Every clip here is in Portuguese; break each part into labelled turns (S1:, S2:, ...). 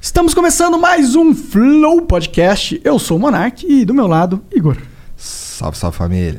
S1: Estamos começando mais um Flow Podcast. Eu sou o Monark e do meu lado, Igor.
S2: Salve, salve família.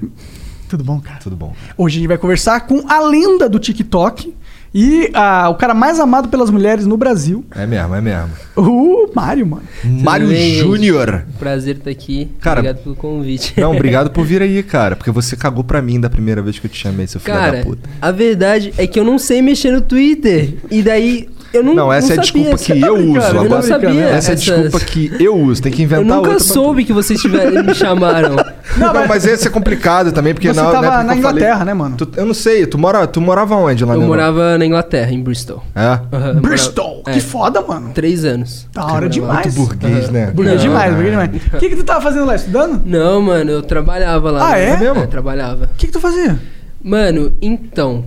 S1: Tudo bom, cara?
S2: Tudo bom?
S1: Hoje a gente vai conversar com a lenda do TikTok e ah, o cara mais amado pelas mulheres no Brasil,
S2: É mesmo, é mesmo.
S1: o Mário, mano.
S2: Mário
S3: bem, gente?
S2: Júnior.
S3: Prazer estar aqui.
S2: Cara-
S3: Obrigado pelo convite.
S2: Não, obrigado por vir aí, cara. Porque você cagou pra mim da primeira vez que eu te chamei, seu filho da
S3: Cara,
S2: puta.
S3: a verdade é que eu não sei mexer no Twitter. E daí eu não
S2: Não, essa
S3: não
S2: é a
S3: sabia. tá
S2: desculpa que eu uso.
S1: brincando,
S3: Eu
S1: ele
S3: não
S1: tá
S2: Agora,
S3: sabia.
S1: brincando, né?
S2: essa é a desculpa que eu uso. Tem que
S3: Eu
S2: inventar outra.
S3: nunca
S2: pra-
S3: soube que vocês tiveram, me chamaram.
S2: Não, mas esse é complicado também, porque
S1: Você
S2: na,
S1: tava
S2: época
S1: na
S2: que eu falei-
S1: Inglaterra, né, mano?
S2: Tu- eu não sei, tu, mora, tu morava onde lá
S3: Eu
S2: na
S3: morava na Inglaterra, em Bristol.
S2: Europa? É?
S3: Aham, eu morava-
S1: Bristol! Que
S3: é.
S1: foda, mano.
S3: Três anos.
S1: Da hora
S3: Morava lá.
S1: demais.
S2: Burguês, né?
S1: Burguês
S2: cara?
S1: demais, burguês demais. O que, que tu tava fazendo lá? Estudando?
S3: Não, mano, eu trabalhava lá.
S1: Ah,
S3: né?
S1: é? É
S2: mesmo?
S3: trabalhava.
S1: O que, que tu fazia?
S3: Mano, então,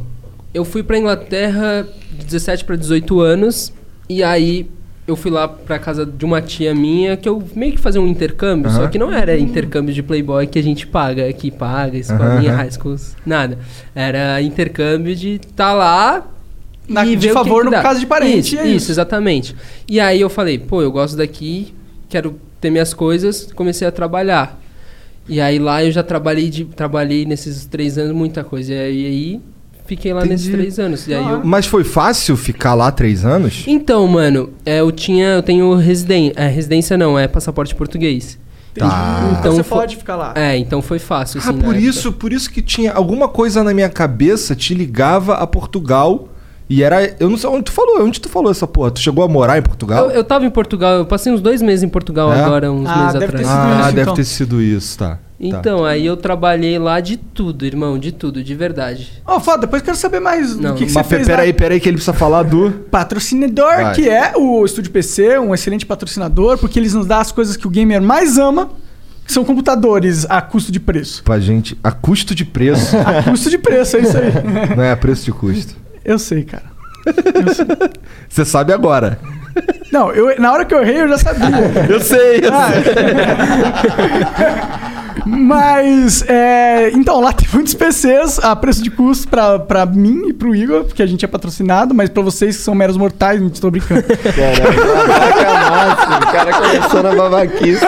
S3: eu fui pra Inglaterra de 17 pra 18 anos e aí eu fui lá pra casa de uma tia minha que eu meio que fazia um intercâmbio,
S2: Aham.
S3: só que não era intercâmbio de Playboy que a gente paga, que paga, escolinha,
S2: Aham, aham.
S3: high schools, nada. Era intercâmbio de tá lá
S1: Na- de
S3: ver o que
S1: favor
S3: que
S1: no
S3: dá.
S1: caso de parente,
S3: Isso,
S1: é isso.
S3: isso, exatamente. E aí eu falei, pô, eu gosto daqui, quero ter minhas coisas, comecei a trabalhar. E aí lá eu já trabalhei de, trabalhei nesses três anos muita coisa. E aí, aí fiquei lá nesses
S2: Entendi.
S3: três anos. E aí eu-
S2: É? Mas foi fácil ficar lá três anos?
S3: Então, mano, é, eu tinha. Eu tenho residência. residência não, é passaporte português.
S2: Tá.
S3: Então
S1: Ah, você
S3: fo-
S1: pode ficar lá.
S3: É, então foi fácil, assim.
S2: Ah,
S3: na
S2: por
S3: época.
S2: isso, por isso que tinha alguma coisa na minha cabeça te ligava a Portugal e era, eu não sei onde tu falou, onde tu falou essa porra? Tu chegou a morar em Portugal?
S3: Eu, eu tava em Portugal, eu passei uns dois meses em Portugal
S2: É?
S3: agora, uns
S1: Ah,
S3: meses
S1: deve ter
S3: atrás.
S1: sido
S2: Ah,
S1: isso,
S2: deve
S1: então.
S2: ter sido isso, tá.
S3: Então, aí eu trabalhei lá de tudo, irmão, de tudo, de verdade.
S1: Ó, foda, depois quero saber mais
S3: Não,
S1: do que, que você
S2: Mas pe-
S1: fez lá.
S2: peraí, peraí que ele precisa falar do
S1: Patrocinador,
S2: Vai.
S1: que é o Estúdio PC, um excelente patrocinador, porque eles nos dão as coisas que o gamer mais ama, que são computadores a custo de preço.
S2: pra gente a custo de preço,
S1: A custo de preço, é isso aí.
S2: não é a preço de custo.
S1: Eu sei, cara.
S2: Você sabe agora.
S1: Não, eu, na hora que eu errei, eu já sabia.
S2: Eu sei. eu
S1: Ah,
S2: sei.
S1: Mas, é, então, lá tem muitos PCs a preço de custo pra, pra mim e pro Igor, porque a gente é patrocinado, mas pra vocês que são meros mortais, não estou brincando.
S4: Caraca, o cara começou na babaquice.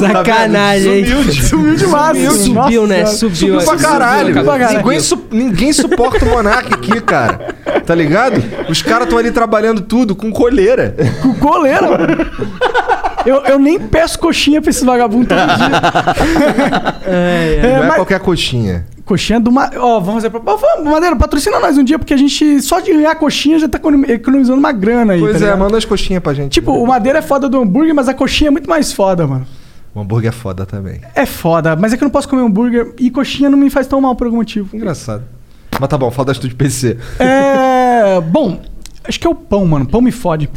S3: Sacanagem, hein?
S1: Sumiu demais.
S3: Subiu, né?
S1: Nossa
S3: Subiu,
S2: Subiu é, pra
S3: subiu,
S2: caralho.
S1: pra caralho.
S2: Ninguém, su- ninguém suporta o Monark aqui, cara. Tá ligado? Os caras estão ali trabalhando tudo com coleira.
S1: Com goleiro, mano. Eu, eu nem peço coxinha pra esses vagabundos todo dia. É,
S2: não é
S1: mas-
S2: qualquer coxinha.
S1: Coxinha do Ma... Ó, vamos fazer... pro- Ó, Vamos, Madeira, patrocina nós um dia, porque a gente... Só de ganhar coxinha já tá econom- economizando uma grana aí,
S2: Pois
S1: tá
S2: é,
S1: ligado?
S2: manda as coxinhas pra gente. né?
S1: Tipo, o Madeira é foda do hambúrguer, mas a coxinha é muito mais foda, mano.
S2: O hambúrguer é foda também.
S1: É foda, mas é que eu não posso comer hambúrguer e coxinha não me faz tão mal por algum motivo.
S2: Engraçado. Mas tá bom, fala da Estúdio PC.
S1: É... Bom, acho que é o pão, mano. Pão me fode.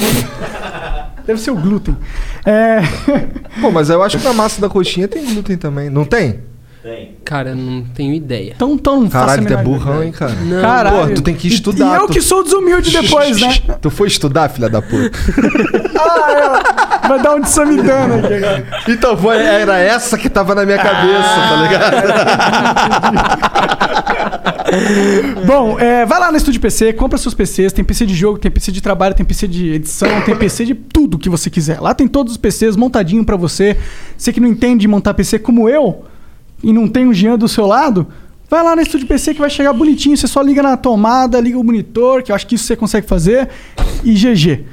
S1: Deve ser o glúten. É...
S2: Pô, mas eu acho que na massa da coxinha tem glúten também. Não tem?
S3: Cara, não tenho ideia.
S1: Então, então, não faço a
S2: Caralho, tu
S1: menor
S2: é
S1: ideia.
S2: burrão, hein, cara?
S3: Não.
S1: Caralho.
S2: Pô, tu tem que
S1: E-
S2: estudar,
S1: E eu
S2: tu-
S1: que sou desumilde depois, né?
S2: Tu foi estudar, filha da puta?
S1: Vai dar um de samidana aqui agora.
S2: Então, foi, era essa que tava na minha cabeça, tá ligado?
S1: Bom, é, vai lá no Estúdio PC, compra seus PCs. Tem PC de jogo, tem PC de trabalho, tem PC de edição, tem PC de tudo que você quiser. Lá tem todos os PCs montadinho pra você. Você que não entende de montar PC como eu e não tem um Jean do seu lado, vai lá no Estúdio PC que vai chegar bonitinho. Você só liga na tomada, liga o monitor, que eu acho que isso você consegue fazer. E GG.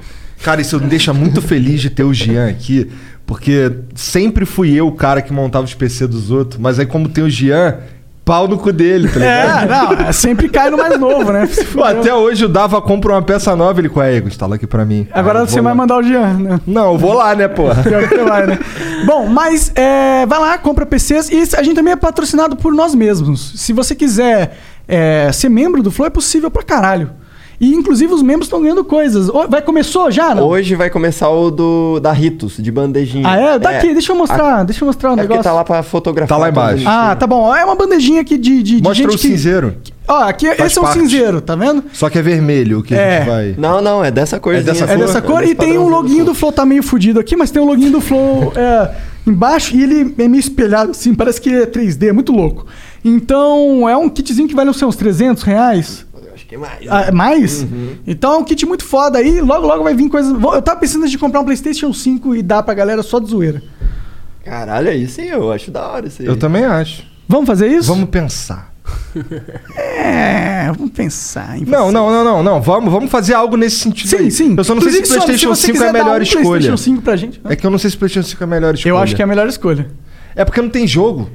S2: Cara, isso me deixa muito feliz de ter o Jean aqui, porque sempre fui eu o cara que montava os PC dos outros, mas aí como tem o Jean, pau no cu dele, tá ligado?
S1: É, não, sempre cai no mais novo, né? Se
S2: Pô,
S1: fudeu.
S2: até hoje o Dava compra uma peça nova, ele, qual é, Igor? Instala aqui pra mim.
S1: Agora
S2: Aí eu
S1: você
S2: vou
S1: vai
S2: lá.
S1: mandar o Jean, né?
S2: Não, eu vou lá, né, porra?
S1: Pior que vai, né? Bom, mas é, vai lá, compra PCs e a gente também é patrocinado por nós mesmos. Se você quiser é, ser membro do Flow, é possível pra caralho. E inclusive os membros estão ganhando coisas. Ô, Vai, começou já? Não?
S4: Hoje vai começar o do da Ritos, de bandejinha.
S1: Ah, é? Daqui, deixa eu mostrar, deixa eu mostrar um
S4: É porque
S1: negócio.
S4: tá lá pra fotografar.
S2: Tá lá embaixo.
S1: Ah, tá bom. É uma bandejinha aqui de, de, de
S2: Mostra o
S1: gente que-
S2: cinzeiro.
S1: Ó, aqui, esse é
S2: parte.
S1: um cinzeiro, tá vendo?
S2: Só que é vermelho o que a
S1: É.
S2: gente vai.
S4: Não, não, é dessa corzinha.
S2: dessa
S1: É
S2: cor?
S1: dessa cor. E tem um loguinho do Flow, tá meio fudido aqui, mas tem um loguinho do Flow é, embaixo e ele é meio espelhado assim, parece que é 3D, é muito louco. Então é um kitzinho que vale uns seus 300 reais.
S4: Que mais? né?
S1: Ah, mais?
S2: Uhum.
S1: Então é um kit muito foda aí. Logo, logo vai vir coisas. Vou- Eu tava pensando de comprar um PlayStation 5 e dar pra galera só de zoeira.
S4: Caralho, é aí sim, eu acho da hora isso aí.
S2: Eu também acho.
S1: Vamos fazer isso?
S2: Vamos pensar.
S1: É, vamos pensar. Em
S2: Não,
S1: você.
S2: não, não, não, não. Vamos, vamos fazer algo nesse sentido.
S1: Sim,
S2: aí.
S1: sim.
S2: Eu só não sei
S1: Inclusive,
S2: se o PlayStation
S1: você
S2: 5 é a
S1: quiser dar
S2: melhor
S1: um
S2: escolha.
S1: PlayStation 5 pra gente.
S2: É que eu não sei se o PlayStation 5 é a melhor escolha.
S1: Eu acho que é a melhor escolha.
S2: É porque não tem jogo.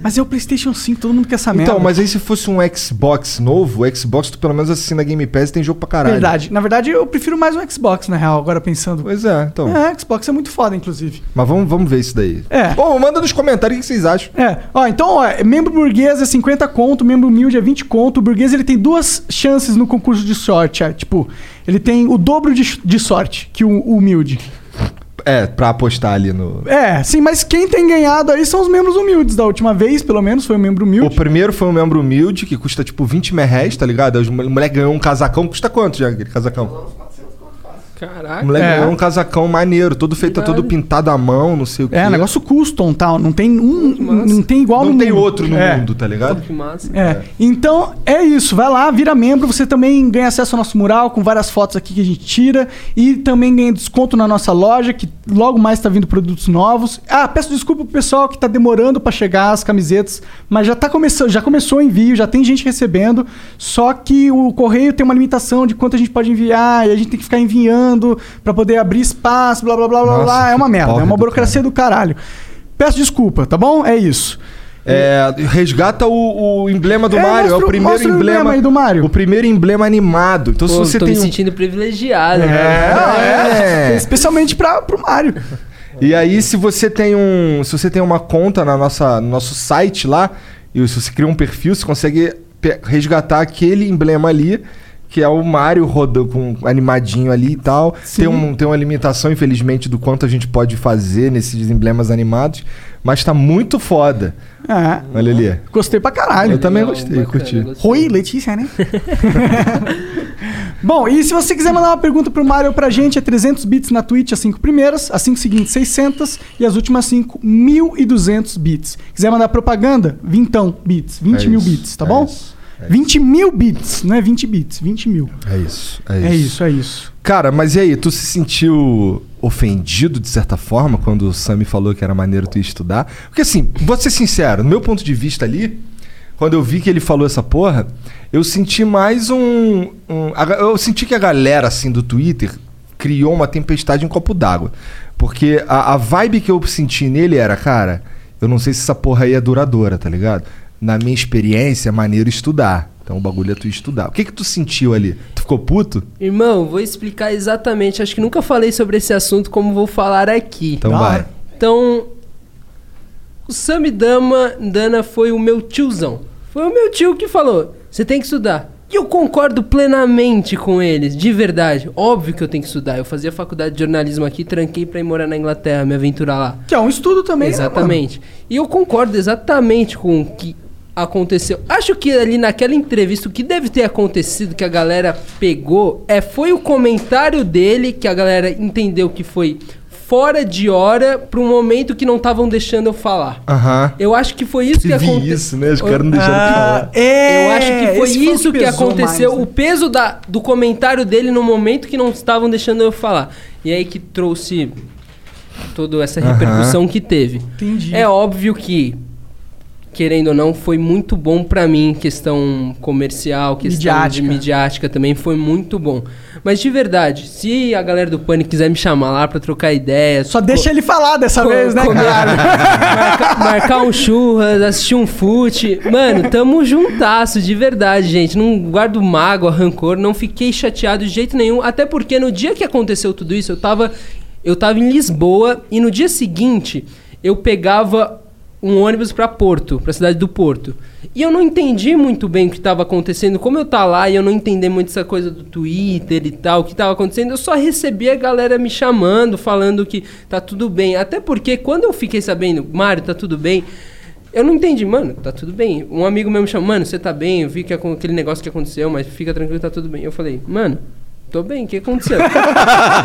S1: Mas é o PlayStation 5, todo mundo quer essa merda.
S2: Então, mas aí se fosse um Xbox novo, o Xbox tu pelo menos assina Game Pass e tem jogo pra caralho.
S1: Verdade. Na verdade, eu prefiro mais um Xbox, na real, agora pensando.
S2: Pois é, então.
S1: É, Xbox é muito foda, inclusive.
S2: Mas vamos, vamos ver isso daí.
S1: É.
S2: Bom, manda nos comentários o que vocês acham.
S1: É, ó, então, ó, membro burguês é 50 conto, membro humilde é 20 conto. O burguês ele tem duas chances no concurso de sorte. é, tipo, ele tem o dobro de, de sorte que o, o humilde.
S2: É, pra apostar ali no.
S1: É, sim, mas quem tem ganhado aí são os membros humildes. Da última vez, pelo menos, foi um membro
S2: O
S1: humilde.
S2: primeiro foi um membro humilde, que custa tipo 20 merréis, tá ligado? Aí O moleque ganhou um casacão. Custa quanto, já aquele casacão? O
S3: Caraca.
S2: moleque
S1: É.
S2: ganhou um casacão maneiro, todo feito, todo
S3: Verdade.
S2: pintado à mão, não sei o quê.
S1: É, negócio custom tal. Não tem um.
S3: massa.
S1: Não tem igual
S2: Não
S1: no
S2: tem
S1: mundo.
S2: outro no
S1: É.
S2: mundo, tá ligado?
S3: Que massa.
S1: É. Então é isso, vai lá, vira membro, você também ganha acesso ao nosso mural com várias fotos aqui que a gente tira e também ganha desconto na nossa loja, que logo mais tá vindo produtos novos. Ah, peço desculpa pro pessoal que tá demorando pra chegar as camisetas, mas já tá começando, já começou o envio, já tem gente recebendo, só que o correio tem uma limitação de quanto a gente pode enviar e a gente tem que ficar enviando pra poder abrir espaço, blá blá blá blá
S2: Nossa,
S1: blá, é uma
S2: que
S1: merda, é
S2: porra
S1: uma
S2: do
S1: burocracia do caralho. Peço desculpa, tá bom? É isso.
S2: É, resgata o, o emblema do
S1: É,
S2: Mario, é
S1: mostra
S2: o
S1: o-
S2: primeiro
S1: mostra o
S2: emblema,
S1: emblema aí do Mario.
S2: O primeiro emblema animado. Então
S3: Pô,
S2: se você
S3: tô
S2: tem
S3: me
S2: um-
S3: sentindo privilegiado,
S2: É.
S3: né?
S1: É, especialmente pra, pro Mário.
S2: E aí, se você tem um. Se você tem uma conta na nossa, no nosso site lá, e se você cria um perfil, você consegue pe- resgatar aquele emblema ali, que é o Mario rodando com animadinho ali e tal.
S1: Sim.
S2: Tem, um, tem uma limitação, infelizmente, do quanto a gente pode fazer nesses emblemas animados, mas tá muito foda.
S1: É,
S2: Olha ali.
S1: gostei pra
S2: Eu
S1: caralho.
S2: também
S3: Legal,
S2: gostei,
S3: bacana,
S2: curti.
S3: gostei.
S1: Oi, Letícia, né? Bom, e se você quiser mandar uma pergunta pro Mário ou pra gente, é 300 bits na Twitch, as cinco primeiras, as cinco seguintes 600 e as últimas 5, 1.200 bits. Quiser mandar propaganda, vintão bits, 20
S2: É
S1: mil
S2: isso,
S1: bits, tá
S2: é
S1: bom?
S2: isso, é
S1: 20 mil bits, não é 20 bits, 20 mil.
S2: É isso,
S1: É isso, é isso.
S2: Cara, mas e aí, tu se sentiu ofendido de certa forma quando o Sammy falou que era maneiro tu ir estudar? Porque assim, vou ser sincero, no meu ponto de vista ali, quando eu vi que ele falou essa porra, eu senti mais um. um- a ga- eu senti que a galera assim do Twitter criou uma tempestade em um copo d'água. Porque a, a vibe que eu senti nele era, cara, eu não sei se essa porra aí é duradoura, tá ligado? Na minha experiência, é maneiro estudar. Então o bagulho é tu estudar. O que que tu sentiu ali? Tu ficou puto?
S3: Irmão, vou explicar exatamente. Acho que nunca falei sobre esse assunto como vou falar aqui.
S2: Então
S1: Da
S2: vai.
S1: hora.
S3: Então, o Samidama Dana foi o meu tiozão. Foi o meu tio que falou: você tem que estudar. E eu concordo plenamente com eles, de verdade. Óbvio que eu tenho que estudar. Eu fazia faculdade de jornalismo aqui, tranquei pra ir morar na Inglaterra, me aventurar lá.
S1: Que é um estudo também, né,
S3: Exatamente. E eu concordo exatamente com o que aconteceu. Acho que ali naquela entrevista, o que deve ter acontecido, que a galera pegou, é foi o comentário dele que a galera entendeu que foi fora de hora para um momento que não estavam deixando eu falar.
S2: Aham.
S3: Eu acho que foi isso que
S2: Ah. vi
S3: aconteceu.
S2: isso, né? Os caras não
S1: mano?
S2: deixaram de
S1: Ah,
S2: falar.
S1: é,
S3: Eu acho que foi
S1: esse o
S3: isso que,
S1: pesou
S3: aconteceu.
S1: mais,
S3: O
S1: né?
S3: peso da, do comentário dele no momento que não estavam deixando eu falar. E aí que trouxe toda essa
S2: Aham.
S3: repercussão que teve.
S1: Entendi.
S3: É óbvio que, querendo ou não, foi muito bom pra mim. Questão comercial, questão
S1: Midiática.
S3: de midiática também foi muito bom. Mas de verdade, se a galera do Pânico quiser me chamar lá pra trocar ideia...
S1: Só
S3: co-
S1: deixa ele falar dessa
S3: co-
S1: vez, né,
S3: comer-
S1: cara?
S3: marcar, marcar um churras, assistir um fute. Mano, tamo juntasso, de verdade, gente. Não guardo mágoa, rancor, não fiquei chateado de jeito nenhum. Até porque no dia que aconteceu tudo isso, eu tava, eu tava em Lisboa e no dia seguinte eu pegava um ônibus pra Porto, pra cidade do Porto. E eu não entendi muito bem o que tava acontecendo. Como eu tá lá e eu não entendi muito essa coisa do Twitter e tal, o que tava acontecendo, eu só recebi a galera me chamando, falando que tá tudo bem. Até porque quando eu fiquei sabendo, Mário, tá tudo bem, eu não entendi, mano, tá tudo bem. Um é amigo meu me chamou, mano, você tá bem, eu vi que acon- aquele negócio que aconteceu, mas fica tranquilo, tá tudo bem. Eu falei, mano, Tô bem, o que aconteceu?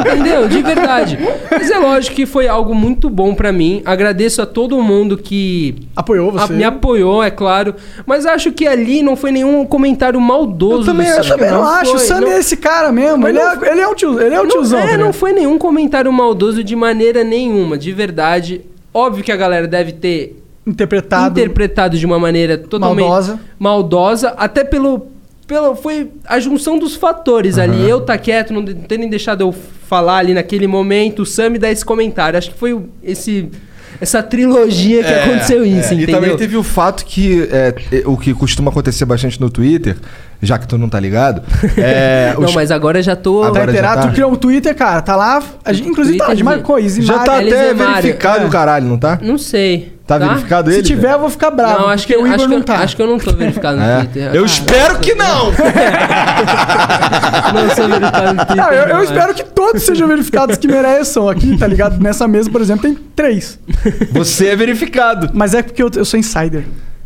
S3: Entendeu? De verdade. Mas é lógico que foi algo muito bom pra mim. Agradeço a todo mundo que
S1: Apoiou
S3: a-
S1: você.
S3: me apoiou, é claro. Mas acho que ali não foi nenhum comentário maldoso.
S1: Eu também,
S3: do
S1: eu
S3: Sammy.
S1: também não, acho.
S3: foi,
S1: o Sammy
S3: não-
S1: é esse cara mesmo.
S3: Mas
S1: Ele
S3: não-
S1: é, ele é um tio, ele é um
S3: não,
S1: tiozão.
S3: é,
S1: tá
S3: não
S1: ligado?
S3: foi nenhum comentário maldoso de maneira nenhuma, de verdade. Óbvio que a galera deve ter
S1: Interpretado.
S3: interpretado de uma maneira totalmente
S1: Maldosa.
S3: maldosa, até pelo, pelo foi a junção dos fatores ali. Eu tá quieto, não de- não terem deixado eu falar ali naquele momento, o Sam dá esse comentário. Acho que foi o- esse essa trilogia que
S2: É,
S3: aconteceu isso,
S2: é.
S3: entendeu?
S2: E também teve o fato que é, é, o que costuma acontecer bastante no Twitter, já que tu não tá ligado, é,
S3: Não,
S2: os-
S3: mas agora eu já tô
S1: Tá
S2: Agora já
S1: inteirado.
S2: tá.
S1: Tu criou um Twitter, cara. Tá lá. a gente- inclusive, tá lá de
S3: Twitter,
S1: marcou isso.
S2: já tá
S3: Eles
S2: até
S3: e Mário,
S2: verificado
S1: é.
S2: o caralho, não tá?
S3: Não sei.
S2: Tá, verificado Ah,
S1: Se
S2: ele?
S1: tiver, eu vou ficar bravo.
S3: Não, acho que,
S1: porque o Igor
S3: acho, que,
S1: não
S3: eu-
S1: tá.
S3: acho que eu não tô verificado no
S2: É.
S3: Twitter.
S2: Eu
S3: Ah,
S2: espero que não!
S3: Não sou verificado no Twitter.
S1: Não, Ah, eu, eu
S3: não, é.
S1: espero que todos sejam verificados que mereçam aqui, tá ligado? Nessa mesa, por exemplo, tem três.
S2: Você é verificado.
S1: Mas é porque eu, eu sou insider.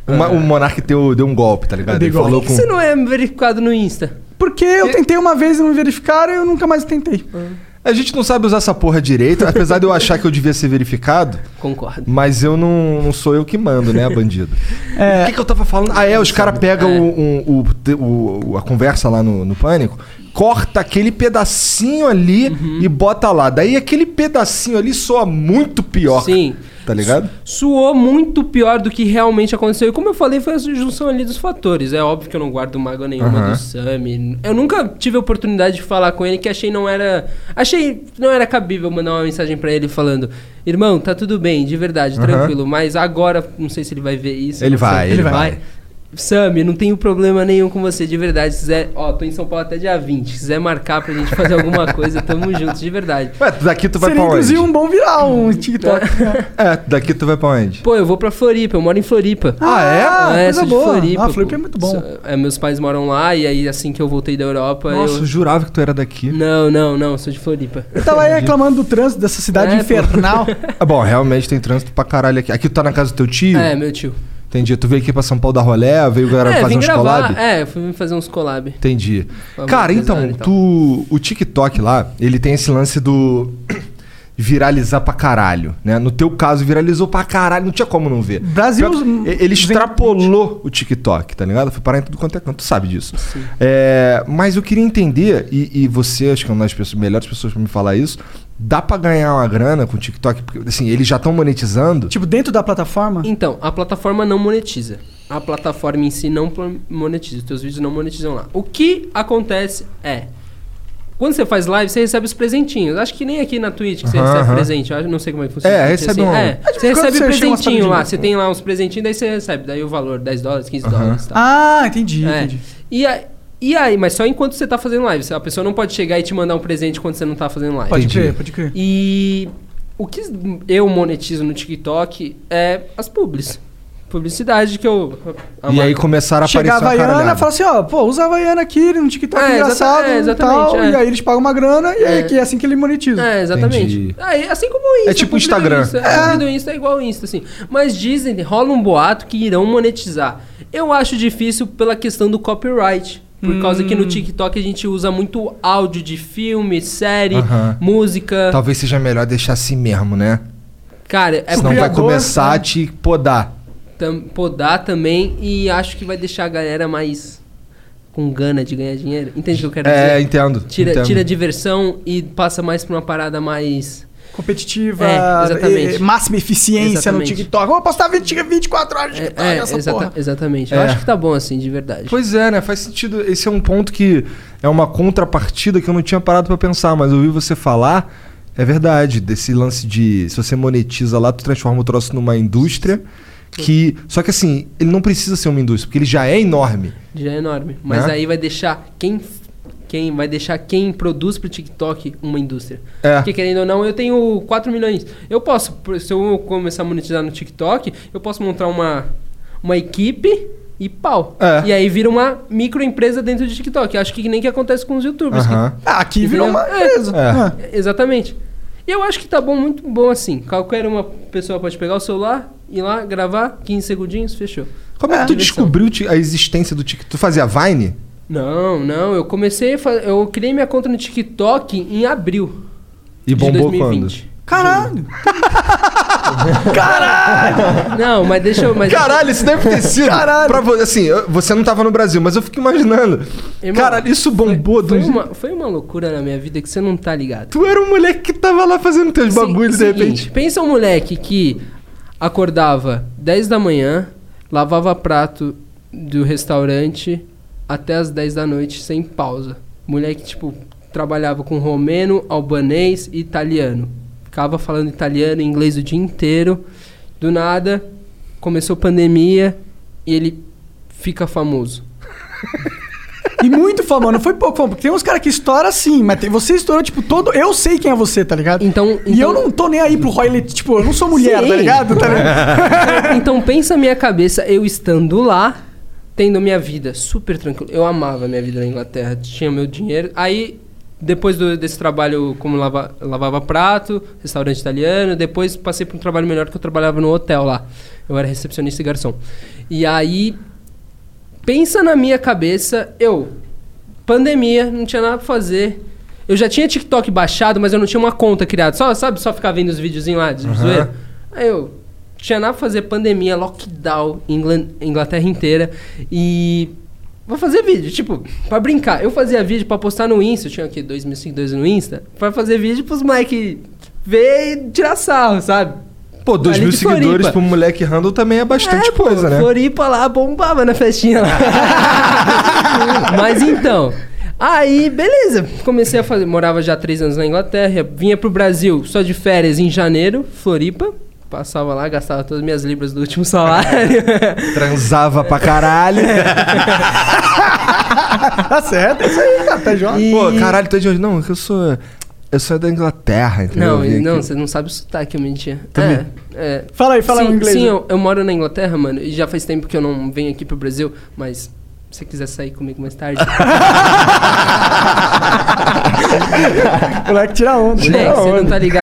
S3: É.
S2: Uma- o Monark deu, deu um golpe, tá
S1: Eu
S2: ligado?
S1: dei
S2: Ele
S1: golpe.
S2: falou
S3: Por
S2: com.
S3: que você não é verificado no Insta?
S1: Porque eu tentei uma vez e não me verificaram e eu nunca mais tentei.
S2: A gente não sabe usar essa porra direito, apesar de eu achar que eu devia ser verificado,
S3: Concordo.
S2: mas eu não, não sou eu que mando, né, bandido?
S1: É.
S2: O que, que eu tava falando? Ah, é, os caras pegam
S3: É.
S2: o, um- o te- o- o- a conversa lá no, no Pânico, corta aquele pedacinho ali
S3: Uhum.
S2: e bota lá. Daí aquele pedacinho ali soa muito pior.
S3: Sim.
S2: Tá ligado?
S3: Suou muito pior do que realmente aconteceu. E como eu falei, foi a junção ali dos fatores. É óbvio que eu não guardo mágoa nenhuma
S2: Aham.
S3: do Sami. Eu nunca tive a oportunidade de falar com ele, que achei não era. Achei não era cabível mandar uma mensagem pra ele falando: Irmão, tá tudo bem, de verdade,
S2: Aham.
S3: tranquilo. Mas agora, não sei se ele vai ver isso.
S2: Ele
S3: não sei.
S2: vai,
S1: ele
S2: vai.
S3: Sami, não tenho problema nenhum com você, de verdade. Se quiser, ó, tô em São Paulo até dia 20. Se quiser marcar pra gente fazer alguma coisa, tamo junto, de verdade.
S2: Ué, daqui tu vai
S1: Seria,
S2: pra onde?
S1: inclusive, um bom viral, um TikTok. né?
S2: É, daqui tu vai pra onde?
S3: Pô, eu vou pra Floripa, eu moro em Floripa.
S2: Ah, é?
S1: Ah,
S3: é,
S1: coisa
S3: sou de
S1: boa.
S3: Floripa.
S1: ah, Floripa
S3: pô.
S1: é muito bom.
S3: Sou- é, meus pais moram lá e aí assim que eu voltei da Europa,
S2: Nossa, eu
S3: eu...
S2: jurava que tu era daqui.
S3: Não, não, não, sou de Floripa.
S1: Eu tava aí reclamando do trânsito dessa cidade
S3: É, pô.
S1: infernal.
S2: Ah, bom, realmente tem trânsito pra caralho aqui. Aqui tu tá na casa do teu tio?
S3: É, meu tio.
S2: Entendi. Tu veio aqui pra São Paulo da rolé, veio galera
S3: é,
S2: fazer
S3: vim
S2: uns
S3: gravar.
S2: collab?
S3: É, eu fui fazer uns collab.
S2: Entendi.
S3: Vamos
S2: Cara,
S3: pesar
S2: então,
S3: e tal.
S2: tu. O TikTok lá, ele tem esse lance do. Viralizar pra caralho, né? No teu caso, viralizou pra caralho, não tinha como não ver.
S1: Brasil-
S2: Pior que Ele extrapolou o TikTok, tá ligado? Foi parar em tudo quanto é canto, tu sabe disso. É, mas eu queria entender, e, e você, acho que é uma das pessoas- melhores pessoas pra me falar isso, dá pra ganhar uma grana com o TikTok? Porque, assim, eles já estão monetizando.
S1: tipo, dentro da plataforma.
S3: Então, a plataforma não monetiza. A plataforma em si não pla- monetiza. Os teus vídeos não monetizam lá. O que acontece é. Quando você faz live, você recebe os presentinhos. Acho que nem aqui na Twitch que você
S2: Aham,
S3: recebe
S2: aham.
S3: presente. Eu acho- não sei como é que funciona.
S2: É,
S3: Twitch,
S2: recebe um-
S3: É,
S1: Mas
S3: você
S1: quando
S3: recebe
S1: você chega, umas
S3: presentinho lá.
S1: paradinhas.
S3: Você tem lá uns presentinhos, daí você recebe. Daí o valor, 10 dólares, 15
S2: Aham.
S3: dólares. Tá.
S1: Ah, entendi,
S3: É.
S1: entendi.
S3: E, a- e aí, mas só enquanto você tá fazendo live. A pessoa não pode chegar e te mandar um presente quando você não tá fazendo live.
S1: Pode
S2: Entendi.
S1: crer, pode crer.
S3: E o que eu monetizo no TikTok é as publis. Publicidade que eu. a- a
S2: e aí
S3: marca-
S2: começaram a aparecer
S1: Chegava a
S2: uma
S1: Havaiana e
S2: caralhada.
S1: fala assim, ó, pô, usa a Havaiana aqui no TikTok
S3: É,
S1: engraçado
S3: exata- é,
S1: e
S3: exatamente,
S1: tal.
S3: é.
S1: E aí eles pagam uma grana e aí
S3: É.
S1: que é assim que ele monetiza.
S3: É, exatamente.
S2: Entendi.
S3: Aí, assim como o Insta.
S2: É tipo
S3: publi do
S2: Instagram.
S3: Insta,
S2: É.
S3: publi do Insta é igual o Insta, assim. Mas dizem, rola um boato que irão monetizar. Eu acho difícil pela questão do copyright. Por causa que
S2: Hum.
S3: no TikTok a gente usa muito áudio de filme, série,
S1: "Ah,
S2: Aham.
S3: música.
S2: Talvez seja melhor deixar assim mesmo, né?
S3: Cara, é
S2: Senão vai
S1: criador,
S2: começar
S1: né?
S2: a te podar.
S3: tam, podar também e acho que vai deixar a galera mais com gana de ganhar dinheiro. Entende o que eu quero
S2: É,
S3: dizer?
S2: entendo.
S3: Tira,
S2: entendo.
S3: tira a diversão e passa mais pra uma parada mais.
S1: Competitiva,
S3: É, exatamente.
S1: eh, máxima eficiência
S3: Exatamente.
S1: no TikTok. Vou postar 20, 24 horas de
S3: É,
S1: TikTok
S3: é,
S1: nessa
S3: exata-
S1: porra.
S3: exatamente. Eu
S2: É.
S3: acho que tá bom assim, de verdade.
S2: Pois é, né? Faz sentido. Esse é um ponto que é uma contrapartida que eu não tinha parado pra pensar, mas eu ouvi você falar. É verdade, desse lance de se você monetiza lá, tu transforma o troço numa indústria que. Só que assim, ele não precisa ser uma indústria, porque ele já é enorme.
S3: Já é enorme. Mas
S2: Né?
S3: aí vai deixar quem. Quem vai deixar quem produz pro TikTok uma indústria.
S2: É.
S3: Porque querendo ou não, eu tenho 4 milhões. Eu posso, por- se eu começar a monetizar no TikTok, eu posso montar uma, uma equipe e pau.
S2: É.
S3: E aí vira uma microempresa dentro de TikTok. Acho que nem que acontece com os youtubers. que-
S2: Aham.
S1: Ah, aqui virou uma
S3: É.
S1: empresa.
S2: É.
S1: Ah.
S3: Exatamente. E eu acho que tá bom, muito bom assim. Qualquer uma pessoa pode pegar o celular, ir lá, gravar, 15 segundinhos, fechou.
S2: Como é que
S1: É,
S3: Ah,
S2: tu
S3: diversão.
S2: descobriu ti- a existência do TikTok? Tu fazia Vine?
S3: Não, não, eu comecei, a fa- eu criei minha conta no TikTok em abril
S2: E bombou
S3: de
S2: quando?
S3: 2020.
S1: Caralho!
S3: Não, mas deixa eu... Mas
S2: Caralho, isso deve ter sido. Pra você, assim, eu- você não tava no Brasil, mas eu fico imaginando.
S3: Irmão,
S2: Caralho, isso bombou um do.
S3: Foi
S2: jeito-
S3: uma, foi uma loucura na minha vida que você não tá ligado.
S2: Tu era um moleque que tava lá fazendo teus
S3: Se-
S2: bagulhos de
S3: seguinte,
S2: repente.
S3: Pensa um moleque que acordava 10 da manhã, lavava prato do restaurante até as 10 da noite sem pausa. Moleque, tipo, trabalhava com romeno, albanês e italiano. Ficava falando italiano e inglês o dia inteiro. Do nada, começou pandemia e ele fica famoso.
S1: E muito famoso, não foi pouco famoso. Porque tem uns caras que estouram sim, mas tem- você estourou, tipo, todo. Eu sei quem é você, tá ligado?
S3: Então-
S1: E
S3: então-
S1: eu não tô nem aí pro royalty, tipo, eu não sou mulher,
S3: Sim.
S1: tá ligado? Tá ligado?
S3: Então pensa a minha cabeça, eu estando lá, tendo minha vida super tranquila. Eu amava minha vida na Inglaterra, tinha meu dinheiro. Aí, depois do- desse trabalho como lava- lavava prato, restaurante italiano, depois passei para um trabalho melhor que eu trabalhava no hotel lá. Eu era recepcionista e garçom. E aí, pensa na minha cabeça, eu, pandemia, não tinha nada pra fazer. Eu já tinha TikTok baixado, mas eu não tinha uma conta criada. Só, sabe, só ficar vendo os videozinhos lá de zoeira. Aí eu, tinha nada pra fazer, pandemia, lockdown, Englan- Inglaterra inteira. E vou fazer vídeo, tipo, pra brincar. Eu fazia vídeo pra postar no Insta, eu tinha aqui 2 mil seguidores no Insta, pra fazer vídeo pros moleque ver e tirar sarro, sabe?
S2: Pô, dois
S3: Ali
S2: mil
S3: de
S2: seguidores um
S3: Floripa.
S2: pro moleque Randall também é bastante coisa, né?
S3: Floripa lá bombava na festinha lá. Mas então. Aí, beleza. Comecei a fazer. Morava já há três anos na Inglaterra. Vinha pro Brasil só de férias em janeiro, Floripa. Passava lá, gastava todas as minhas libras do último salário.
S2: Transava pra caralho.
S3: É.
S1: Tá certo, é isso aí, cara, tá jovem.
S3: E-
S2: Pô, caralho, tu é de onde? Não, eu sou. Eu sou da Inglaterra, entendeu?
S3: Não,
S2: Eu vim
S3: não,
S2: aqui.
S3: você não sabe o sotaque, eu mentia.
S2: Também.
S3: É, é.
S1: Fala aí, fala
S3: sim,
S1: em inglês. né?
S3: Sim, eu, eu moro na Inglaterra, mano, e já faz tempo que eu não venho aqui pro Brasil, mas se você quiser sair comigo mais tarde.
S1: O moleque tira onda.
S3: moleque,
S1: Tira
S3: você
S1: onda.
S3: não tá ligado.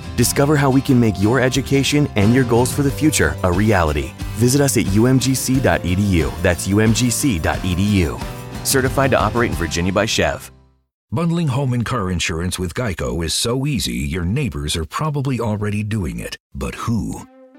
S5: Discover how we can make your education and your goals for the future a reality. Visit us at umgc.edu. E That's umgc.edu. E Certified to operate in Virginia by Chev.
S6: Bundling home and car insurance with Geico is so easy, your neighbors are probably already doing it. But who?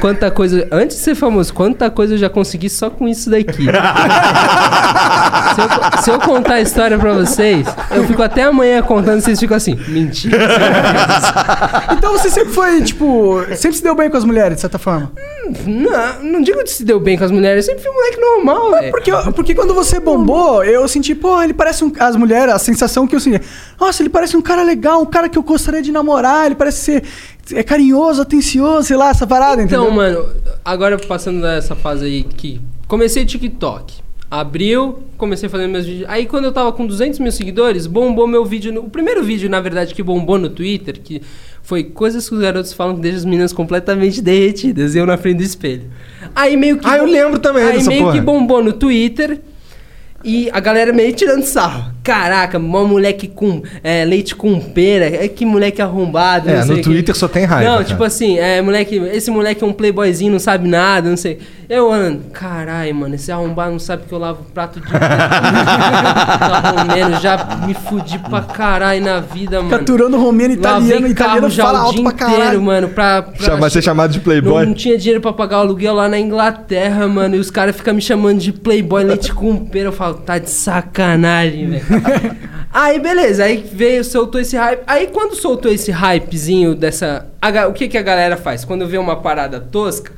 S3: Quanta coisa. Antes de ser famoso, quanta coisa eu já consegui só com isso daqui. se, eu, se eu contar a história pra vocês, eu fico até amanhã contando vocês ficam assim, mentira.
S1: Então você sempre foi, tipo, sempre se deu bem com as mulheres, de certa forma.
S3: Não, não digo que se deu bem com as mulheres, eu sempre fui um moleque normal, velho.
S1: Porque, eu- porque quando você bombou, eu senti, pô, ele parece um. As mulheres, a sensação que eu senti. Nossa, ele parece um cara legal, um cara que eu gostaria de namorar, ele parece ser é carinhoso, atencioso, sei lá, essa parada,
S3: Então,
S1: entendeu?
S3: mano, agora passando dessa fase aí que comecei TikTok. Abriu, comecei fazendo meus vídeos. Aí quando eu tava com 200 mil seguidores, bombou meu vídeo. no- O primeiro vídeo, na verdade, que bombou no Twitter, que foi coisas que os garotos falam que deixam as meninas completamente derretidas. e Eu na frente do espelho. Aí meio que.
S2: Ah, eu lembro também
S3: Aí
S2: dessa
S3: meio
S2: porra.
S3: que bombou no Twitter. E a galera meio tirando sarro. Caraca, mó moleque com é, leite com pera. É que moleque arrombado.
S2: É,
S3: não sei
S2: no
S3: o quê.
S2: Twitter só tem raiva,
S3: Não,
S2: cara.
S3: tipo assim, é, moleque, esse moleque é um playboyzinho, não sabe nada, não sei. Eu ando, caralho, mano, esse arrombado não sabe que eu lavo prato de. Romeno, já me fudi pra caralho na vida, mano.
S1: Caturando romeno,
S3: Lavei
S1: italiano, italiano
S3: carro já
S1: fala
S3: o
S1: alto
S3: dia
S1: pra caralho.
S3: inteiro, mano, pra, pra
S2: Chama- ser chamado de
S3: não,
S2: playboy.
S3: não tinha dinheiro pra pagar o aluguel lá na Inglaterra, mano. E os caras ficam me chamando de playboy leite com pera. Eu falo, tá de sacanagem, velho. aí, beleza. Aí veio, soltou esse hype. Aí, quando soltou esse hypezinho dessa... a ga- o que, que a galera faz? Quando vê uma parada tosca...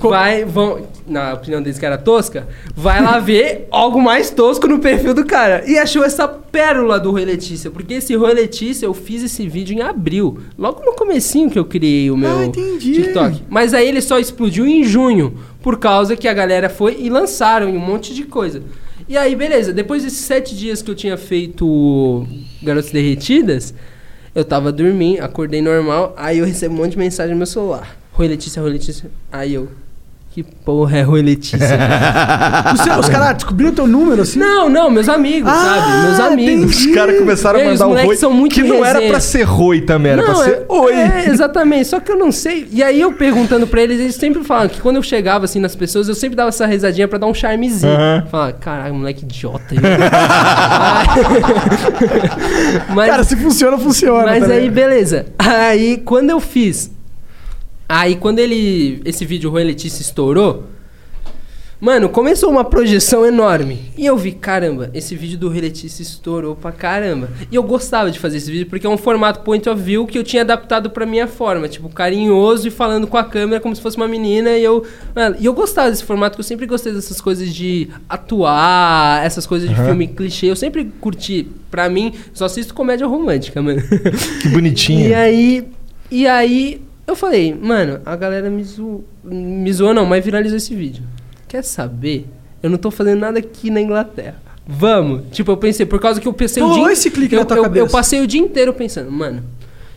S3: vai, vão... Na opinião deles que era tosca, vai lá ver algo mais tosco no perfil do cara. E achou essa pérola do Rui Letícia. Porque esse Rui Letícia, eu fiz esse vídeo em abril. Logo no comecinho que eu criei o meu TikTok. Mas aí ele só explodiu em junho, por causa que a galera foi e lançaram em um monte de coisa. E aí, beleza, depois desses sete dias que eu tinha feito Garotas Derretidas, eu tava dormindo, acordei normal, aí eu recebo um monte de mensagem no meu celular. Rui Letícia, Rui Letícia. Aí eu, que porra é Rui Letícia?
S1: Os seus- os caras descobriram teu número assim?
S3: Não, não, meus amigos, sabe? Meus amigos.
S2: Os caras começaram a
S3: Meu, os
S2: mandar um
S3: moleques
S2: roi.
S3: são muito
S2: que não era
S3: resenha.
S2: pra ser roi também, era pra
S3: Não,
S2: ser
S3: é-
S2: oi.
S3: É, exatamente. Só que eu não sei. E aí eu perguntando pra eles, eles sempre falam que quando eu chegava assim nas pessoas, eu sempre dava essa risadinha pra dar um charmezinho.
S2: Aham.
S3: Falar, caralho, moleque idiota. hein?" Aí- Mas-
S1: Cara, se funciona, funciona.
S3: mas
S1: tá
S3: aí,
S1: ligado?
S3: beleza. Aí, quando eu fiz. Aí, quando ele. Esse vídeo Rui Letícia estourou. Mano, começou uma projeção enorme. E eu vi, caramba, esse vídeo do Rui Letícia estourou pra caramba. E eu gostava de fazer esse vídeo porque é um formato point of view que eu tinha adaptado pra minha forma. Tipo, carinhoso e falando com a câmera como se fosse uma menina. E eu. Mano, e eu gostava desse formato, que eu sempre gostei dessas coisas de atuar, essas coisas de
S2: Aham.
S3: filme clichê. Eu sempre curti. Pra mim, só assisto comédia romântica, mano.
S2: Que bonitinho.
S3: E aí, e aí eu falei, mano, a galera me zoou, me zoou não, mas viralizou esse vídeo. Quer saber? Eu não tô fazendo nada aqui na Inglaterra. Vamos. Tipo, eu pensei, por causa que eu pensei o
S1: Rolou
S3: dia...
S1: esse clique
S3: eu,
S1: na tua
S3: eu- eu
S1: cabeça.
S3: passei o dia inteiro pensando, mano,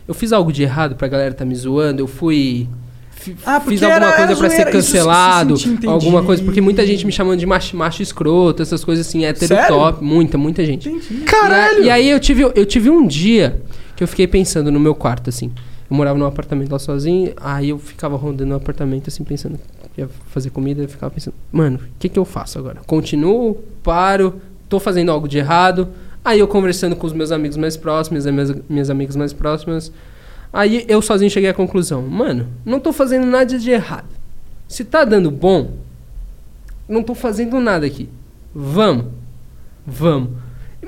S3: eu fiz algo de errado pra galera tá me zoando, eu fui... fi-
S1: Ah, porque
S3: fiz alguma
S1: era
S3: coisa pra ser
S1: zoeira, isso se- se
S3: cancelado,
S1: sentia, entendi.
S3: alguma coisa, porque muita gente me chamando de macho, macho escroto, essas coisas assim, hétero
S1: Sério?
S3: top, muita, muita gente.
S2: Caralho!
S3: E, a- e aí eu tive, eu tive um dia que eu fiquei pensando no meu quarto, assim. Eu morava num apartamento lá sozinho, aí eu ficava rondando o apartamento, assim, pensando. Ia fazer comida, eu ficava pensando, mano, o que, que eu faço agora? Continuo, paro, tô fazendo algo de errado. Aí eu conversando com os meus amigos mais próximos, as minhas, minhas amigas mais próximas. Aí eu sozinho cheguei à conclusão, mano, não tô fazendo nada de errado. Se tá dando bom, não tô fazendo nada aqui. Vamos. Vamos.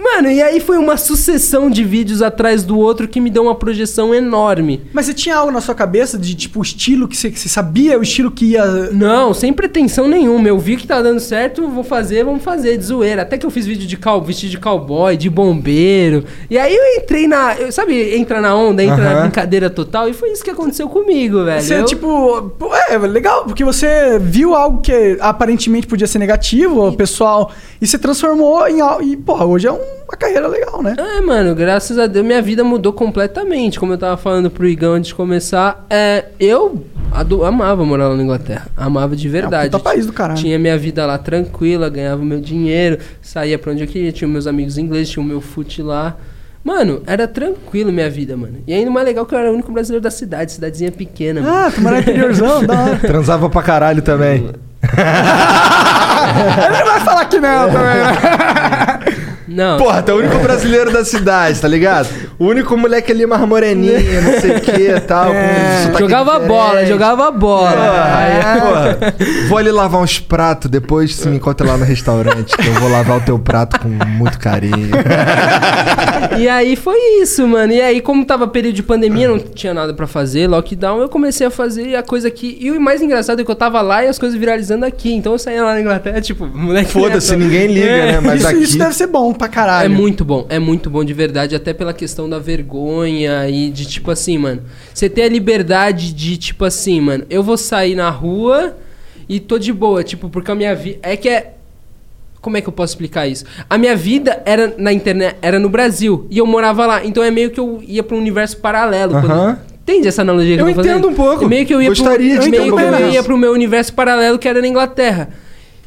S3: Mano, e aí foi uma sucessão de vídeos atrás do outro que me deu uma projeção enorme.
S1: Mas você tinha algo na sua cabeça de tipo o estilo que você, que você sabia, o estilo que ia.
S3: Não, sem pretensão nenhuma. Eu vi que tá dando certo, vou fazer, vamos fazer, de zoeira. Até que eu fiz vídeo de cal, vestido de cowboy, de bombeiro. E aí eu entrei na. eu- sabe, entra na onda, entra na
S2: Aham.
S3: brincadeira total. E foi isso que aconteceu comigo, velho.
S1: Você,
S3: Eu-
S1: tipo, pô, é legal, porque você viu algo que aparentemente podia ser negativo, o pessoal, e se transformou em algo. E, porra, hoje é uma carreira legal, né?
S3: É, mano, graças a Deus minha vida mudou completamente. Como eu tava falando pro Igão antes de começar, é, eu ado- amava morar lá na Inglaterra. Amava de verdade.
S1: É um puta país do caralho.
S3: Tinha minha vida lá tranquila, ganhava meu dinheiro, saía pra onde eu queria, tinha meus amigos ingleses, tinha o meu fute lá. Mano, era tranquilo minha vida, mano. E ainda o mais legal que eu era o único brasileiro da cidade, cidadezinha pequena, mano.
S1: Ah, tu mora no interiorzão, da hora.
S2: Transava pra caralho também.
S1: Ele não vai falar que não
S2: É,
S1: também, né? Ah,
S3: Não,
S2: Porra, tu é o único brasileiro da cidade, tá ligado? O único moleque ali mais moreninho, não sei o que e tal. com sotaque
S3: É.
S1: tá
S3: jogava
S2: diferente.
S3: bola, jogava bola.
S2: Ah,
S3: Aí-
S2: é, porra. Vou ali lavar uns pratos, depois se me encontra lá no restaurante, que eu vou lavar o teu prato com muito carinho.
S3: E aí foi isso, mano. E aí, como tava período de pandemia, não tinha nada pra fazer, lockdown, eu comecei a fazer a coisa aqui. E o mais engraçado é que eu tava lá e as coisas viralizando aqui. Então eu saía lá na Inglaterra, tipo, moleque.
S2: Foda-se,
S3: né?
S2: ninguém liga,
S3: É.
S2: né? Mas
S1: isso,
S2: aqui.
S1: isso deve ser bom pra
S3: É
S1: caralho.
S3: muito bom, é muito bom de verdade, até pela questão da vergonha e de tipo assim, mano. Você tem a liberdade de tipo assim, mano, eu vou sair na rua e tô de boa, tipo, porque a minha vida. É que é. Como é que eu posso explicar isso? A minha vida era na internet, era no Brasil. E eu morava lá. Então é meio que eu ia para um universo paralelo. quando-
S2: Aham.
S3: Entende essa analogia que eu,
S2: Eu
S3: tô fazendo?
S2: entendo um pouco.
S3: É meio que eu ia
S2: Gostaria
S3: pro,
S2: de entender um
S3: meio que eu
S2: pouco
S3: ia
S2: disso.
S3: pro meu universo paralelo que era na Inglaterra.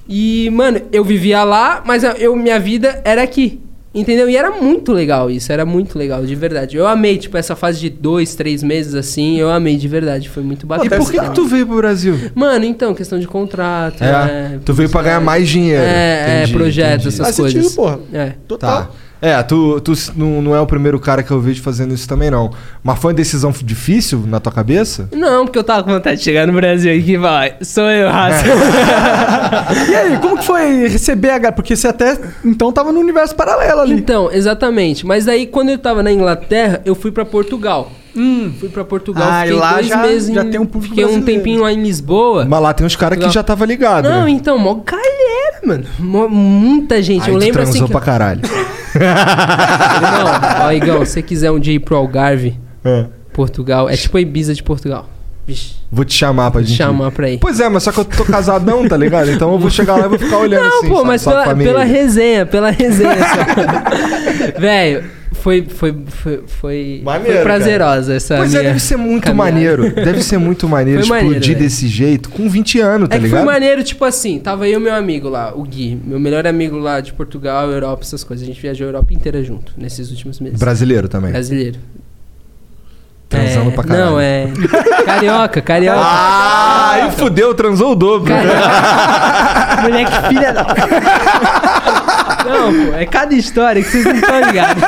S3: E, mano, eu vivia lá, mas eu, minha vida era aqui. Entendeu? E era muito legal isso, era muito legal, de verdade. Eu amei, tipo, essa fase de dois, três meses assim, eu amei de verdade, foi muito
S2: E
S3: bacana.
S2: por que, que tu veio pro Brasil?
S3: Mano, então, questão de contrato,
S2: É,
S3: né?
S2: tu veio pra ganhar mais dinheiro.
S3: É, é, projeto, essas Faz sentido, coisas.
S1: porra.
S3: É.
S2: Tá. É, tu, tu s- não, não é o primeiro cara que eu vejo fazendo isso também, não. Mas foi uma decisão f- difícil na tua cabeça?
S3: Não, porque eu tava com vontade de chegar no Brasil aqui e falar, sou eu, raça.
S1: E aí, como que foi receber a galera? Porque você até então tava no universo paralelo ali.
S3: Então, exatamente. Mas aí, quando eu tava na Inglaterra, eu fui pra Portugal.
S2: Hum.
S3: Fui pra Portugal,
S1: Ah, e
S3: fiquei
S1: lá
S3: dois
S1: já-
S3: meses
S1: já
S3: em,
S1: tem um público
S3: Fiquei um
S1: brasileiro.
S3: tempinho lá em Lisboa.
S2: Mas lá tem uns caras que já tava ligado.
S3: Não,
S2: né?
S3: então, mó galera, mano. Mó- muita gente.
S2: Aí
S3: eu
S2: tu
S3: lembro assim
S2: transou
S3: que...
S2: pra caralho.
S3: Não, ó, Igão, se você quiser um dia ir pro Algarve,
S2: É.
S3: Portugal, é tipo a Ibiza de Portugal. Vixe,
S2: Vou te chamar pra gente.
S3: chamar pra ir.
S2: Pois é, mas só que eu tô casadão, tá ligado? Então eu vou chegar lá e vou ficar olhando
S3: Não,
S2: assim.
S3: pô,
S2: sabe?
S3: mas
S2: Só a
S3: pela,
S2: família.
S3: pela resenha, pela resenha só. Velho, foi, foi, foi, foi,
S2: Maneiro,
S3: foi
S2: cara.
S3: prazerosa essa
S2: Pois é,
S3: minha
S2: deve ser muito
S3: caminhada.
S2: maneiro. Deve ser muito maneiro
S3: Foi
S2: explodir
S3: maneiro, velho.
S2: desse jeito com 20 anos, tá
S3: é que
S2: ligado?
S3: foi maneiro, tipo assim, tava eu e meu amigo lá, o Gui, meu melhor amigo lá de Portugal, Europa, essas coisas. A gente viajou a Europa inteira junto nesses últimos meses.
S2: Brasileiro também.
S3: Brasileiro.
S2: Transando
S3: É,
S2: pra caralho.
S3: Não, é. Carioca, carioca.
S2: Ah, aí fudeu, transou o dobro.
S3: Moleque filha da. Não, pô, é cada história que vocês não estão ligados.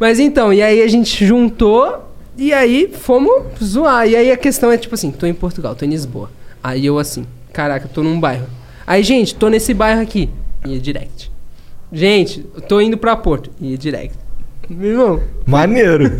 S3: Mas então, e aí a gente juntou e aí fomos zoar. E aí a questão é tipo assim: tô em Portugal, tô em Lisboa. Aí eu assim, caraca, tô num bairro. Aí, gente, tô nesse bairro aqui. Ia direct. Gente, tô indo pra Porto. Ia direct. Meu irmão,
S2: Maneiro.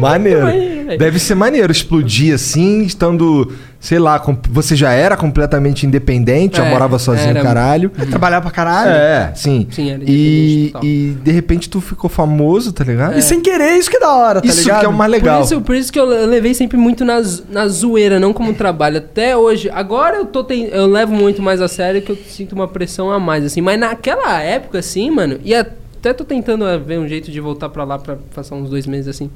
S2: maneiro.
S3: maneiro, velho.
S2: Deve ser maneiro explodir assim, estando, sei lá, com- você já era completamente independente, já
S3: É,
S2: morava sozinho,
S3: era.
S2: caralho.
S1: Trabalhar pra caralho.
S2: É, sim.
S3: Sim, era independente
S2: e,
S3: total.
S2: e de repente tu ficou famoso, tá ligado?
S1: E sem querer, isso que é da hora, tá
S2: Isso
S1: ligado?
S2: que é o mais legal.
S3: Por isso, por isso que eu le- levei sempre muito na, zo- na zoeira, não como trabalho. Até hoje. Agora eu tô ten- eu levo muito mais a sério que eu sinto uma pressão a mais, assim. Mas naquela época, assim, mano, e até tô tentando eh, ver um jeito de voltar pra lá pra passar uns dois meses assim.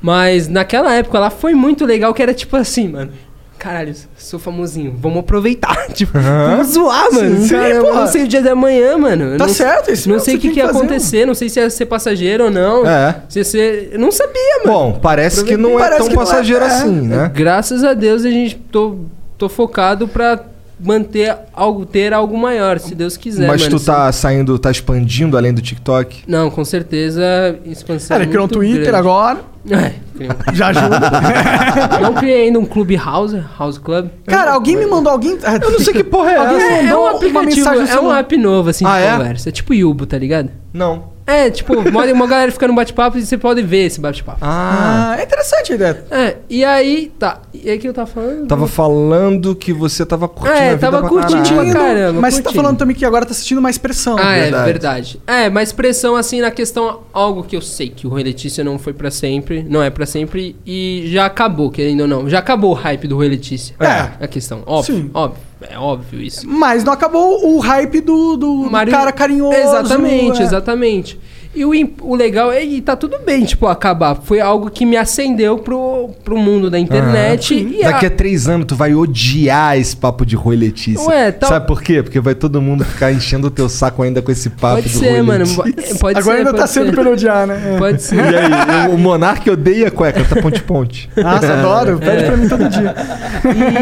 S3: Mas naquela época lá foi muito legal, que era tipo assim, mano. Caralho, sou famosinho, vamos aproveitar. Tipo, vamos zoar, mano.
S1: Sim,
S3: Cara, eu
S1: porra.
S3: não sei o dia da manhã, mano. Eu
S1: Tá
S3: não-
S1: certo, isso
S3: Não
S1: mesmo
S3: sei o
S1: que
S3: que,
S1: tem
S3: que ia
S1: que fazer,
S3: acontecer, não sei se ia ser passageiro ou não.
S2: É.
S3: Se ia ser. Eu não sabia, mano.
S2: Bom, parece que não é
S1: Parece
S2: tão
S1: que não é,
S2: passageiro
S1: é.
S2: assim, né?
S3: Graças a Deus a gente tô, tô focado pra manter algo, ter algo maior, se Deus quiser.
S2: Mas
S3: mano.
S2: tu tá saindo, tá expandindo além do TikTok?
S3: Não, com certeza expansão. é
S1: Cara, ele criou um
S3: muito
S1: Twitter
S3: grande.
S1: agora,
S3: É, criou.
S1: já ajuda.
S3: não criei ainda um clube house, house club.
S1: Cara, alguém me mandou, alguém... Eu não sei que porra
S3: É,
S1: Alguém
S3: é
S1: mandou
S3: um
S1: uma
S3: aplicativo,
S1: mensagem no
S3: é um
S1: celular.
S3: app novo assim
S2: Ah,
S3: de
S2: é?
S3: conversa, é tipo Yubo, tá ligado?
S2: Não.
S3: É, tipo, uma, uma galera fica no bate-papo e você pode ver esse bate-papo.
S2: Ah.
S1: Ah, é interessante a ideia.
S3: É, e aí, tá. E aí que eu tava falando?
S2: Tava falando que você tava curtindo
S3: É,
S2: a vida
S3: tava
S2: pra
S3: curtindo
S2: caralho.
S3: pra caramba,
S1: Mas você tá
S3: curtindo.
S1: falando também que agora tá assistindo mais pressão.
S3: Ah, é
S2: Verdade.
S3: verdade. É, mas pressão assim na questão algo que eu sei que o Rui Letícia não foi pra sempre, não é pra sempre e já acabou, querendo ou não. Já acabou o hype do Rui Letícia.
S1: É.
S3: A questão, óbvio,
S1: Sim.
S3: óbvio, é óbvio isso.
S1: Mas não acabou o hype do, do, do
S3: Mário-
S1: Um cara carinhoso.
S3: Exatamente,
S1: é.
S3: exatamente. E o, im- o legal é e tá tudo bem, tipo, acabar. Foi algo que me acendeu pro, pro mundo
S1: Ah,
S3: da internet e a-
S2: Daqui a três anos tu vai odiar esse papo de Rui Letícia.
S3: Ué, tá- tal-
S2: Sabe por quê? Porque vai todo mundo ficar enchendo o teu saco ainda com esse papo
S3: Pode
S2: do
S3: ser,
S2: Rui
S3: mano.
S2: Letícia.
S3: Pode, pode
S1: agora
S3: ser,
S1: ainda
S3: pode
S1: tá sendo
S3: ser.
S1: perodiar, né? É.
S3: Pode ser.
S2: E aí, o, o Monark odeia cueca, tá ponte-ponte.
S1: Nossa,
S3: É.
S1: adoro. Pede pra mim todo dia.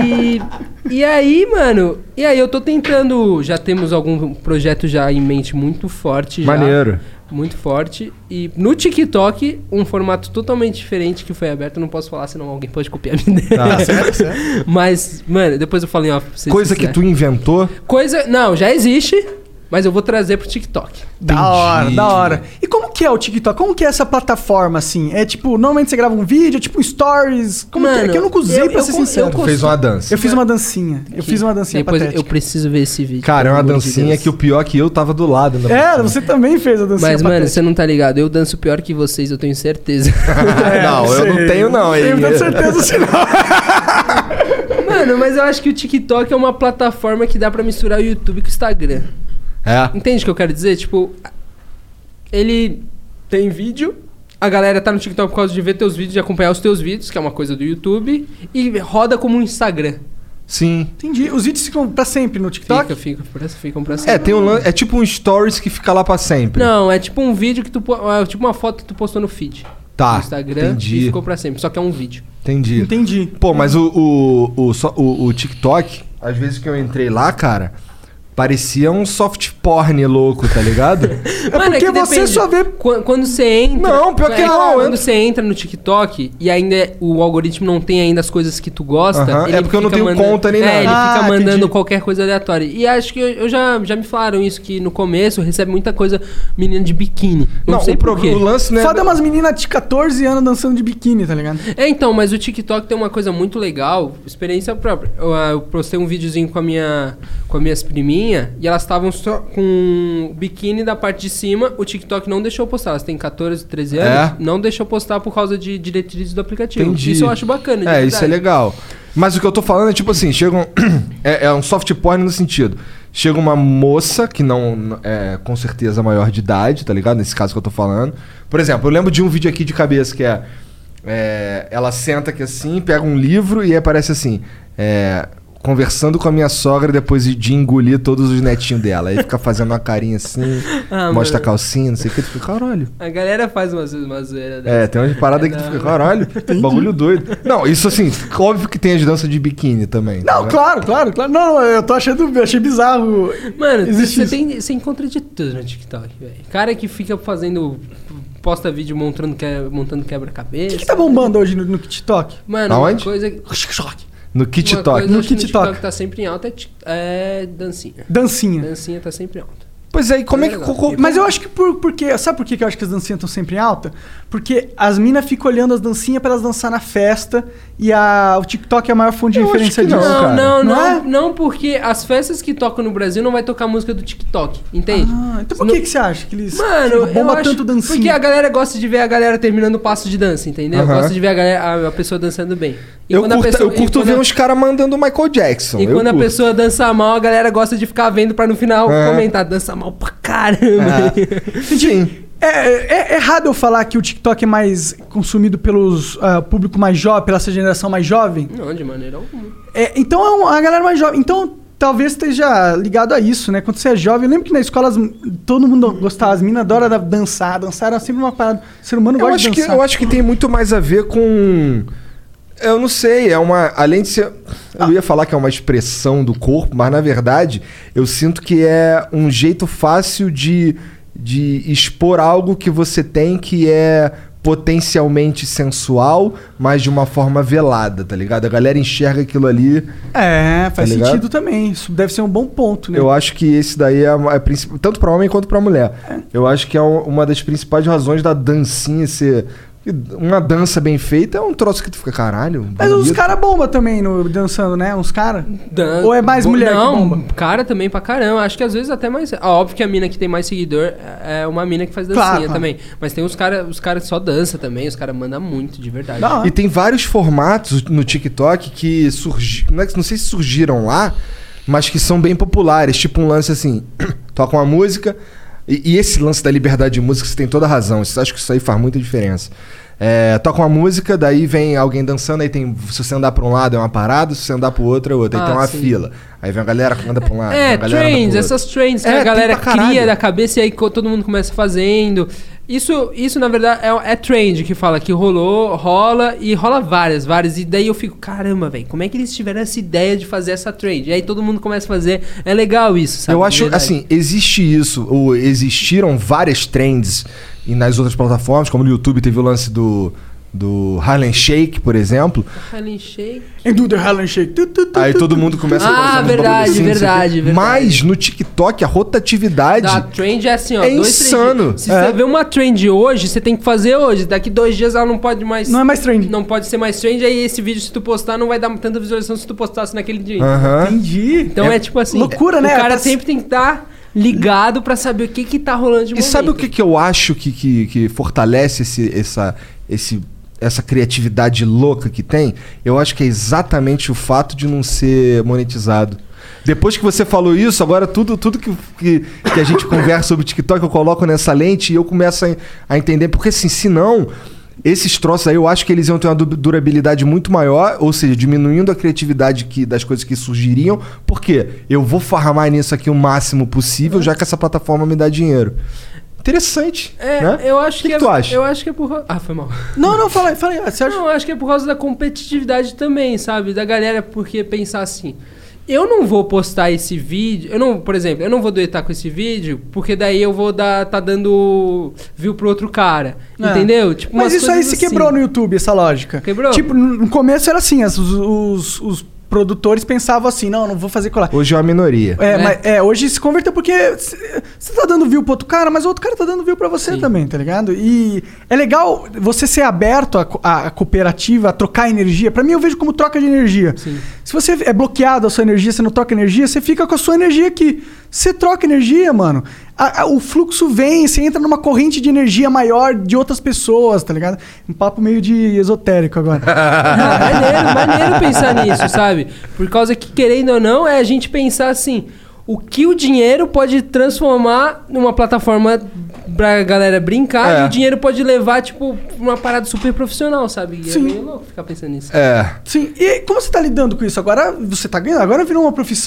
S3: E, e aí, mano, e aí eu tô tentando. Já temos algum projeto já em mente muito forte. já,
S2: Maneiro.
S3: muito forte. E no TikTok, um formato totalmente diferente que foi aberto. Não posso falar, senão alguém pode copiar a minha ideia. Mas, mano, depois eu falo em off pra vocês
S2: Tá. Coisa
S3: se é.
S2: que
S3: quiser.
S2: tu inventou.
S3: Coisa. Não, já existe, mas eu vou trazer pro TikTok.
S1: Da hora, da hora. E como que é o TikTok? Como que é essa plataforma, assim? É tipo, normalmente você grava um vídeo, é tipo um stories. Como que é?
S3: Mano,
S1: Que eu nunca usei,
S3: eu-
S1: pra
S3: eu
S1: ser
S3: con- eu
S1: sincero.
S2: Tu fez uma dança.
S1: Eu fiz uma dancinha. Eu fiz uma dancinha
S3: Depois eu
S1: patética.
S3: preciso ver esse vídeo.
S2: Cara, é
S3: pelo
S2: uma
S3: amor de
S2: dancinha
S3: Deus.
S2: que o é pior é que eu tava do lado. né?
S1: É, você também fez a dancinha
S3: Mas, mano,
S1: patética.
S3: você não tá ligado. Eu danço pior que vocês, eu tenho certeza.
S2: não, eu não
S1: sei.
S2: tenho, não.
S1: Tenho
S2: hein? É.
S1: tanta certeza assim, não.
S3: Mano, mas eu acho que o TikTok é uma plataforma que dá pra misturar o YouTube com o Instagram. Entende o que eu quero dizer? Tipo, ele tem vídeo, a galera tá no TikTok por causa de ver teus vídeos, de acompanhar os teus vídeos, que é uma coisa do YouTube, e roda como um Instagram.
S2: Sim.
S1: Entendi. Os vídeos ficam pra sempre no TikTok?
S3: Fica, fica. Por essa ficam pra sempre.
S2: É, tem um lan- é tipo um stories que fica lá pra sempre.
S3: Não, é tipo um vídeo que tu... po- É tipo uma foto que tu postou no feed.
S2: Tá,
S3: No Instagram
S2: entendi.
S3: e ficou pra sempre. Só que é um vídeo.
S2: Entendi.
S1: Entendi.
S2: Pô, mas o, o, o, só- o, o TikTok, às vezes que eu entrei lá, cara, parecia um soft porn louco, tá ligado?
S3: Mano, é
S1: porque
S3: que
S1: você
S3: depende.
S1: só vê-
S3: Qu- Quando você entra.
S2: Não, pior que
S3: É
S2: não,
S3: Quando
S2: eu-
S3: você entra no TikTok e ainda é- o algoritmo não tem ainda as coisas que tu gosta.
S2: Aham,
S3: ele
S2: é porque eu não
S3: fica
S2: tenho conta nem
S3: é,
S2: nada.
S3: Ele
S2: Ah,
S3: fica mandando
S2: entendi.
S3: qualquer coisa aleatória. E acho que eu, eu já, já me falaram isso, que no começo recebe muita coisa menina de biquíni. Não,
S2: Não,
S3: sei
S2: o,
S3: por
S2: pro,
S3: quê.
S2: o lance, né?
S1: Só dá é umas meninas de 14 anos dançando de biquíni, tá ligado?
S3: É, então, mas o TikTok tem uma coisa muito legal, experiência própria. Eu, ah, eu postei um videozinho com a minha, com as minhas priminhas e elas estavam só com o biquíni da parte de cima. O TikTok não deixou postar. Elas têm 14,
S2: É?
S3: 13 anos, não deixou postar por causa de diretrizes do aplicativo.
S2: Entendi.
S3: Isso eu acho bacana. de
S2: É, isso é
S3: verdade.
S2: legal. Mas o que eu tô falando é tipo assim, chega um, é, é um soft porn no sentido. Chega uma moça que não é com certeza maior de idade, tá ligado? Nesse caso que eu tô falando. Por exemplo, eu lembro de um vídeo aqui de cabeça que é, é, ela senta aqui assim, pega um livro e aparece assim, é, conversando com a minha sogra depois de engolir todos os netinhos dela. Aí fica fazendo uma carinha assim,
S3: Ah,
S2: mostra a
S3: mano.
S2: calcinha, não sei o que, tu fica, caralho.
S3: A galera faz umas, umas zoeiras
S2: É,
S3: dessas.
S2: tem umas paradas que tu
S3: Não.
S2: fica, caralho, bagulho doido. Não, isso assim, óbvio que tem as danças de biquíni também. tá
S1: Não,
S2: ligado?
S1: claro, claro, claro. Não, eu tô achando, eu achei bizarro.
S3: Mano,
S1: Existe
S3: você
S1: isso.
S3: tem- você encontra de tudo no TikTok, velho. Cara que fica fazendo. posta vídeo montando, que, é, montando
S1: O
S3: quebra-cabeça.
S1: que, que tá bombando hoje no, no TikTok?
S3: Mano, uma
S2: Aonde?
S3: coisa.
S2: No kit talk.
S1: No
S3: No kit
S1: TikTok.
S3: talk tá sempre em alta é, ti- é dancinha.
S1: Dancinha.
S3: Dancinha tá sempre em alta.
S2: Pois é, e como é que.
S3: É
S2: co-
S3: legal.
S2: co-
S1: Mas eu acho que por, porque. Sabe por que que eu acho que as dancinhas estão sempre em alta? Porque as minas ficam olhando as dancinhas pra elas dançar na festa e a, o TikTok é a maior fonte de
S2: Eu acho
S1: referência
S2: que
S1: disso.
S2: Não,
S3: Não,
S2: cara.
S3: não, não,
S1: Não
S3: não,
S1: é?
S3: porque as festas que tocam no Brasil não vai tocar música do TikTok, entende?
S1: Ah, então por
S3: Não-
S1: que, que você acha que eles
S3: Mano, eu
S1: bomba
S3: acho,
S1: tanto dancinha?
S3: Porque a galera gosta de ver a galera terminando o passo de dança, entendeu?
S2: Aham.
S3: Gosta de ver a, galera, a, a pessoa dançando bem. E
S2: eu,
S3: quando a
S2: curto,
S3: pessoa-
S2: eu
S3: e
S2: curto
S3: quando
S2: ver
S3: a-
S2: uns caras mandando Michael Jackson.
S3: E
S2: eu
S3: quando a
S2: curto.
S3: pessoa dança mal, a galera gosta de ficar vendo pra no final
S2: É.
S3: comentar, dança mal pra caramba.
S2: Sim.
S1: É, é- é errado eu falar que o TikTok é mais consumido pelos ah, público mais jovem, pela essa geração mais jovem.
S3: Não, de maneira alguma.
S1: É, então é um- a galera mais jovem. Então talvez esteja ligado a isso, né? Quando você é jovem, eu lembro que na escola as- todo mundo gostava, as minas adoram da- dançar, dançar era sempre uma parada. O ser humano
S2: Eu
S1: gosta de
S2: acho, que,
S1: dançar.
S2: eu acho que tem muito mais a ver com. Eu não sei, é uma. Além de ser. Eu ia falar que é uma expressão do corpo, mas na verdade eu sinto que é um jeito fácil de, de expor algo que você tem que é potencialmente sensual, mas de uma forma velada, tá ligado? A galera enxerga aquilo ali.
S1: É, faz
S2: Tá ligado?
S1: sentido também. Isso deve ser um bom ponto, né?
S2: Eu acho que esse daí é, a- é princi- tanto pra homem quanto pra mulher. Eu acho que é um- uma das principais razões da dancinha ser uma dança bem feita é um troço que tu fica caralho.
S1: Mas
S2: bonito.
S1: uns caras bomba também no, dançando, né? Uns caras.
S3: Dan-
S1: Ou é mais
S3: Bo-
S1: mulher que
S3: Não,
S1: bomba?
S3: cara também pra caramba. Acho que às vezes até mais. Ah, óbvio que a mina que tem mais seguidor é é uma mina que faz dancinha
S1: Claro, claro.
S3: também. Mas tem os caras, os caras só dança também, os caras mandam muito, de verdade.
S1: Da hora.
S2: E tem vários formatos no TikTok que surgiram. Não, é que- não sei se surgiram lá, mas que são bem populares. Tipo um lance assim: toca uma música. E, e esse lance da liberdade de música, você tem toda a razão. Isso- acho que isso aí faz muita diferença. É, toca uma música, daí vem alguém dançando, aí tem. Se você andar pra um lado é uma parada, se você andar pro outro é outra. Aí
S3: Ah,
S2: tem uma
S3: sim.
S2: fila. Aí vem a galera que anda pra um lado. vem
S3: É,
S2: a galera anda pro
S3: trends,
S2: outro.
S3: essas trends que
S2: É,
S3: a
S2: tem
S3: galera
S2: pra caralho.
S3: cria da cabeça e aí co- todo mundo começa fazendo. Isso, isso na verdade, é, é trend que fala que rolou, rola e rola várias, várias. E daí eu fico, caramba, velho, como é que eles tiveram essa ideia de fazer essa trend? E aí todo mundo começa a fazer. É legal isso, sabe?
S2: Eu
S3: De
S2: acho,
S3: verdade.
S2: assim, existe isso, ou existiram várias trends e nas outras plataformas, como no YouTube teve o lance do, do Harlem Shake, por exemplo.
S3: Harlem Shake.
S1: And do the Harlem Shake. Tu, tu, tu,
S2: Aí
S1: tu,
S2: todo
S1: tu.
S2: mundo começa
S3: Ah,
S2: fazer uns
S3: verdade,
S2: bagulho assim, não sei o
S3: verdade,
S2: quê.
S3: verdade.
S2: Mas no TikTok a rotatividade.
S3: Da trend é assim, ó.
S2: É
S3: dois, três
S2: insano.
S3: dias. Se
S2: É.
S3: você vê uma trend hoje, você tem que fazer hoje. Daqui dois dias ela não pode mais.
S1: Não é mais trend.
S3: Não pode ser mais trend. Aí esse vídeo, se tu postar, não vai dar tanta visualização se tu postasse naquele dia.
S2: Aham.
S1: Entendi.
S3: Então é, tipo assim.
S1: Loucura,
S3: o
S1: né?
S3: O cara
S1: Tá-
S3: sempre tem que estar ligado pra saber o que que tá rolando de
S2: E sabe o que, que eu acho que, que, que fortalece esse, essa, esse, essa criatividade louca que tem, eu acho que é exatamente o fato de não ser monetizado. Depois que você falou isso, agora tudo, tudo que, que, que a gente conversa sobre TikTok, eu coloco nessa lente e eu começo a, a entender. Porque assim, se não, esses troços aí eu acho que eles iam ter uma du- durabilidade muito maior, ou seja, diminuindo a criatividade que, das coisas que surgiriam. Porque eu vou farmar nisso aqui o máximo possível, já que essa plataforma me dá dinheiro. Interessante.
S3: É,
S2: né?
S3: eu acho
S2: que
S3: que,
S2: que tu
S3: é,
S2: acha?
S3: Eu acho que é por ra- Ah, foi mal.
S1: Não, não, fala aí, fala aí.
S3: Não, eu acho que é por causa da competitividade também, sabe? Da galera, porque pensar assim, eu não vou postar esse vídeo, eu não, por exemplo, eu não vou duetar com esse vídeo, porque daí eu vou dar tá dando view pro outro cara.
S1: É.
S3: Entendeu? Tipo,
S1: Mas
S3: umas
S1: isso aí se
S3: coisas
S1: quebrou
S3: assim.
S1: no YouTube, essa lógica.
S3: Quebrou?
S1: Tipo, no no começo era assim, as- os, os- os produtores pensavam assim, não, não vou fazer colar.
S2: Hoje é uma minoria.
S1: É, mas- é, hoje se converteu porque você tá dando view pro outro cara, mas o outro cara tá dando view pra você também, tá ligado? E é legal você ser aberto à co- à, à cooperativa, a trocar energia. Pra mim, eu vejo como troca de energia. Se você é bloqueado a sua energia, você não troca energia, você fica com a sua energia aqui. Você troca energia, mano. A- a- o fluxo vem, você entra numa corrente de energia maior de outras pessoas, tá ligado? Um papo meio de esotérico agora.
S3: Ah, maneiro, maneiro pensar nisso, sabe? Por causa que, querendo ou não, é a gente pensar assim: o que o dinheiro pode transformar numa plataforma pra galera brincar
S2: É.
S3: e o dinheiro pode levar, tipo, uma parada super profissional, sabe? E
S1: Sim.
S3: é meio louco ficar pensando nisso.
S2: É.
S1: Sim, e como você tá lidando com isso? Agora você tá ganhando, agora virou uma profissão.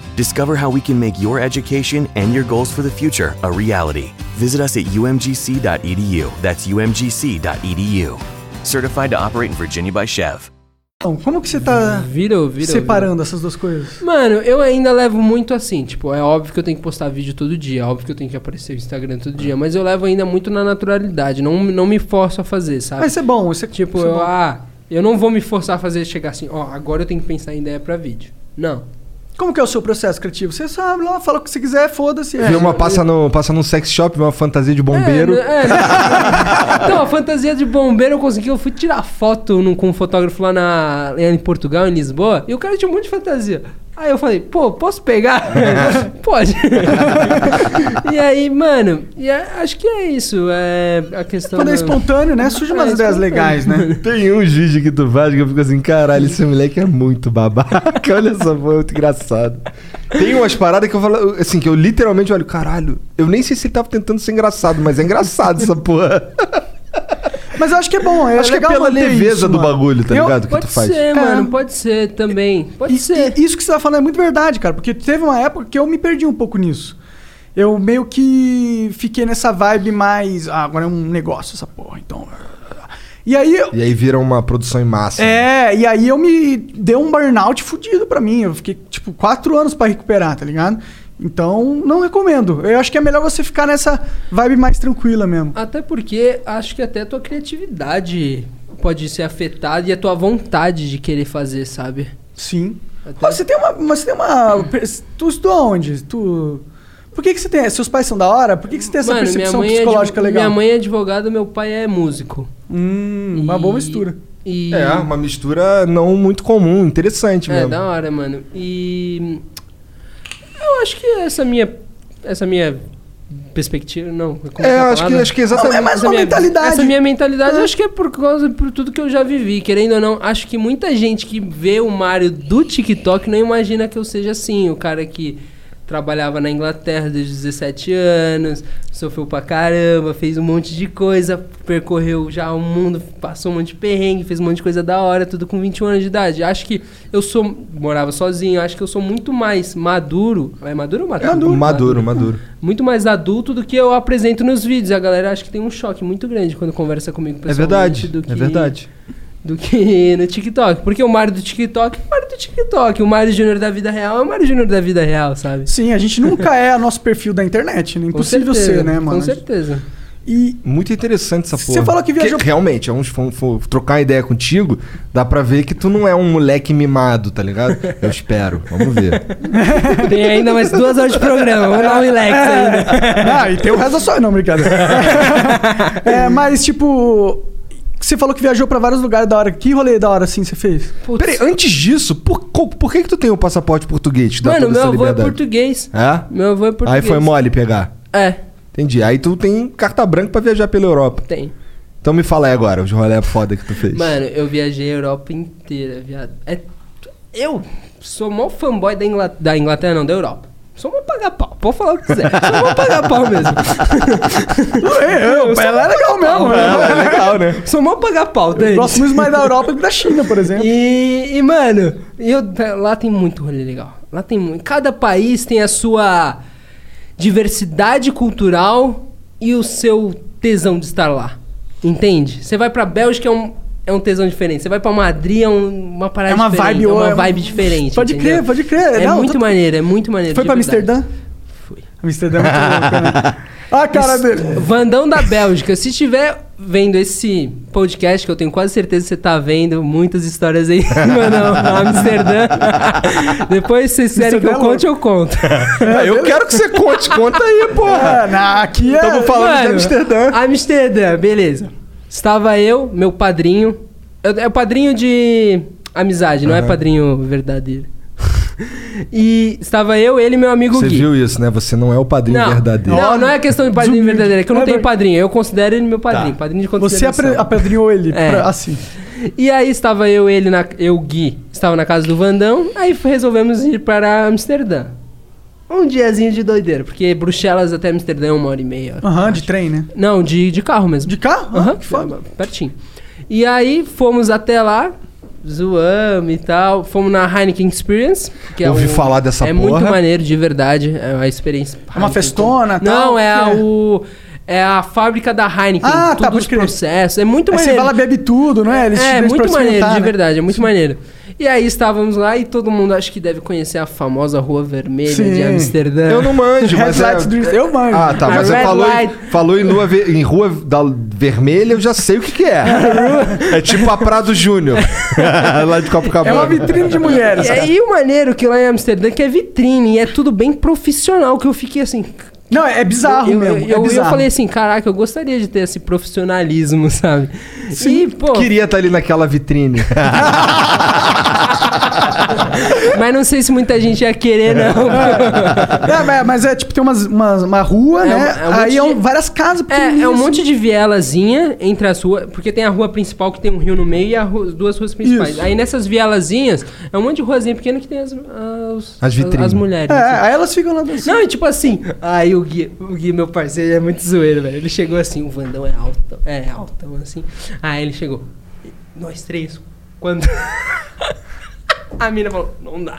S5: Discover how we can make your education and your goals for the future a reality. Visit us at umgc.edu. E That's umgc.edu. E Certified to operate in Virginia by Chev.
S1: Então, como que você tá
S3: virou. Tá.
S1: separando essas duas coisas?
S3: Mano, eu ainda levo muito assim, tipo, é óbvio que eu tenho que postar vídeo todo dia, é óbvio que eu tenho que aparecer no Instagram todo dia, mas eu levo ainda muito na naturalidade, não, não me forço a fazer, sabe?
S1: Mas isso é bom, isso é
S3: Tipo,
S1: isso é
S3: eu,
S1: bom.
S3: ah, eu não vou me forçar a fazer chegar assim, ó, agora eu tenho que pensar em ideia pra vídeo. Não.
S1: Como que é o seu processo criativo? Você sabe lá, fala o que você quiser, foda-se. é.
S2: Vê uma passa, no, passa num sex shop, vê uma fantasia de bombeiro.
S3: É, né? então, a fantasia de bombeiro eu consegui. Eu fui tirar foto num- com um fotógrafo lá na, em Portugal, em Lisboa, e o cara tinha um monte de fantasia. Aí eu falei, pô, posso pegar? Pode. e aí, mano, e a- acho que é isso. É a questão.
S1: Quando é
S3: da-
S1: espontâneo, né? Surge umas
S3: É,
S1: ideias
S3: espontâneo.
S1: legais, né?
S2: Tem uns vídeos que tu faz que eu fico assim, caralho, esse moleque é muito babaca. Olha essa porra, muito engraçado. Tem umas paradas que eu falo, assim, que eu literalmente olho, caralho, eu nem sei se ele tava tentando ser engraçado, mas é engraçado essa porra.
S1: Mas eu acho que é bom, eu acho,
S2: Acho que é
S1: legal
S2: pela
S1: manter
S2: leveza
S1: isso,
S2: do
S1: mano.
S2: bagulho, tá
S1: Eu-
S2: ligado? Que
S3: Pode
S2: tu faz.
S3: ser,
S1: É.
S3: mano, pode ser também. Pode
S1: E-
S3: ser.
S1: e isso que você tá falando é muito verdade, cara, porque teve uma época que eu me perdi um pouco nisso. Eu meio que fiquei nessa vibe mais. Ah, agora é um negócio essa porra, então. E aí eu-
S2: E aí vira uma produção em massa.
S1: É, e aí eu me deu um burnout fudido pra mim. Eu fiquei, tipo, quatro anos pra recuperar, tá ligado? Então, não recomendo. Eu acho que é melhor você ficar nessa vibe mais tranquila mesmo.
S3: Até porque acho que até a tua criatividade pode ser afetada e a tua vontade de querer fazer, sabe?
S1: Sim.
S3: Até-
S1: Ô, você tem uma. Mas você tem uma. Tu estudou onde? Tu. Por que, que você tem. Seus pais são da hora? Por que, que você tem essa
S3: Mano, minha
S1: percepção
S3: mãe é
S1: psicológica
S3: advo-
S1: legal?
S3: Minha mãe é advogada, meu pai é músico.
S1: Hum, uma boa
S3: E-
S1: mistura.
S3: E...
S2: É, uma mistura não muito comum, interessante
S3: É,
S2: mesmo.
S3: da hora, mano. E eu acho que essa minha essa minha perspectiva, não, como
S2: É,
S3: a
S2: acho que,
S3: palavra?
S2: acho que exatamente.
S1: Não, é mais
S3: Essa
S1: uma
S3: minha-
S1: mentalidade.
S3: Essa minha mentalidade, eu acho que é por causa por tudo que eu já vivi, querendo ou não. Acho que muita gente que vê o Mario do TikTok não imagina que eu seja assim, o cara que trabalhava na Inglaterra desde os 17 anos, sofreu pra caramba, fez um monte de coisa, percorreu já o mundo, passou um monte de perrengue, fez um monte de coisa da hora, tudo com 21 anos de idade. Acho que eu sou. Morava sozinho, acho que eu sou muito mais maduro. É maduro ou maduro?
S2: Maduro, maduro. maduro.
S3: Muito mais adulto do que eu apresento nos vídeos. A galera acho que tem um choque muito grande quando conversa comigo
S2: É verdade,
S3: do que-
S2: é verdade.
S3: do que no TikTok. Porque o Mario do TikTok é o Mario do TikTok. O Mario Júnior da vida real é o Mario Júnior da vida real, sabe?
S1: Sim, a gente nunca é o nosso perfil da internet, né? Impossível ser, né, mano?
S3: Com certeza.
S1: E
S2: Muito interessante essa porra.
S1: falou que viajou-
S2: realmente, é um, for, for trocar ideia contigo, dá pra ver que tu não é um moleque mimado, tá ligado? Eu espero. Vamos ver.
S3: Tem ainda mais duas horas de programa. Vamos dar um relax ainda.
S1: Ah, e tem o resto da sua. Não, brincadeira. é, mas, tipo. Você falou que viajou pra vários lugares da hora. Que rolê da hora assim você fez?
S2: Peraí, antes disso, por, co- por que que tu tem o passaporte português? que Dá Tá
S3: Mano,
S2: toda
S3: meu
S2: essa
S3: avô é
S2: liberdade?
S3: português.
S2: É?
S3: Meu avô é português.
S2: Aí foi mole pegar.
S3: É,
S2: Entendi. Aí tu tem carta branca pra viajar pela Europa.
S3: tem.
S2: Então me fala aí agora, os rolé foda que tu fez.
S3: Mano, eu viajei a Europa inteira, viado. É, eu sou mó fanboy da, Ingla- da Inglaterra, não, da Europa. Sou mó pagar pau. Pode falar o que quiser. Sou mó pagar pau mesmo.
S1: Eu,
S3: sou
S1: ela é legal mesmo, né?
S2: legal, né?
S3: Sou mó pagar pau,
S1: Eu
S3: Dani.
S1: gosto muito mais da Europa que da China, por exemplo.
S3: E, e, mano, eu, lá tem muito rolê legal. Lá tem muito. Cada país tem a sua diversidade cultural e o seu tesão de estar lá. Entende? Você vai pra Bélgica é um, é um tesão diferente. Você vai pra Madrid é um- uma parada
S1: É uma
S3: diferente.
S1: vibe
S3: é
S1: ou-
S3: uma
S1: é um-
S3: vibe diferente.
S1: Pode
S3: entendeu?
S1: crer, pode crer.
S3: É
S1: Não,
S3: muito
S1: tô-
S3: maneiro, é muito maneiro.
S1: Foi
S3: de
S1: pra
S3: verdade.
S1: Amsterdã?
S3: Fui.
S1: Amsterdã é muito louca, né? Ah, a cara dele.
S3: Vandão da Bélgica, se tiver vendo esse podcast, que eu tenho quase certeza que você tá vendo, muitas histórias aí, mano, Amsterdã. Depois, se vocês querem que eu
S1: Amsterdã é
S3: conte, eu conto.
S2: Ah, eu quero que você conte, conta aí, porra.
S1: Ah, na- aqui é. Ah,
S2: Tamo falando de
S3: Mano,
S2: Amsterdã.
S3: Amsterdã, beleza. Estava eu, meu padrinho. eu- É o padrinho de amizade, não é padrinho verdadeiro. e estava eu, ele e meu amigo
S2: Você
S3: Gui.
S2: viu isso, né? Você não é o padrinho
S3: Não,
S2: verdadeiro.
S3: Não, não é questão de padrinho
S1: Desumilde.
S3: verdadeiro, é que eu não
S1: É
S3: tenho
S1: verdade. Tá.
S3: padrinho. Eu considero ele meu padrinho. Padrinho de
S1: Você
S3: consideração.
S1: apre- apadrinhou ele,
S3: É.
S1: pra- assim.
S3: E aí estava eu, ele, na, eu, Gui, estava na casa do Vandão, aí f- resolvemos ir para Amsterdã. Um diazinho de doideira, porque Bruxelas até Amsterdã é uma hora e meia.
S1: Aham, de trem, né?
S3: Não, de, de carro mesmo.
S1: De carro?
S3: Aham, é,
S1: Ah, que foda.
S3: pertinho. E aí fomos até lá, zoamos e tal. Fomos na Heineken Experience. Que
S2: Ouvi
S3: é um-
S2: falar dessa
S3: É
S2: porra.
S3: muito maneiro, de verdade. É uma experiência.
S1: uma
S3: Heineken.
S1: festona, tal,
S3: Não, é,
S1: o
S3: a,
S1: que é?
S3: o. É a fábrica da Heineken.
S1: Ah, tá,
S3: tudo
S1: pode
S3: os
S1: crer.
S3: processos. É muito
S1: Aí você
S3: maneiro
S1: vai lá, bebe tudo, não é? Eles te
S3: é,
S1: deixam pra
S3: muito maneiro,
S1: experimentar,
S3: de
S1: né?
S3: verdade, é muito maneiro. E aí estávamos lá e todo mundo acho que deve conhecer a famosa Rua Vermelha de
S1: Sim.
S3: Amsterdã.
S2: Eu não manjo,
S1: Red
S2: mas
S1: Light
S2: é...
S1: Dreams, eu manjo.
S2: Ah, tá,
S3: A
S2: mas você
S3: red
S2: falou, em,
S3: light.
S2: falou em, lua ve- em rua da vermelha, eu já sei o que que é. é tipo a Prado Júnior, lá de
S1: É
S2: Copacabana.
S1: uma vitrine de mulheres.
S3: E
S1: cara.
S3: aí o maneiro que lá em Amsterdã que é vitrine e é tudo bem profissional, que eu fiquei assim...
S1: Não, é bizarro
S3: eu,
S1: mesmo. é
S3: eu, eu, eu
S1: bizarro.
S3: falei assim, caraca, eu gostaria de ter esse profissionalismo, sabe? Sim, pô,
S2: Queria estar ali naquela vitrine.
S3: mas não sei se muita gente ia querer, não.
S1: É, mas- mas é tipo, tem umas, umas- uma rua,
S3: É,
S1: né?
S3: é um monte
S1: aí é um-
S3: de-
S1: várias casas.
S3: É, é um monte de vielazinha entre as ruas, porque tem a rua principal que tem um rio no meio e a ru- as duas ruas principais.
S1: Isso.
S3: Aí nessas vielazinhas, é um monte de ruazinha pequena que tem as, as,
S2: As vitrines.
S3: as mulheres.
S1: É,
S3: assim.
S1: aí elas ficam lá dançando.
S3: Não, e tipo assim, aí o Gui, o Gui, meu parceiro, é muito zoeiro, velho. Ele chegou assim, o Vandão é alto, é altão assim. Aí ele chegou, nós três, quando. A mina falou, não dá.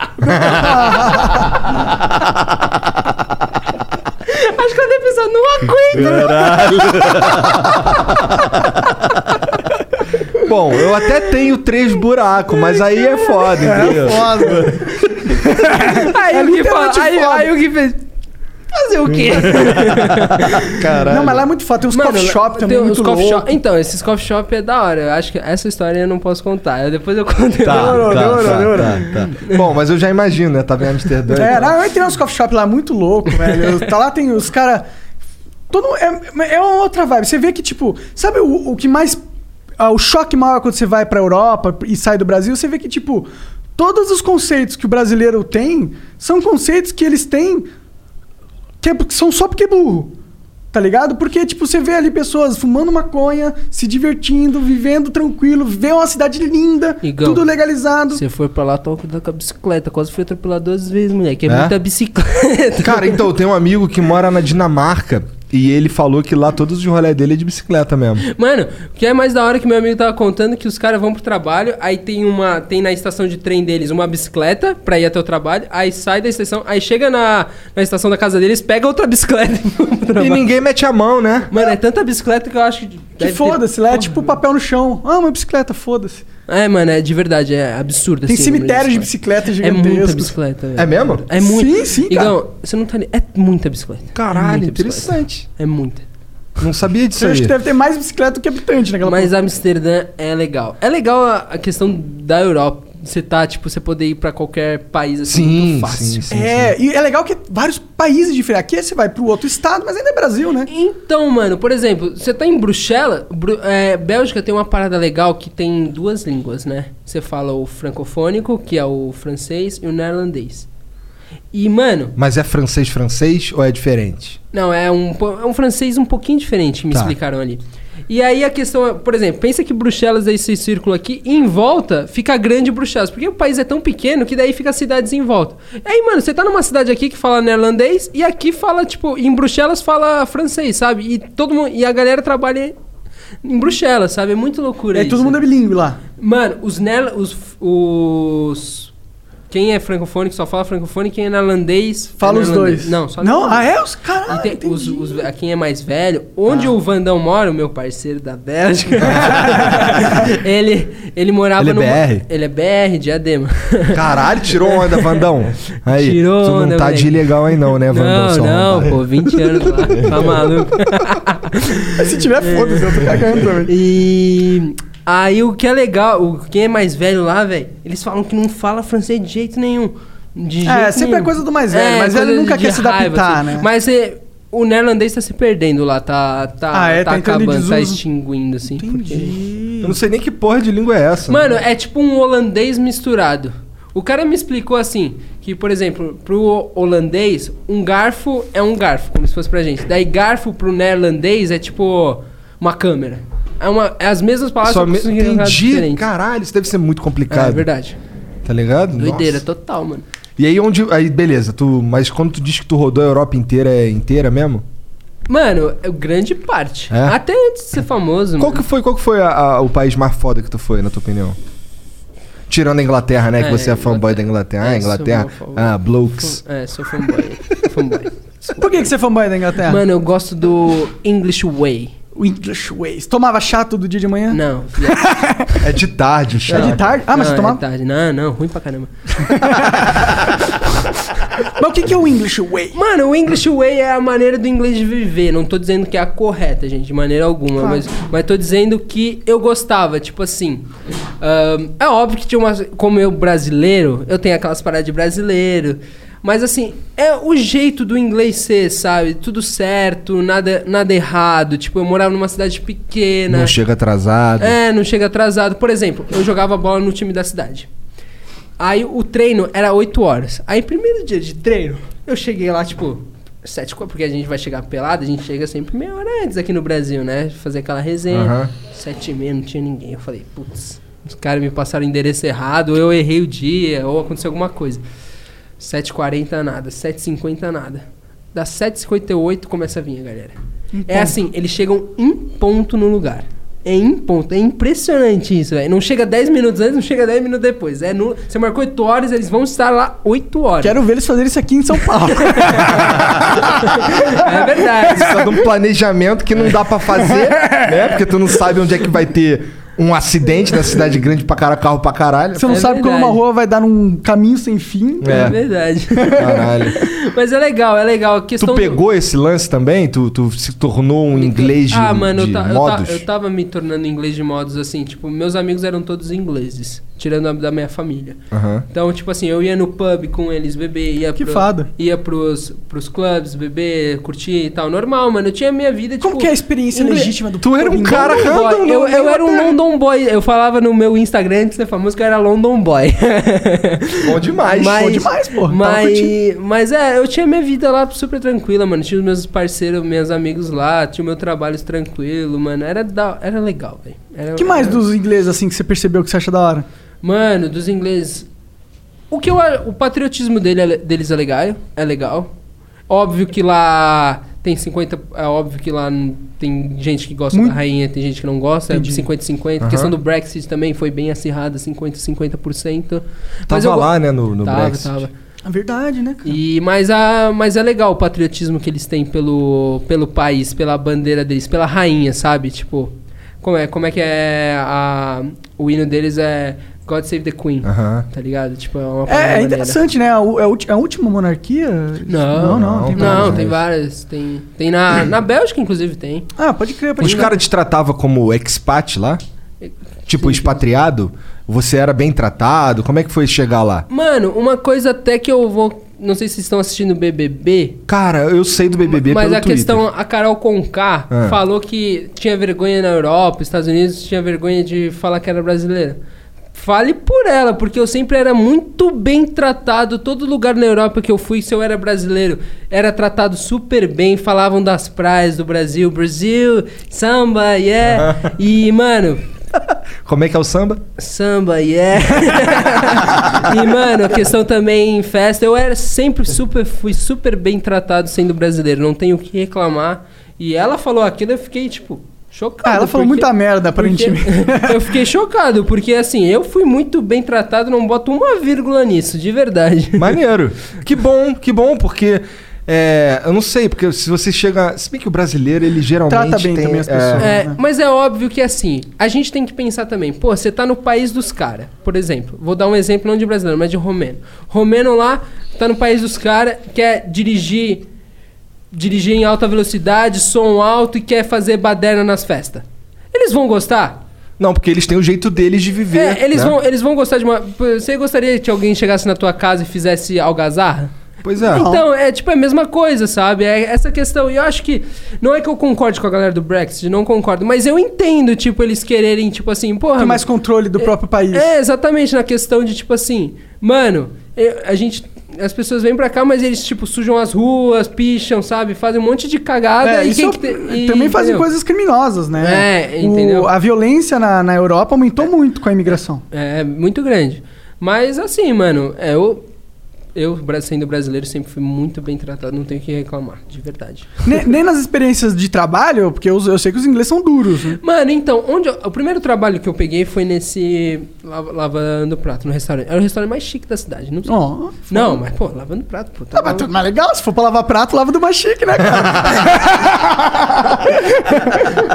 S3: Acho que a pessoa não aguenta.
S2: Bom, eu até tenho três buracos, mas aí é foda, entendeu?
S1: Foda.
S3: Aí,
S1: É
S3: o Gui
S1: literalmente
S3: fala- aí-
S1: foda.
S3: aí o Gui fez. Fazer o quê?
S2: Caralho.
S1: Não, mas lá é muito foda. Tem uns coffee shop também. é
S3: tem
S1: muito
S3: uns coffee
S1: louco.
S3: shop. Então, esses coffee shop é da hora. Eu acho que essa história eu não posso contar. Eu- depois eu conto.
S2: Tá,
S1: Demorou,
S2: tá,
S1: demorou,
S2: tá,
S1: demorou.
S2: tá, tá. Bom, mas eu já imagino, né? Tava em Amsterdã.
S1: É, lá, eu entrei nos coffee shop lá muito louco, velho. Eu- tá lá tem os caras. Todo, é, é uma outra vibe. Você vê que, tipo, sabe o, o que mais. ah, o choque maior quando você vai pra Europa e sai do Brasil, você vê que, tipo, todos os conceitos que o brasileiro tem são conceitos que eles têm que, é- que são só porque é burro. Tá ligado? Porque, tipo, você vê ali pessoas fumando maconha, se divertindo, vivendo tranquilo, vê uma cidade linda,
S3: Igão,
S1: tudo legalizado.
S3: Você foi pra lá, tava cuidando com a bicicleta. Quase fui atropelado duas vezes, moleque. É,
S2: É?
S3: muita bicicleta.
S2: Cara, então, eu tenho um amigo que mora na Dinamarca e ele falou que lá todos os rolés dele é de bicicleta mesmo.
S3: Mano, o que é mais da hora que meu amigo tava contando é que os caras vão pro trabalho, aí tem uma. Tem na estação de trem deles uma bicicleta pra ir até o trabalho, aí sai da estação, aí chega na, na estação da casa deles, pega outra bicicleta e vão pro
S2: E
S3: trabalho.
S2: ninguém mete a mão, né?
S3: Mano, é tanta bicicleta que eu acho que.
S1: Que foda-se, lá é tipo papel no chão. Ah, uma bicicleta, foda-se.
S3: É, mano, é de verdade, é absurdo.
S1: Tem
S3: assim, o número
S1: cemitério de bicicletas
S3: É
S1: gigantescos.
S3: muita bicicleta. velho.
S2: É mesmo?
S3: É muito.
S1: Sim, sim, cara.
S3: Igão, você não tá ali. É muita bicicleta.
S2: Caralho,
S3: É muita bicicleta.
S2: interessante.
S3: É muita.
S2: Não sabia disso
S1: Eu acho
S2: aí.
S1: que deve ter mais bicicleta do que habitante naquela
S3: Mas
S1: porra.
S3: Amsterdã é legal. É legal a, a questão da Europa. Você tá, tipo, você poder ir pra qualquer país assim muito
S2: Sim,
S3: fácil.
S2: sim, sim.
S1: É, e é legal que vários países diferentes. Aqui você vai pro outro estado, mas ainda é Brasil, né?
S3: Então, mano, por exemplo, você tá em Bruxelas, Bru- é, Bélgica tem uma parada legal que tem duas línguas, né? Você fala o francofônico, que é o francês, e o neerlandês. E, mano,
S2: Mas é francês-francês ou é diferente?
S3: não, é um, po- é um francês um pouquinho diferente, me
S2: Tá.
S3: explicaram ali. E aí a questão é, por exemplo, pensa que Bruxelas é esse círculo aqui, e em volta fica grande Bruxelas, porque o país é tão pequeno que daí fica as cidades em volta. Aí, mano, você tá numa cidade aqui que fala neerlandês, e aqui fala, tipo, em Bruxelas fala francês, sabe? E todo mundo, e a galera trabalha em Bruxelas, sabe? É muito loucura
S1: É,
S3: isso.
S1: todo mundo é bilíngue lá.
S3: Mano, os nela, os, os quem é francofônico só fala francofone, quem é neerlandês
S1: Fala
S3: é
S1: os
S3: neerlandês.
S1: dois.
S3: Não, só
S1: Não?
S3: neerlandês.
S1: Ah, é? Os
S3: E
S1: caras.
S3: tem os, os- a quem é mais velho, onde o Vandão mora, o meu parceiro da Bélgica, ele, ele
S2: Ele
S3: morava
S2: é
S3: numa-
S2: BR?
S3: Ele é BR, diadema.
S2: Caralho, tirou onda, Vandão. Aí,
S3: Tirou
S2: tu não
S3: onda,
S2: tá
S3: moleque.
S2: de ilegal aí não, né, Vandão?
S3: não,
S2: Só
S3: não,
S2: onda.
S3: pô, 20 anos lá, tá maluco.
S1: Se tiver, foda-se,
S3: É.
S1: eu tô cagando também.
S3: E aí o que é legal, o quem é mais velho lá, velho, eles falam que não fala francês de jeito nenhum. De jeito
S1: É, sempre
S3: nenhum.
S1: é coisa do mais velho, mas ele
S3: coisa
S1: nunca
S3: de
S1: quer se
S3: raiva,
S1: adaptar,
S3: assim.
S1: né?
S3: Mas é, o neerlandês tá se perdendo lá, tá, tá,
S1: Ah, é,
S3: tá
S1: tá entrando em
S3: acabando, tá
S1: desuso.
S3: extinguindo, assim. porque-
S2: Eu não sei nem que porra de língua é essa.
S3: Mano, é tipo um holandês misturado. O cara me explicou assim, que, por exemplo, pro holandês, um garfo é um garfo, como se fosse pra gente. Daí garfo pro neerlandês é tipo uma câmera. É, uma, é as mesmas palavras,
S2: Só
S3: que
S2: me...
S3: com significados
S2: Entendi.
S3: diferentes.
S2: Caralho, isso deve ser muito complicado.
S3: É verdade.
S2: Tá ligado?
S3: Doideira
S2: Nossa.
S3: total, mano.
S2: E aí onde... Aí, beleza, tu... Mas quando tu diz que tu rodou a Europa inteira, é inteira mesmo?
S3: Mano, é grande parte.
S2: É?
S3: Até antes de ser famoso,
S2: Qual
S3: mano.
S2: que foi, qual que foi a- a- o país mais foda que tu foi, na tua opinião? Tirando a Inglaterra, né? que
S3: É,
S2: você é fanboy
S3: Inglaterra.
S2: da Inglaterra.
S3: É,
S2: Ah, Inglaterra.
S3: sou meu favor.
S2: Ah, blokes.
S3: É, sou fanboy. fanboy.
S1: Por que, que você é fanboy da Inglaterra?
S3: Mano, eu gosto do English Way.
S1: O English Ways. Tomava chá todo dia de manhã?
S3: Não,
S2: É de tarde,
S1: É
S2: chá.
S1: de tarde? Ah, mas
S3: não,
S1: você
S3: é
S1: tomava.
S3: tarde. Não, não, ruim pra caramba.
S1: Mas o que, que é o English Way?
S3: Mano, o English Way é a maneira do inglês de viver. Não tô dizendo que é a correta, gente, de maneira alguma. Mas, mas tô dizendo que eu gostava, tipo assim. ahn, é óbvio que tinha uma. Como eu brasileiro, eu tenho aquelas paradas de brasileiro. Mas assim, é o jeito do inglês ser, sabe? Tudo certo, nada, nada errado. Tipo, eu morava numa cidade pequena.
S2: Não chega atrasado.
S3: É, não chega atrasado. Por exemplo, eu jogava bola no time da cidade. Aí o treino era 8 horas. Aí, primeiro dia de treino, eu cheguei lá, tipo, 7 porque a gente vai chegar pelado, a gente chega sempre meia hora antes aqui no Brasil, né? Fazer aquela resenha.
S2: Aham.
S3: Sete e meia, não tinha ninguém. Eu falei, putz, os caras me passaram o endereço errado, ou eu errei o dia, ou aconteceu alguma coisa. 7h40 nada, 7h50 nada. Das 7h58 começa a vir a galera. é assim, eles chegam em ponto no lugar. É em ponto. É impressionante isso, velho. Não chega 10 minutos antes, não chega 10 minutos depois. É no... Você marcou 8 horas, eles vão estar lá 8 horas.
S1: Quero ver eles fazerem isso aqui em São Paulo.
S3: É verdade.
S2: Precisa de um planejamento que não dá pra fazer, né? Porque tu não sabe onde é que vai ter um acidente na cidade grande pra caralho, carro pra caralho.
S1: Você não
S3: É
S1: sabe como
S3: verdade.
S1: uma rua vai dar num caminho sem fim.
S3: É,
S2: É.
S3: verdade.
S2: Caralho.
S3: Mas é legal, é legal. A
S2: Tu
S3: questão do-
S2: pegou esse lance também? Tu, tu se tornou um inglês de,
S3: Ah, mano,
S2: de
S3: eu, ta- eu ta-
S2: modos?
S3: eu tava me tornando inglês de modos assim. Tipo, meus amigos eram todos ingleses. tirando a- da minha família.
S2: Aham.
S3: Então, tipo assim, eu ia no pub com eles beber, ia
S1: Que
S3: pro-
S1: fada.
S3: ia pros, pros clubes beber, curtir e tal. Normal, mano. Eu tinha a minha vida, Como que é a
S1: experiência legítima do
S2: Tipo, Tu era um cara random,
S3: Eu,
S2: não,
S3: eu
S2: nem
S3: era um
S2: até-
S3: London boy. Eu falava no meu Instagram antes de ser famoso que eu era London boy.
S2: Bom demais.
S3: Mas-
S2: Bom demais, pô. Tava curtindo.
S3: Mas, mas é, eu tinha minha vida lá super tranquila, mano. Tinha os meus parceiros, meus amigos lá, tinha o meu trabalho tranquilo, mano. Era, da, era legal, velho. Era-
S1: O que mais
S3: era-
S1: dos ingleses, assim, que você percebeu que você acha da hora?
S3: Mano, dos ingleses. O que eu, a- o patriotismo dele é le- deles é legal, é legal. Óbvio que lá tem 50, é óbvio que lá n- tem gente que gosta
S1: Muito-
S3: da rainha, tem gente que não gosta,
S1: Entendi.
S3: é 50 50.
S2: Aham.
S3: Questão do Brexit também foi bem acirrada, 50 50%.
S2: Tava
S3: go-
S2: lá, né, no, no
S3: Tava,
S2: Brexit.
S3: tava.
S1: A verdade, né, cara?
S3: E, mas, a, mas é legal o patriotismo que eles têm pelo, pelo país, pela bandeira deles, pela rainha, sabe? Tipo, como é, como é que é a, o hino deles é God Save the Queen,
S2: Aham.
S3: tá ligado? Tipo, é uma parada
S1: É, é
S3: maneira.
S1: interessante, né? A, u- é a ulti- a última monarquia?
S3: Não,
S1: não, não. Tem né?
S3: Não,
S1: várias.
S3: tem várias. Tem, tem na, na Bélgica, inclusive, tem.
S1: Ah, pode crer, pode
S2: Os
S1: crer.
S2: caras te tratavam como expat lá? Tipo, expatriado? Você era bem tratado? Como é que foi chegar lá?
S3: Mano, uma coisa até que eu vou... Não sei se vocês estão assistindo o BBB,
S2: Cara, eu sei do BBB
S3: Mas
S2: pelo
S3: a
S2: Twitter.
S3: questão, a Carol Conká
S2: Ah.
S3: falou que tinha vergonha na Europa, Estados Unidos, tinha vergonha de falar que era brasileira. Fale por ela, porque eu sempre era muito bem tratado. Todo lugar na Europa que eu fui, se eu era brasileiro, era tratado super bem. Falavam das praias do Brasil, Brasil, samba, yeah. E, mano,
S2: Como é que é o samba?
S3: Samba, yeah. e, mano, a questão também em festa. Eu era sempre super, fui super bem tratado sendo brasileiro. Não tenho o que reclamar. E ela falou aquilo, eu fiquei, tipo, chocado.
S1: Ah, ela falou muita merda,
S3: porque-
S1: aparentemente.
S3: eu fiquei chocado, porque assim, eu fui muito bem tratado, não boto uma vírgula nisso, de verdade.
S2: Maneiro. Que bom, que bom, porque. é, eu não sei, porque se você chega. Se bem que o brasileiro, ele geralmente.
S1: Trata bem
S2: tem,
S1: também as
S2: é,
S1: pessoas.
S3: É,
S1: né?
S3: mas é óbvio que assim, a gente tem que pensar também, pô, você tá no país dos caras, por exemplo. Vou dar um exemplo não de brasileiro, mas de romeno. Romeno lá tá no país dos caras, quer dirigir dirigir em alta velocidade, som alto e quer fazer baderna nas festas. Eles vão gostar?
S2: Não, porque eles têm o jeito deles de viver.
S3: É, eles,
S2: né?
S3: vão, eles vão gostar de uma. Você gostaria que alguém chegasse na tua casa e fizesse algazarra?
S2: Pois é.
S3: Então, é tipo é a mesma coisa, sabe? É essa questão. E eu acho que. Não é que eu concorde com a galera do Brexit, não concordo, mas eu entendo, tipo, eles quererem, tipo assim, porra.
S1: Tem mais controle do próprio país.
S3: É, exatamente, na questão de, tipo assim, mano, eu- a gente. As pessoas vêm pra cá, mas eles, tipo, sujam as ruas, picham, sabe? Fazem um monte de cagada
S1: É,
S3: e
S1: isso
S3: quem
S1: é-
S3: que tem- e-
S1: também fazem
S3: entendeu?
S1: coisas criminosas, né?
S3: É, entendeu?
S1: O- a violência na, na Europa aumentou muito com a imigração.
S3: É, muito grande. Mas assim, mano, é, eu, eu, bra- sendo brasileiro, sempre fui muito bem tratado, não tenho o que reclamar, de verdade.
S1: Ne- nem nas experiências de trabalho, porque eu, eu sei que os ingleses são duros. né?
S3: Mano, então, onde eu- o primeiro trabalho que eu peguei foi nesse. lava- lavando prato no restaurante. Era o restaurante mais chique da cidade, não sei.
S1: Ó,
S3: Não, mas, pô, lavando prato, pô.
S1: tá
S3: tava-
S1: batendo mais legal. Se for pra lavar prato, lava do mais chique, né, cara?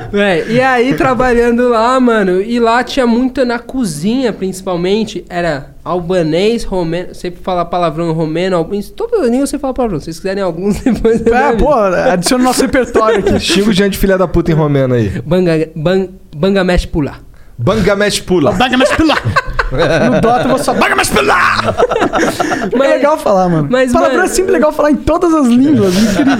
S3: Véi, É, e aí, trabalhando lá, mano, e lá tinha muita na cozinha, principalmente, era albanês, romeno, sempre falar palavrão romeno, albanês, todo língua você fala palavrão, se vocês quiserem alguns, depois... eu
S1: é,
S3: aviso.
S1: pô, adiciona o nosso repertório aqui.
S2: Xingo de gente filha da puta em romeno aí.
S3: Banga, ban, banga mexe pular.
S2: Bangamesh pula.
S1: Baga mais pilar. No Dota eu vou só. Baga mais pilar!
S3: Mas-
S1: é legal falar, mano.
S3: mas,
S1: Palavrão
S3: mano-
S1: é sempre legal falar em todas as línguas. Incrível.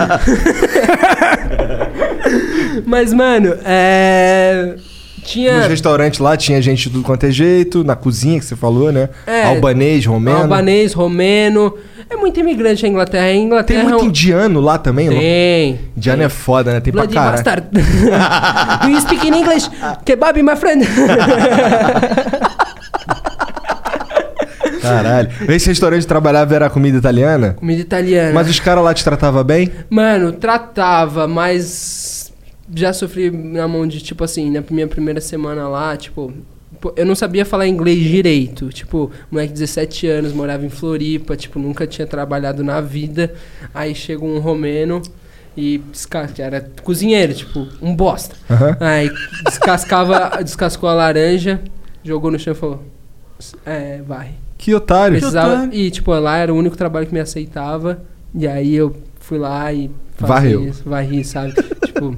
S3: Mas, mano, é...
S2: Nos
S3: Tinha...
S2: restaurantes lá tinha gente de tudo quanto é jeito, na cozinha que você falou, né?
S3: É.
S2: Albanês, romeno.
S3: Albanês, romeno. É muito imigrante a Inglaterra. A
S2: Tem
S3: Inglaterra
S2: muito
S3: é um-
S2: indiano lá também, não?
S3: Tem.
S2: Indiano é foda, né? Tem
S3: Bloody
S2: pra caralho.
S3: bastard. Do you speak in English? Kebab, my friend.
S2: Caralho. Esse restaurante que trabalhava era comida italiana?
S3: Comida italiana.
S2: Mas os caras lá te tratavam bem?
S3: Mano, tratava, mas já sofri na mão de, tipo assim, na minha primeira semana lá, tipo, pô, eu não sabia falar inglês direito. Tipo, moleque de 17 anos, morava em Floripa, tipo, nunca tinha trabalhado na vida. Aí chega um romeno e desca- que era cozinheiro, tipo, um bosta.
S2: Aham.
S3: Aí descascava, descascou a laranja, jogou no chão e falou: É, vai.
S2: Que otário.
S3: Precisava,
S1: otário.
S3: e, tipo, lá era o único trabalho que me aceitava. E aí eu fui lá e fazia
S2: Varreu.
S3: isso, varri, sabe? tipo.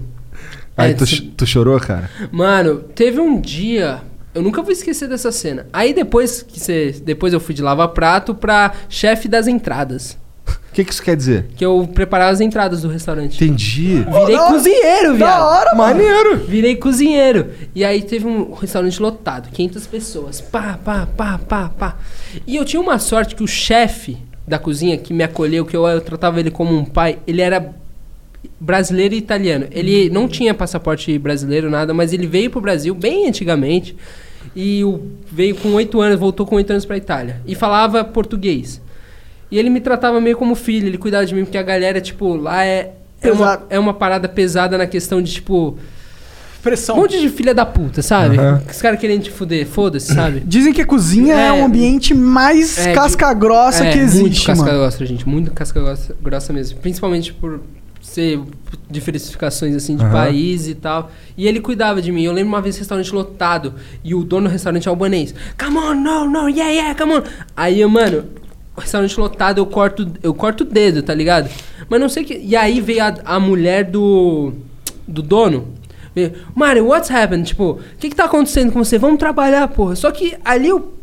S2: Aí
S3: é,
S2: tu,
S3: se-
S2: tu chorou, cara?
S3: Mano, teve um dia. Eu nunca vou esquecer dessa cena. Aí depois que você. Depois eu fui de lava-prato pra chefe das entradas.
S2: O que, que isso quer dizer?
S3: Que eu preparava as entradas do restaurante.
S2: Entendi.
S3: Virei
S2: Da hora.
S3: cozinheiro,
S2: Da
S3: viado.
S2: hora, mano. Maneiro.
S3: Virei cozinheiro. E aí teve um restaurante lotado, 500 pessoas. Pá, pá, pá, pá, pá. E eu tinha uma sorte que o chefe da cozinha que me acolheu, que eu, eu tratava ele como um pai, ele era brasileiro e italiano. Ele não tinha passaporte brasileiro, nada, mas ele veio pro Brasil bem antigamente. E o- veio com oito anos, voltou com oito anos pra Itália. E falava português. E ele me tratava meio como filho, ele cuidava de mim, porque a galera, tipo, lá é. É uma, é uma parada pesada na questão de, tipo.
S1: Pressão.
S3: Um monte de filha da puta, sabe?
S1: Aham.
S3: Os caras querendo te fuder, foda-se, sabe?
S1: Dizem que a cozinha é,
S3: É.
S1: um ambiente mais
S3: É, de-
S1: casca-grossa
S3: é,
S1: que existe.
S3: Muito casca
S1: mano.
S3: grossa, gente. Muito casca grossa, grossa mesmo. Principalmente por ser diversificações assim de
S1: Aham.
S3: país e tal. E ele cuidava de mim. Eu lembro uma vez restaurante lotado e o dono do restaurante é albanês. Come on, no, no, yeah, yeah, come on. Aí, mano, restaurante lotado, eu corto, eu corto o dedo, tá ligado? Mas não sei que. E aí veio a, a mulher do do dono. Veio, Mário, what's happened? Tipo, o que que tá acontecendo com você? Vamos trabalhar, porra. Só que ali eu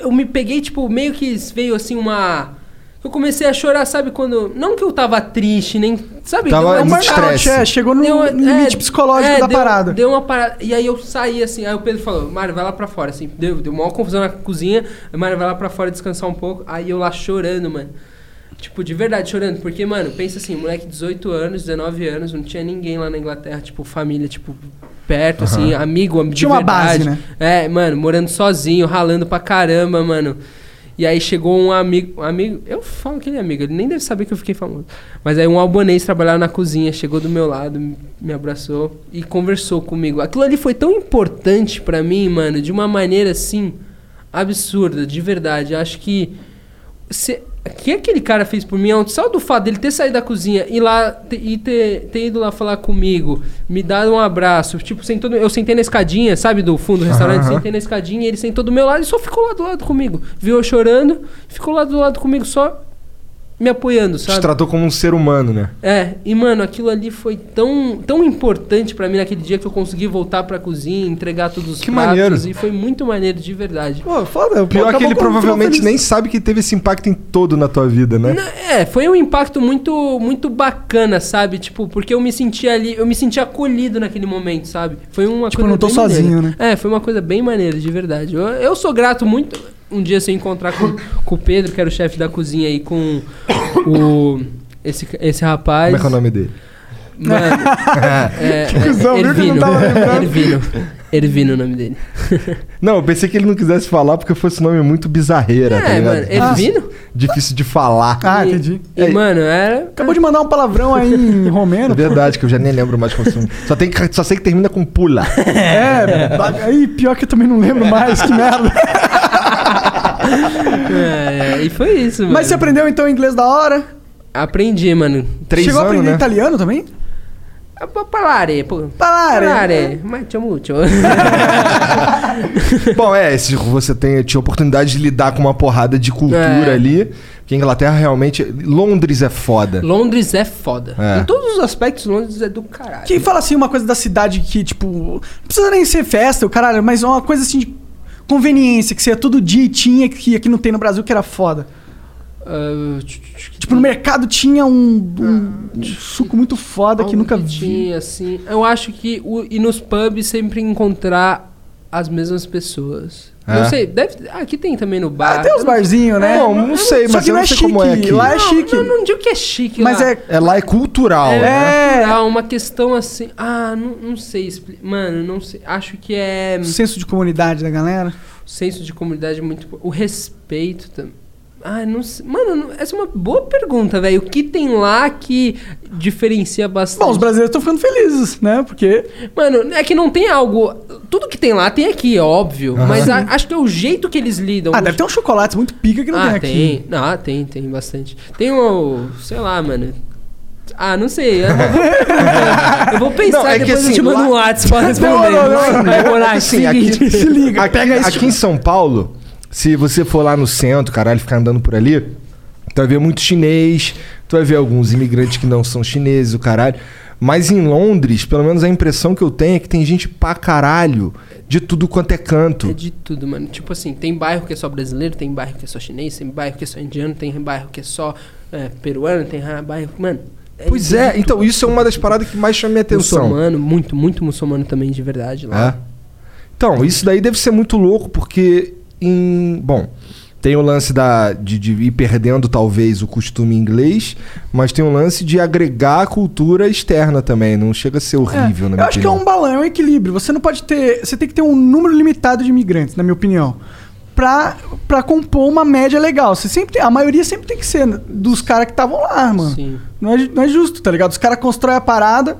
S3: eu me peguei, tipo, meio que veio assim uma. Eu comecei a chorar, sabe, quando. Não que eu tava triste, nem. Sabe?
S1: Tava
S3: deu
S1: de
S3: uma-
S1: estresse. É, chegou no limite psicológico da
S3: é, deu-
S1: parada.
S3: Deu uma parada. E aí eu saí assim, aí o Pedro falou, Mário, vai lá pra fora, assim. Deu, deu maior confusão na cozinha. aí, Mário, vai lá pra fora descansar um pouco. Aí eu lá chorando, mano. Tipo, de verdade, chorando. Porque, mano, pensa assim, moleque de 18 anos, 19 anos, não tinha ninguém lá na Inglaterra, tipo, família, tipo, perto, assim,
S1: Aham.
S3: amigo, de
S1: Tinha uma
S3: verdade.
S1: base, né?
S3: É, mano, morando sozinho, ralando pra caramba, mano. E aí chegou um amigo, um amigo, eu falo que ele é amigo, ele nem deve saber que eu fiquei famoso. Mas aí um albanês trabalhava na cozinha, chegou do meu lado, me- me abraçou e conversou comigo. Aquilo ali foi tão importante pra mim, mano, de uma maneira assim absurda, de verdade. Eu Acho que se, o que aquele cara fez por mim ontem, só do fato dele ter saído da cozinha e lá te- e ter, ter ido lá falar comigo, me dado um abraço, tipo, sentou no- eu sentei na escadinha, sabe, do fundo do restaurante,
S7: Aham, aham.
S3: sentei na escadinha, e ele sentou do meu lado e só ficou lá do lado comigo. Viu eu chorando, ficou lá do lado comigo só me apoiando,
S2: Te
S3: sabe?
S2: tratou como um ser humano, né?
S3: É, e mano, aquilo ali foi tão, tão importante pra mim naquele dia que eu consegui voltar pra cozinha, entregar todos os
S2: Que
S3: pratos
S2: maneiro.
S3: e foi muito maneiro de verdade.
S1: Pô, foda,
S2: O pior é que ele provavelmente nem sabe que teve esse impacto em todo na tua vida, né?
S3: É, foi um impacto muito muito bacana, sabe? Tipo, porque eu me senti ali, eu me senti acolhido naquele momento, sabe? Foi uma
S1: Tipo,
S3: coisa
S1: não tô
S3: bem
S1: sozinho, né?
S3: maneira. É, foi uma coisa bem maneira, de verdade. Eu, eu sou grato muito um dia se eu encontrar com, com o Pedro, que era o chefe da cozinha aí com o esse esse rapaz.
S2: Como é que é o nome dele?
S3: Mano, é,
S2: Que cuzão,
S3: é,
S2: viu que eu
S3: Ervino,
S2: não tava lembrando?
S3: Ervino, Ervino é o nome dele.
S2: Não, eu pensei que ele não quisesse falar porque fosse um nome muito bizarreira,
S3: É,
S2: tá ligado?
S3: mano, ele vindo?
S2: Difícil de falar.
S1: Ah, entendi.
S3: E, mano, era.
S1: Acabou de mandar um palavrão aí em romeno.
S2: É verdade, que eu já nem lembro mais como se chama. só, tem, que- só sei que termina com pula.
S1: É, ba- aí pior que eu também não lembro mais, que merda.
S3: É, e foi isso, mano.
S1: Mas você aprendeu então inglês da hora?
S3: Aprendi, mano.
S1: Chegou a
S2: né?
S1: aprender italiano também?
S3: Parlare, pô.
S1: né? Parlare.
S3: Parlare. Muito, muito.
S2: Bom, é, se você tem, tinha oportunidade de lidar com uma porrada de cultura
S3: É.
S2: ali. Porque a Inglaterra realmente. Londres é foda.
S3: Londres é foda.
S2: É.
S3: Em todos os aspectos, Londres é do caralho.
S1: Quem fala assim uma coisa da cidade que, tipo, não precisa nem ser festa, o caralho, mas uma coisa assim de conveniência, que você ia todo dia e tinha, que aqui não tem no Brasil, que era foda.
S3: Ah,
S1: Tipo, no mercado tinha um, um- um suco muito foda que
S3: algo
S1: nunca
S3: que
S1: vi.
S3: tinha, um assim. Eu acho que o, e nos pubs sempre encontrar as mesmas pessoas.
S1: É. Ah,
S3: Não sei, deve, aqui tem também no bar.
S1: Tem uns
S3: Eu não-
S1: barzinhos, né?
S2: Não, não sei,
S1: Só
S2: mas
S1: que
S2: eu não sei como é aqui.
S1: Lá é
S3: Não,
S1: chique.
S3: Não, não digo que é chique
S1: Mas
S3: lá.
S1: é-
S2: É lá é cultural, né?
S3: É, há uma questão assim. Ah, não, não sei. expli- Mano, não sei. Acho que é.
S1: Senso de comunidade da galera.
S3: senso de comunidade é muito. po- O respeito também. Ah, não sei. Mano, não- essa é uma boa pergunta, velho. O que tem lá que diferencia bastante?
S1: Bom, os brasileiros estão ficando felizes, né? Porque.
S3: Mano, é que não tem algo. Tudo que tem lá tem aqui, é óbvio. Mas a- acho que é o jeito que eles lidam.
S1: Ah, deve ter uns chocolates muito pica
S2: um
S1: que não
S3: ah,
S1: tem aqui.
S3: tem. Ah, tem, tem bastante. Tem o. Sei lá, mano. Ah, não sei. Eu vou- eu vou pensar
S2: Não, é que
S3: depois eu
S2: assim,
S3: te mando
S2: lá-
S3: um WhatsApp pra responder. Vai, Monark,
S2: Assim,
S3: seguinte.
S2: aqui, aqui- aqui em São Paulo, se você for lá no centro, caralho, ficar andando por ali, tu vai ver muito chinês, tu vai ver alguns imigrantes que não são chineses, o caralho. Mas em Londres, pelo menos a impressão que eu tenho é que tem gente pra caralho de tudo quanto é canto.
S3: É de tudo, mano. Tipo assim, tem bairro que é só brasileiro, tem bairro que é só chinês, tem bairro que é só indiano, tem bairro que é só é, peruano, tem ra- bairro. Mano.
S2: Pois é, então isso é uma das paradas que mais chama minha atenção.
S3: Muçulmano, muito, muito muçulmano também de verdade lá.
S2: É. Então, isso daí deve ser muito louco, porque em. Bom, tem o lance da, de, de ir perdendo, talvez, o costume inglês, mas tem o lance de agregar a cultura externa também. Não chega a ser horrível, na
S1: Eu
S2: minha
S1: acho que é
S2: opinião.
S1: um balão, é um equilíbrio. Você não pode ter. Você tem que ter um número limitado de imigrantes, na minha opinião. Pra, pra compor uma média legal. Você sempre tem- a maioria sempre tem que ser dos caras que estavam lá, mano. Não, é, ju- não é justo, tá ligado? Os caras constroem a parada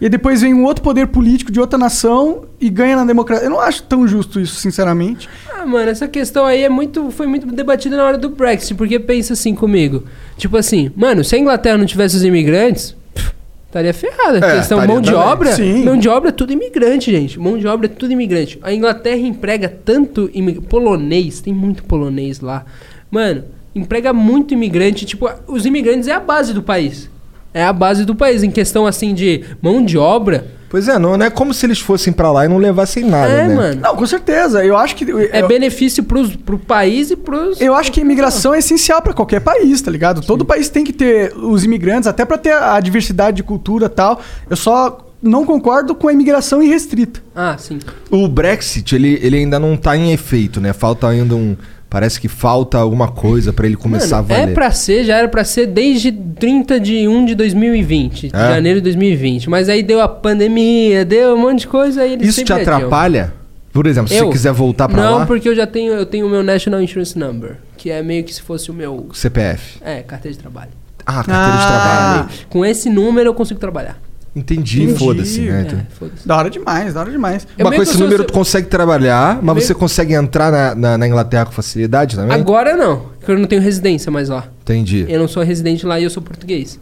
S1: e depois vem um outro poder político de outra nação e ganha na democracia. Eu não acho tão justo isso, sinceramente.
S3: Ah, mano, essa questão aí é muito, foi muito debatida na hora do Brexit, porque pensa assim comigo. Tipo assim, mano, se a Inglaterra não tivesse os imigrantes, pff, estaria ferrada.
S7: É,
S3: questão
S7: estaria
S3: mão de
S7: também.
S3: obra,
S7: Sim.
S3: mão de obra é tudo imigrante, gente. Mão de obra é tudo imigrante. A Inglaterra emprega tanto imig- polonês, tem muito polonês lá. Mano, emprega muito imigrante, tipo, os imigrantes é a base do país. É a base do país em questão assim de mão de obra.
S2: Pois é, não, não é como se eles fossem pra lá e não levassem nada,
S3: É,
S2: né?
S3: mano.
S1: Não, com certeza. Eu acho que.
S3: É benefício pros, pro país e pros.
S1: Eu acho que a imigração é essencial pra qualquer país, tá ligado? Todo país tem que ter os imigrantes, até pra ter a diversidade de cultura e tal. Eu só não concordo com a imigração irrestrita.
S3: Ah, sim.
S2: O Brexit, ele, ele ainda não tá em efeito, né? Falta ainda um. Parece que falta alguma coisa pra ele começar
S3: Mano,
S2: a valer.
S3: É pra ser, já era pra ser desde 30 de 1 de 2020, de
S2: É?
S3: janeiro de 2020. Mas aí deu a pandemia, deu um monte de coisa aí eles
S2: Isso te
S3: sempre adiam.
S2: atrapalha? Por exemplo, se
S3: Eu?
S2: você quiser voltar pra
S3: Não,
S2: lá,
S3: porque eu já tenho, eu tenho o meu National Insurance Number, que é meio que se fosse o meu
S2: CPF.
S3: é, carteira de trabalho.
S2: Ah, carteira de trabalho.
S3: Com esse número eu consigo trabalhar.
S2: Entendi,
S1: Entendi.
S2: foda-se, né?
S1: É,
S2: Então-
S3: foda-se.
S1: Da hora demais, da hora demais.
S3: É.
S2: Mas com esse número tu consegue trabalhar, mas
S3: meio-
S2: você consegue entrar na, na- na Inglaterra com facilidade também?
S3: Agora não, porque eu não tenho residência mais lá.
S2: Entendi.
S3: Eu não sou residente lá e eu sou português.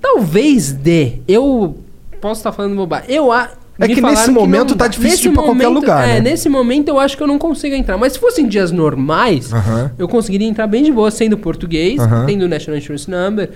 S3: Talvez dê. Eu posso estar falando bobagem. Eu a
S2: É
S3: me
S2: que nesse
S3: falaram
S2: momento
S3: não
S2: tá
S3: dá.
S2: difícil de ir pra qualquer
S3: momento-
S2: lugar,
S3: É,
S2: né?
S3: nesse momento eu acho que eu não consigo entrar. Mas se fossem dias normais,
S2: Aham.
S3: eu conseguiria entrar bem de boa, sendo português,
S2: Aham.
S3: tendo o National Insurance Number.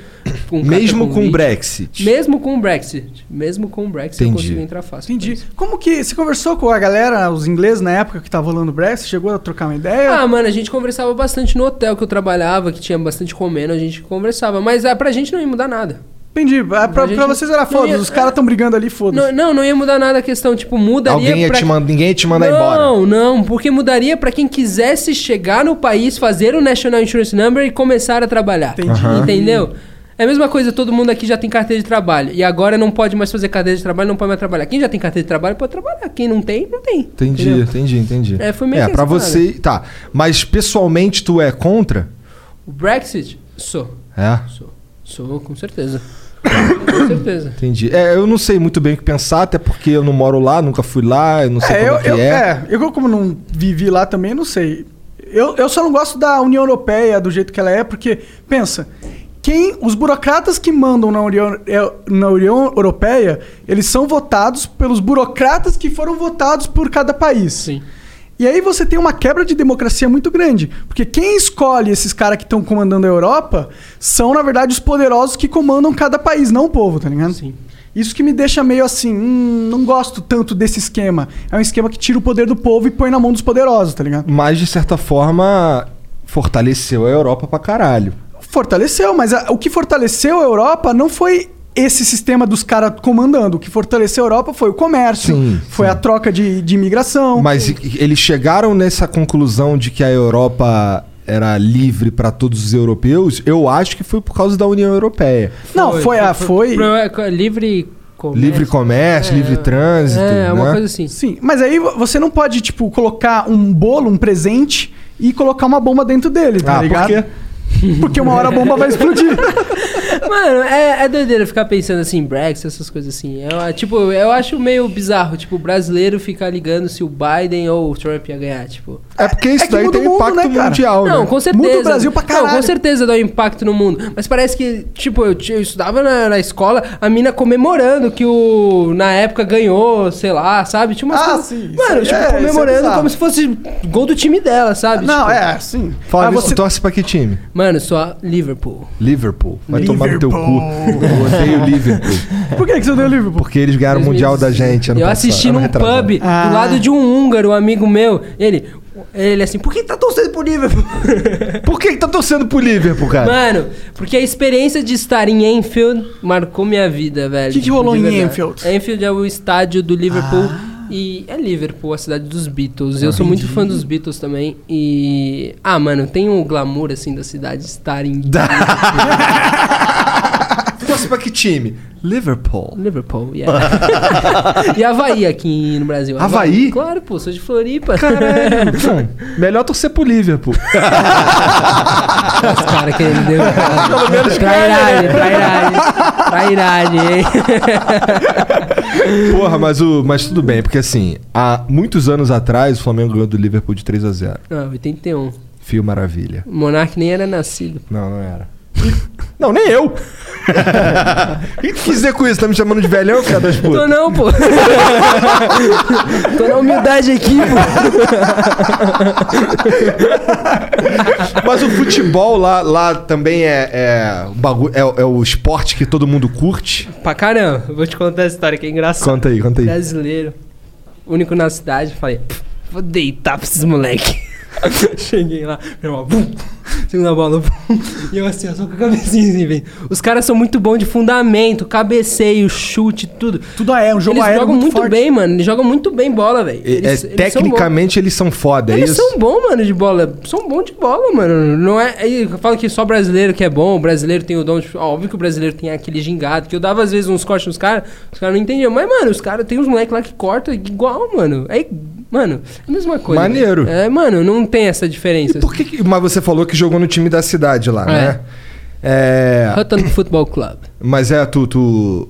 S3: com carta
S2: Mesmo com o
S3: convite.
S2: Brexit.
S3: Mesmo com o Brexit. Mesmo com o Brexit eu
S2: Entendi.
S3: consigo entrar fácil.
S1: Entendi. Como que. Você conversou com a galera, os ingleses, na época que tava rolando o Brexit? Chegou a trocar uma ideia?
S3: Ah, mano, a gente conversava bastante no hotel que eu trabalhava, que tinha bastante comendo, a gente conversava. Mas ah, pra gente não ia mudar nada.
S1: Entendi. Ah, pra,
S3: A gente
S1: pra vocês era
S3: não
S1: foda,
S3: ia-
S1: os caras tão brigando ali, foda.
S3: Não, não, não ia mudar nada a questão. Tipo, mudaria
S2: Alguém ia
S3: pra...
S2: te manda, ninguém ia te mandar
S3: não,
S2: embora.
S3: Não, porque mudaria pra quem quisesse chegar no país, fazer o National Insurance Number e começar a trabalhar.
S2: Entendi. Aham.
S3: Entendeu? É a mesma coisa, todo mundo aqui já tem carteira de trabalho. E agora não pode mais fazer carteira de trabalho, não pode mais trabalhar. Quem já tem carteira de trabalho pode trabalhar. Quem não tem, não tem.
S2: Entendi,
S3: Entendeu?
S2: entendi, entendi.
S3: É, foi meio que
S2: pra
S3: essa
S2: você. Tá. Mas pessoalmente tu é contra?
S3: O Brexit, sou.
S2: É?
S3: Sou, com certeza. com certeza.
S2: Entendi. É, eu não sei muito bem o que pensar, até porque eu não moro lá, nunca fui lá, eu não sei
S1: É, eu,
S2: como é que
S1: eu,
S2: é.
S1: é, eu como não vivi lá também, eu não sei. Eu, eu só não gosto da União Europeia do jeito que ela é, porque, pensa, quem os burocratas que mandam na União, é, na União Europeia, eles são votados pelos burocratas que foram votados por cada país. Sim. E aí você tem uma quebra de democracia muito grande, porque quem escolhe esses caras que estão comandando a Europa são, na verdade, os poderosos que comandam cada país, não o povo, tá ligado? Sim. Isso que me deixa meio assim, hum, não gosto tanto desse esquema. É um esquema que tira o poder do povo e põe na mão dos poderosos, tá ligado?
S2: Mas, de certa forma, fortaleceu a Europa pra caralho.
S1: Fortaleceu, mas a- o que fortaleceu a Europa não foi esse sistema dos caras comandando. O que fortaleceu a Europa foi o comércio, foi a troca de, de imigração.
S2: Mas e- eles chegaram nessa conclusão de que a Europa era livre pra todos os europeus? Eu acho que foi por causa da União Europeia.
S1: Não, foi, a. Foi.
S3: pro- é livre comércio.
S2: Livre comércio, livre trânsito.
S1: É, uma
S2: né?
S1: coisa
S3: assim.
S1: Sim, mas aí vo- você não pode, tipo, colocar um bolo, um presente e colocar uma bomba dentro dele, tá
S2: Ah, por
S1: ligado?
S2: quê?
S1: Porque uma hora a bomba vai explodir.
S3: Mano, é, é doideira ficar pensando assim, em Brexit, essas coisas assim. Eu, ah, tipo, eu acho meio bizarro, tipo, o brasileiro ficar ligando se o Biden ou o Trump ia ganhar, tipo.
S2: É porque isso
S3: que
S2: daí
S3: muda
S2: tem
S3: o mundo,
S2: impacto
S3: né, cara?
S2: mundial,
S3: Não,
S2: né?
S3: com certeza.
S2: Muda o Brasil pra
S3: Não,
S2: caralho.
S3: com certeza dá um impacto no mundo. Mas parece que, tipo, eu, ti- eu estudava na, na escola, a mina comemorando que o... Na época ganhou, sei lá, sabe? Tinha umas
S1: Ah,
S3: coisas-
S1: sim, isso
S3: Mano,
S1: é-
S3: tipo,
S1: é, isso é
S3: comemorando
S1: bizarro.
S3: como se fosse gol do time dela, sabe?
S1: Não,
S3: Tipo,
S1: é, sim.
S2: Fala
S3: Ah,
S2: nisso,
S3: você-
S2: torce pra que time?
S3: Mano, Mano, só Liverpool.
S2: Liverpool. Vai tomar no teu cu. Eu odeio Liverpool.
S1: Por que, que você odeia o Liverpool?
S2: Porque eles ganharam o Mundial da gente ano
S3: eu
S2: passado,
S3: assisti
S2: ano
S3: num
S2: retrasado.
S3: pub
S1: Ah.
S3: do lado de um húngaro, um amigo meu. Ele, ele assim, por que tá torcendo pro Liverpool?
S2: Por que, que tá torcendo pro Liverpool, cara?
S3: Mano, porque a experiência de estar em Enfield marcou minha vida, velho.
S1: Que que rolou
S3: De
S1: em
S3: verdade.
S1: Enfield? Ah.
S3: Enfield é o estádio do Liverpool. E é Liverpool, a cidade dos Beatles.
S2: Ah.
S3: Eu sou muito fã dos Beatles também. E. Ah, mano, tem um glamour assim da cidade estar em
S2: Torce pra que time? Liverpool.
S3: Liverpool, yeah. e Havaí aqui no Brasil.
S2: Havaí?
S3: Claro, pô, sou de Floripa.
S2: Caralho, bom, melhor torcer pro Liverpool.
S3: Os caras que ele deu.
S2: Tá
S3: Pelo menos
S2: né?
S3: trairagem, trairagem. Trairagem, hein?
S2: Porra, mas, o, mas tudo bem, porque assim, há muitos anos atrás o Flamengo ganhou do Liverpool de 3 a 0
S3: Ah, 81.
S2: Fio maravilha.
S3: Monark nem era nascido.
S2: Não, não era. não, nem eu! O que tu quis dizer com isso? Tá me chamando de velhão, cara das
S3: Tô
S2: putas?
S3: não, pô. Tô na humildade aqui, pô.
S2: Mas o futebol lá, lá também é, é, um bagu- é, é o esporte que todo mundo curte. É,
S3: Pra caramba, eu vou te contar essa história que é engraçada.
S2: Conta aí, conta aí.
S3: Brasileiro. Único na cidade, falei, "Pff, vou deitar pra esses moleque. Cheguei lá, meu irmão, bum, segunda bola, bum, e eu assim, ó, só com a cabecinha assim, velho. Os caras são muito bons de fundamento, cabeceio, chute, tudo.
S1: Tudo é um jogo
S3: eles
S1: aéreo
S3: jogam muito,
S1: forte.
S3: bem, mano. Eles jogam muito bem bola, velho.
S2: E-
S3: Eles-
S2: é,
S3: eles são bons.
S2: tecnicamente eles são foda, é
S3: Eles
S2: isso?
S3: são bons, mano, de bola. São bons de bola, mano. Não é. aí Eu falo que só brasileiro que é bom, o brasileiro tem o dom de. ó, Óbvio que o brasileiro tem aquele gingado, que eu dava às vezes uns cortes nos caras, os caras não entendiam. Mas, mano, os caras tem uns moleques lá que cortam igual, mano. É. Mano, é a mesma coisa.
S2: Maneiro.
S3: É, mano, não tem essa diferença.
S2: E por que, que- Mas você falou que jogou no time da cidade lá, né? É.
S3: Hutton Football Club.
S2: Mas é, tu. Tu,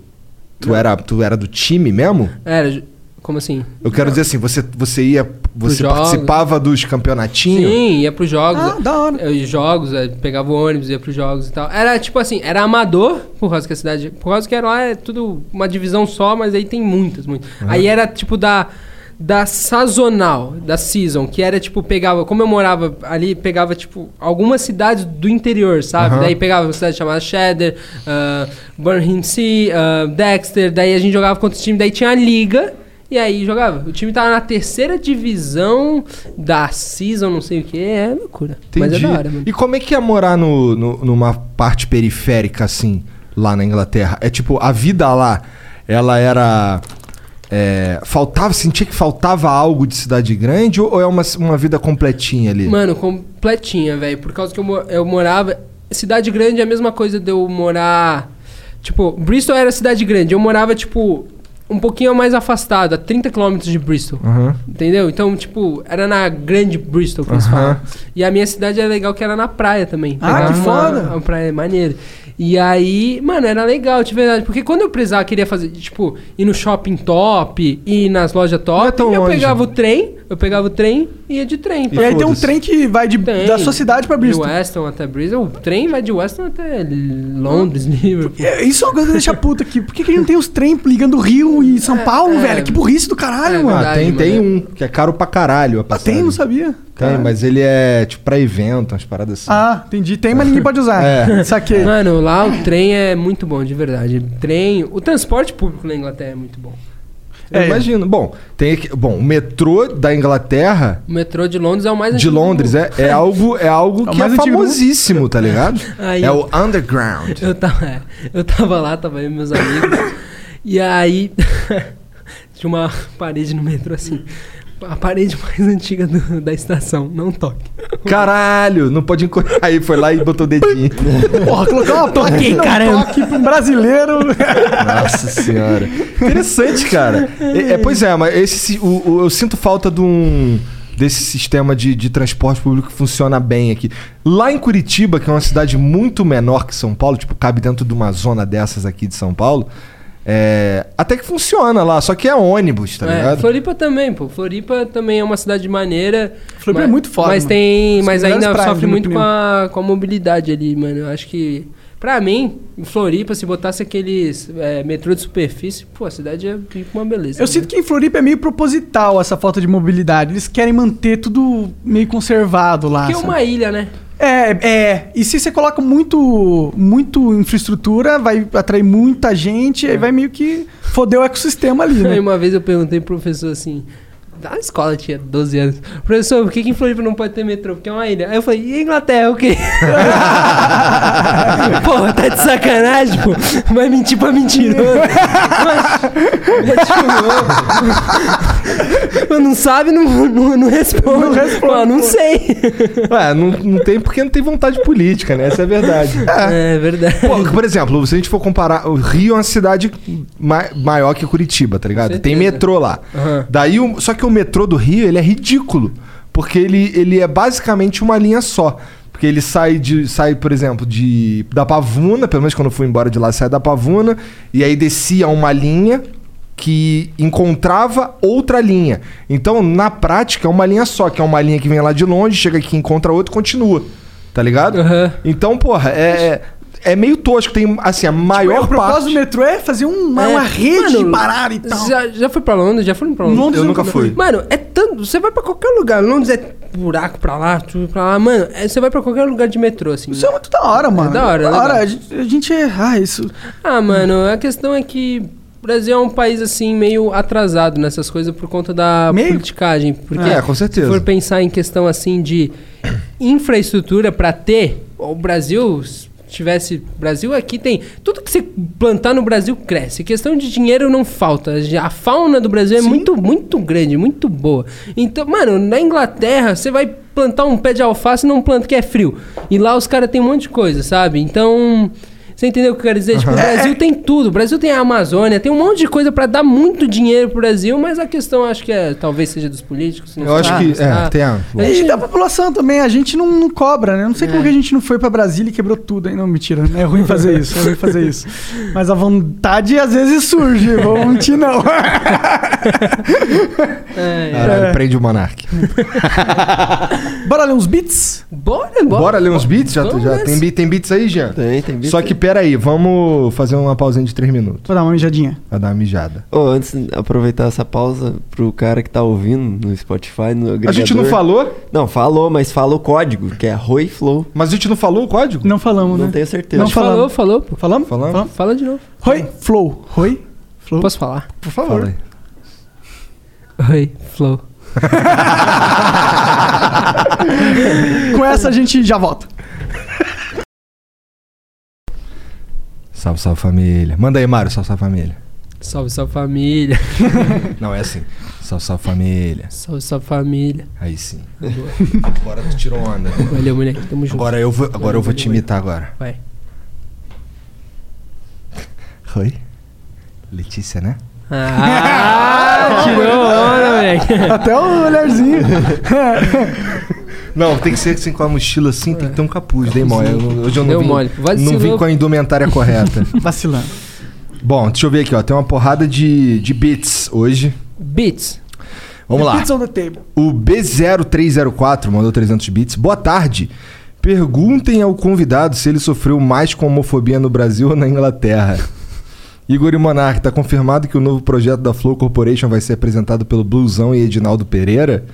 S2: tu, era, tu era do time mesmo?
S3: Era. ju- Como assim?
S2: Eu quero dizer assim, você, você ia. Você
S3: jogos.
S2: participava dos campeonatinhos?
S3: Sim, ia pros jogos.
S1: Ah, da hora.
S3: Eu ia jogos, eu pegava o ônibus, ia pros jogos e tal. Era tipo assim, era amador, por causa que a cidade. Por causa que era lá é tudo uma divisão só, mas aí tem muitas, muitas. Aí era tipo da. Da sazonal, da season, que era tipo, pegava, como eu morava ali, pegava tipo algumas cidades do interior, sabe?
S2: Aham.
S3: Daí pegava uma cidade chamada Cheddar, ah, Burnham Sea, ah, Dexter, daí a gente jogava contra o time, daí tinha a liga, e aí jogava. O time tava na terceira divisão da season, não sei o que. É loucura. Mas é
S2: Entendi.
S3: da hora, mano.
S2: E como é que é morar no, no- numa parte periférica, assim, lá na Inglaterra? É tipo, a vida lá, ela era. é, faltava, sentia que faltava algo de cidade grande ou, ou é uma, uma vida completinha ali?
S3: Mano, completinha, velho. Por causa que eu, mo- eu morava. Cidade grande é a mesma coisa de eu morar. Tipo, Bristol era cidade grande. Eu morava, tipo, um pouquinho mais afastado, a 30 km de Bristol.
S2: Aham.
S3: Entendeu? Então, tipo, era na grande Bristol que eles
S2: Aham.
S3: falam. E a minha cidade era legal que era na praia também.
S1: Ah,
S3: Pegava
S1: que
S3: uma-
S1: foda!
S3: Uma praia maneira. E aí, mano, era legal, de verdade. Porque quando eu precisava, queria fazer, tipo, ir no shopping top, ir nas lojas
S2: Não é
S3: top,
S2: tão
S3: eu
S2: longe.
S3: pegava o trem, eu pegava o trem e ia de trem.
S1: E aí tem um
S2: Foda-se.
S1: trem que vai de,
S3: Tem. é?
S1: da sua cidade pra Bristol.
S3: De Weston até Bristol. O trem vai de Weston até Londres, Liverpool.
S1: É, Isso é uma coisa que deixa puta aqui. Por que, que a gente não tem os trem ligando Rio e São Paulo,
S3: é.
S1: velho? Que burrice do caralho,
S3: É
S1: mano.
S2: Ah, tem,
S3: verdade, mano.
S2: tem um, que é caro pra caralho a
S1: Ah,
S2: passagem.
S1: tem, não sabia.
S2: Tem, mas ele é tipo pra evento, umas paradas assim.
S1: Ah, entendi. Tem, mas ninguém pode usar.
S2: É.
S1: Saquei.
S3: Mano, lá o trem é muito bom, de verdade. Trem, o transporte público na Inglaterra é muito bom.
S2: Eu
S1: é.
S2: imagino. Bom, tem aqui, bom, o metrô da Inglaterra
S3: O metrô de Londres é o mais
S2: de
S3: antigo do
S2: Londres
S3: mundo.
S2: é, é algo é algo
S1: É o
S2: que é
S1: mais antigo do mundo.
S2: famosíssimo, tá ligado?
S3: Aí-
S2: É o underground.
S3: Eu tava, é, eu tava lá, tava eu e meus amigos. e aí tinha uma parede no metrô assim. A parede mais antiga do- da estação, não toque.
S2: Caralho, não pode encostar. Aí foi lá e botou o dedinho.
S1: Porra, colocar uma placa aqui, caramba. Toque pra um brasileiro.
S2: Nossa senhora. Interessante, cara. É, é, pois é, mas esse si- o- o- eu sinto falta de um desse sistema de, de transporte público que funciona bem aqui. Lá em Curitiba, que é uma cidade muito menor que São Paulo, tipo, cabe dentro de uma zona dessas aqui de São Paulo, é, até que funciona lá, só que é ônibus, tá
S3: É,
S2: ligado?
S3: Floripa também, pô. Floripa também é uma cidade maneira.
S1: Floripa
S3: mas,
S1: é muito foda,
S3: Mas
S1: mano.
S3: tem.
S1: As
S3: Mas
S1: melhores
S3: ainda
S1: praias,
S3: sofre
S1: na minha
S3: muito com a, com a mobilidade ali, mano. Eu acho que. Pra mim, em Floripa, se botasse aqueles é, metrô de superfície, pô, a cidade é uma beleza.
S1: Eu
S3: né?
S1: sinto que em Floripa é meio proposital essa falta de mobilidade. Eles querem manter tudo meio conservado lá.
S3: Porque é
S1: sabe?
S3: uma ilha, né?
S1: É, é. E se você coloca muito, muito infraestrutura, vai atrair muita gente,
S3: É.
S1: aí vai meio que foder o ecossistema ali,
S3: Aí
S1: né?
S3: uma vez eu perguntei pro professor assim. Da escola tinha 12 anos. Professor, por que, que em Floripa não pode ter metrô? Porque é uma ilha. Aí eu falei, e a Inglaterra, o quê? pô, tá de sacanagem, pô. Vai mentir pra mentiroso. Mas, mas, tipo, eu não sabe, não, não, não responde. Não não sei.
S2: Ué, É, não, não tem porque não tem vontade política, né? Essa é a verdade.
S3: É, verdade.
S2: por exemplo, se a gente for comparar, o Rio é uma cidade ma- maior que Curitiba, tá ligado? Tem metrô lá. Daí, o- só que o metrô do Rio, ele é ridículo, porque ele, ele é basicamente uma linha só. Porque ele sai, de, sai por exemplo, de da Pavuna, pelo menos quando eu fui embora de lá, sai da Pavuna, e aí descia uma linha que encontrava outra linha. Então, na prática, é uma linha só, que é uma linha que vem lá de longe, chega aqui, encontra outra e continua. Tá ligado? Então, porra, é, é é meio tosco. Tem, assim, a maior
S1: Tipo, o propósito
S2: parte...
S1: do metrô é fazer uma,
S3: É,
S1: uma rede
S3: mano,
S1: de parada e tal.
S3: Já, já foi pra Londres? Já foram pra Londres?
S2: Londres Eu eu nunca nunca fui. fui.
S3: Mano, é tanto. Você vai pra qualquer lugar. Londres é buraco pra lá, tudo pra lá. Mano, é- você vai pra qualquer lugar de metrô, assim.
S1: Isso é muito da hora, mano.
S3: da hora, é
S1: da hora.
S3: legal.
S1: A gente, a gente é. Ah, isso.
S3: Ah, mano, a questão é que o Brasil é um país, assim, meio atrasado nessas coisas por conta da
S1: Meio?
S3: politicagem. Porque
S2: É, com certeza.
S3: se for pensar em questão, assim, de infraestrutura pra ter, o Brasil se tivesse... Brasil aqui tem... Tudo que você plantar no Brasil cresce. Questão de dinheiro não falta. Já A fauna do Brasil é muito, muito grande, muito boa. Então, mano, na Inglaterra, você vai plantar um pé de alface e não planta que é frio. E lá os caras têm um monte de coisa, sabe? Então... Você entendeu o que eu quero dizer? Tipo, o Brasil tem tudo. O Brasil tem a Amazônia, tem um monte de coisa pra dar muito dinheiro pro Brasil, mas a questão acho que é, talvez seja dos políticos. não
S2: Eu acho
S3: sei,
S2: que- é,
S3: tá?
S2: tem a-
S1: E da população também, a gente não, não cobra, né? Não
S2: É.
S1: sei como que a gente não foi pra Brasília e quebrou tudo, hein? Não, mentira, né? é ruim fazer isso, é ruim fazer isso. Mas a vontade às vezes surge, vou mentir não. É.
S2: Caralho, prende o Monark.
S1: Bora ler uns beats?
S3: Bora, bora.
S2: Bora ler uns beats? Já,
S3: Vamos
S2: já
S3: nessa.
S2: tem, beat- tem beats aí, Jean?
S4: Tem, tem beats
S2: Só que,
S4: aí.
S2: peraí, vamos fazer uma pausinha de três minutos.
S1: Vou dar uma mijadinha.
S2: Pra dar uma mijada.
S4: Ô, antes de aproveitar essa pausa pro cara que tá ouvindo no Spotify, no
S2: A gente não
S4: agregador.
S2: falou?
S4: Não, falou, mas fala o código, que é Roi Flow.
S2: Mas a gente não falou o código?
S1: Não falamos,
S4: Não
S1: né?
S4: tenho certeza.
S1: Não fala-
S3: Falou, falou, pô.
S1: Falamos?
S2: Falamos?
S3: Fala de novo.
S1: Roi, flow. Roi, flow.
S3: Posso falar?
S1: por
S2: Fala aí.
S3: Oi, Flow.
S1: Com essa a gente já volta.
S2: Salve, salve família. Manda aí, Mário, salve, salve família.
S3: Salve, salve família.
S2: Não, é assim. Salve, salve família.
S3: Salve, salve família.
S2: Aí sim. Agora tu tirou onda.
S3: Valeu, moleque. Tamo junto.
S2: Agora eu vou, agora eu vou te imitar agora.
S3: Vai.
S2: Oi? Letícia, né?
S3: Ah, tirou onda, moleque.
S1: Até o olharzinho.
S2: Não, tem que ser assim com a mochila assim, tem que ter um capuz, dei mole. Eu não- Hoje eu não
S3: Deu
S2: vim,
S3: mole.
S2: não
S3: Vacilou.
S2: vim com a indumentária correta.
S1: Vacilando.
S2: Bom, deixa eu ver aqui, ó. Tem uma porrada de, de bits hoje.
S3: Beats.
S2: Vamos lá.
S1: Beats on the table.
S2: O B0304 mandou 300 bits. Boa tarde. Perguntem ao convidado se ele sofreu mais com homofobia no Brasil ou na Inglaterra. Igor e Monark, tá confirmado que o novo projeto da Flow Corporation vai ser apresentado pelo Blusão e Edinaldo Pereira?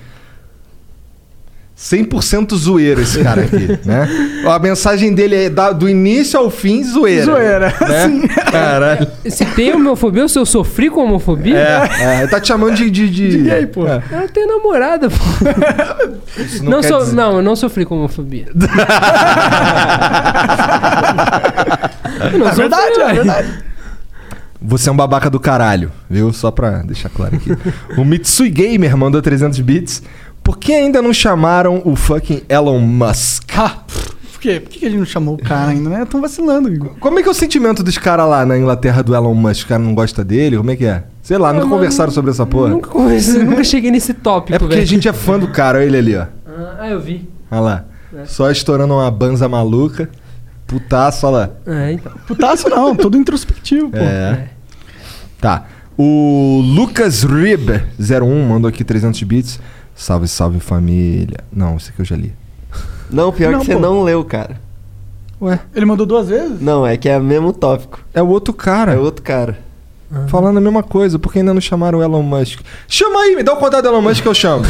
S2: 100% zoeiro esse cara aqui, né? A mensagem dele é da- do início ao fim zoeira.
S1: Zoeira,
S2: né? Caralho.
S3: Se tem homofobia ou se eu sofri com homofobia?
S2: É, é, tá te chamando de... De, de... É. gay, pô.
S3: Eu tenho namorada, pô. Não,
S2: quer
S3: so-
S2: dizer-
S3: não, eu não sofri com homofobia. Eu não
S1: É
S3: sofri,
S1: verdade, é
S3: ué.
S1: verdade.
S2: Você é um babaca do caralho, viu? Só pra deixar claro aqui. o Mitsui Gamer mandou 300 bits. Por que ainda não chamaram o fucking Elon Musk?
S1: Ah, pff, por quê? Por que que a gente não chamou o cara ainda, né? Tão vacilando, Igor.
S2: Como é que é o sentimento dos caras lá na Inglaterra do Elon Musk? Os caras não gostam dele? Como é que é? Sei lá, nunca
S3: mano,
S2: conversaram sobre essa porra.
S3: Nunca, conversei, nunca cheguei nesse tópico,
S2: É porque
S3: velho.
S2: a gente é fã do cara, olha ele ali, ó.
S3: Ah, eu vi.
S2: Olha lá.
S3: É.
S2: Só estourando uma banza maluca. Putaço, olha lá.
S3: É, então.
S1: Putaço não, todo introspectivo, pô.
S2: É. Tá. O Lucas Rib01 mandou aqui 300 bits. Salve, salve família. Não, esse aqui eu já li.
S4: Não, pior
S1: Não,
S4: que você
S1: pô.
S4: não leu, cara.
S2: Ué,
S1: Ele mandou duas vezes?
S4: Não, é que é o mesmo tópico.
S2: é o outro cara.
S4: É outro cara.
S2: Falando a mesma coisa, porque ainda não chamaram o Elon Musk. Chama aí, me dá o contato do Elon Musk que eu chamo.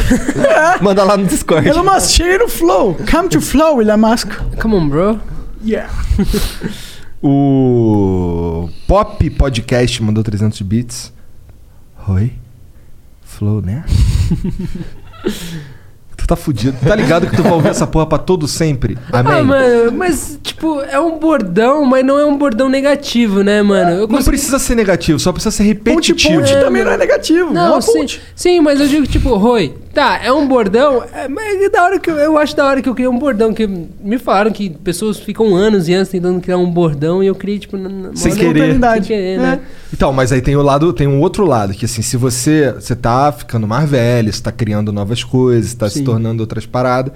S2: Manda lá no Discord.
S1: Elon Musk, chega no Flow. Come to Flow, Elon Musk.
S3: Come on, bro.
S1: Yeah.
S2: O Pop Podcast mandou 300 bits. Oi? Flow, né? tu tá fudido. Tá ligado que tu vai ouvir essa porra pra todo sempre?
S1: Tá
S2: Amém?
S3: Ah, mano, mas, tipo, é um bordão, mas não é um bordão negativo, né, mano? Eu É,
S2: Não precisa ser negativo, só precisa ser repetitivo.
S1: é negativo.
S3: Não, sim, sim, mas eu digo, tipo, Roi, tá, é um bordão, é, mas é da hora que eu, eu acho da hora que eu criei um bordão, que me falaram que pessoas ficam anos e anos tentando criar um bordão e eu criei, tipo, na, na-
S2: Sem
S3: na
S2: querer.
S3: oportunidade. Sem
S1: É.
S3: querer, né?
S2: Então, mas aí tem o lado, tem um outro lado, que assim, se você, você tá ficando mais velho, você tá criando novas coisas, tá se
S3: Sim.
S2: tornando outras paradas.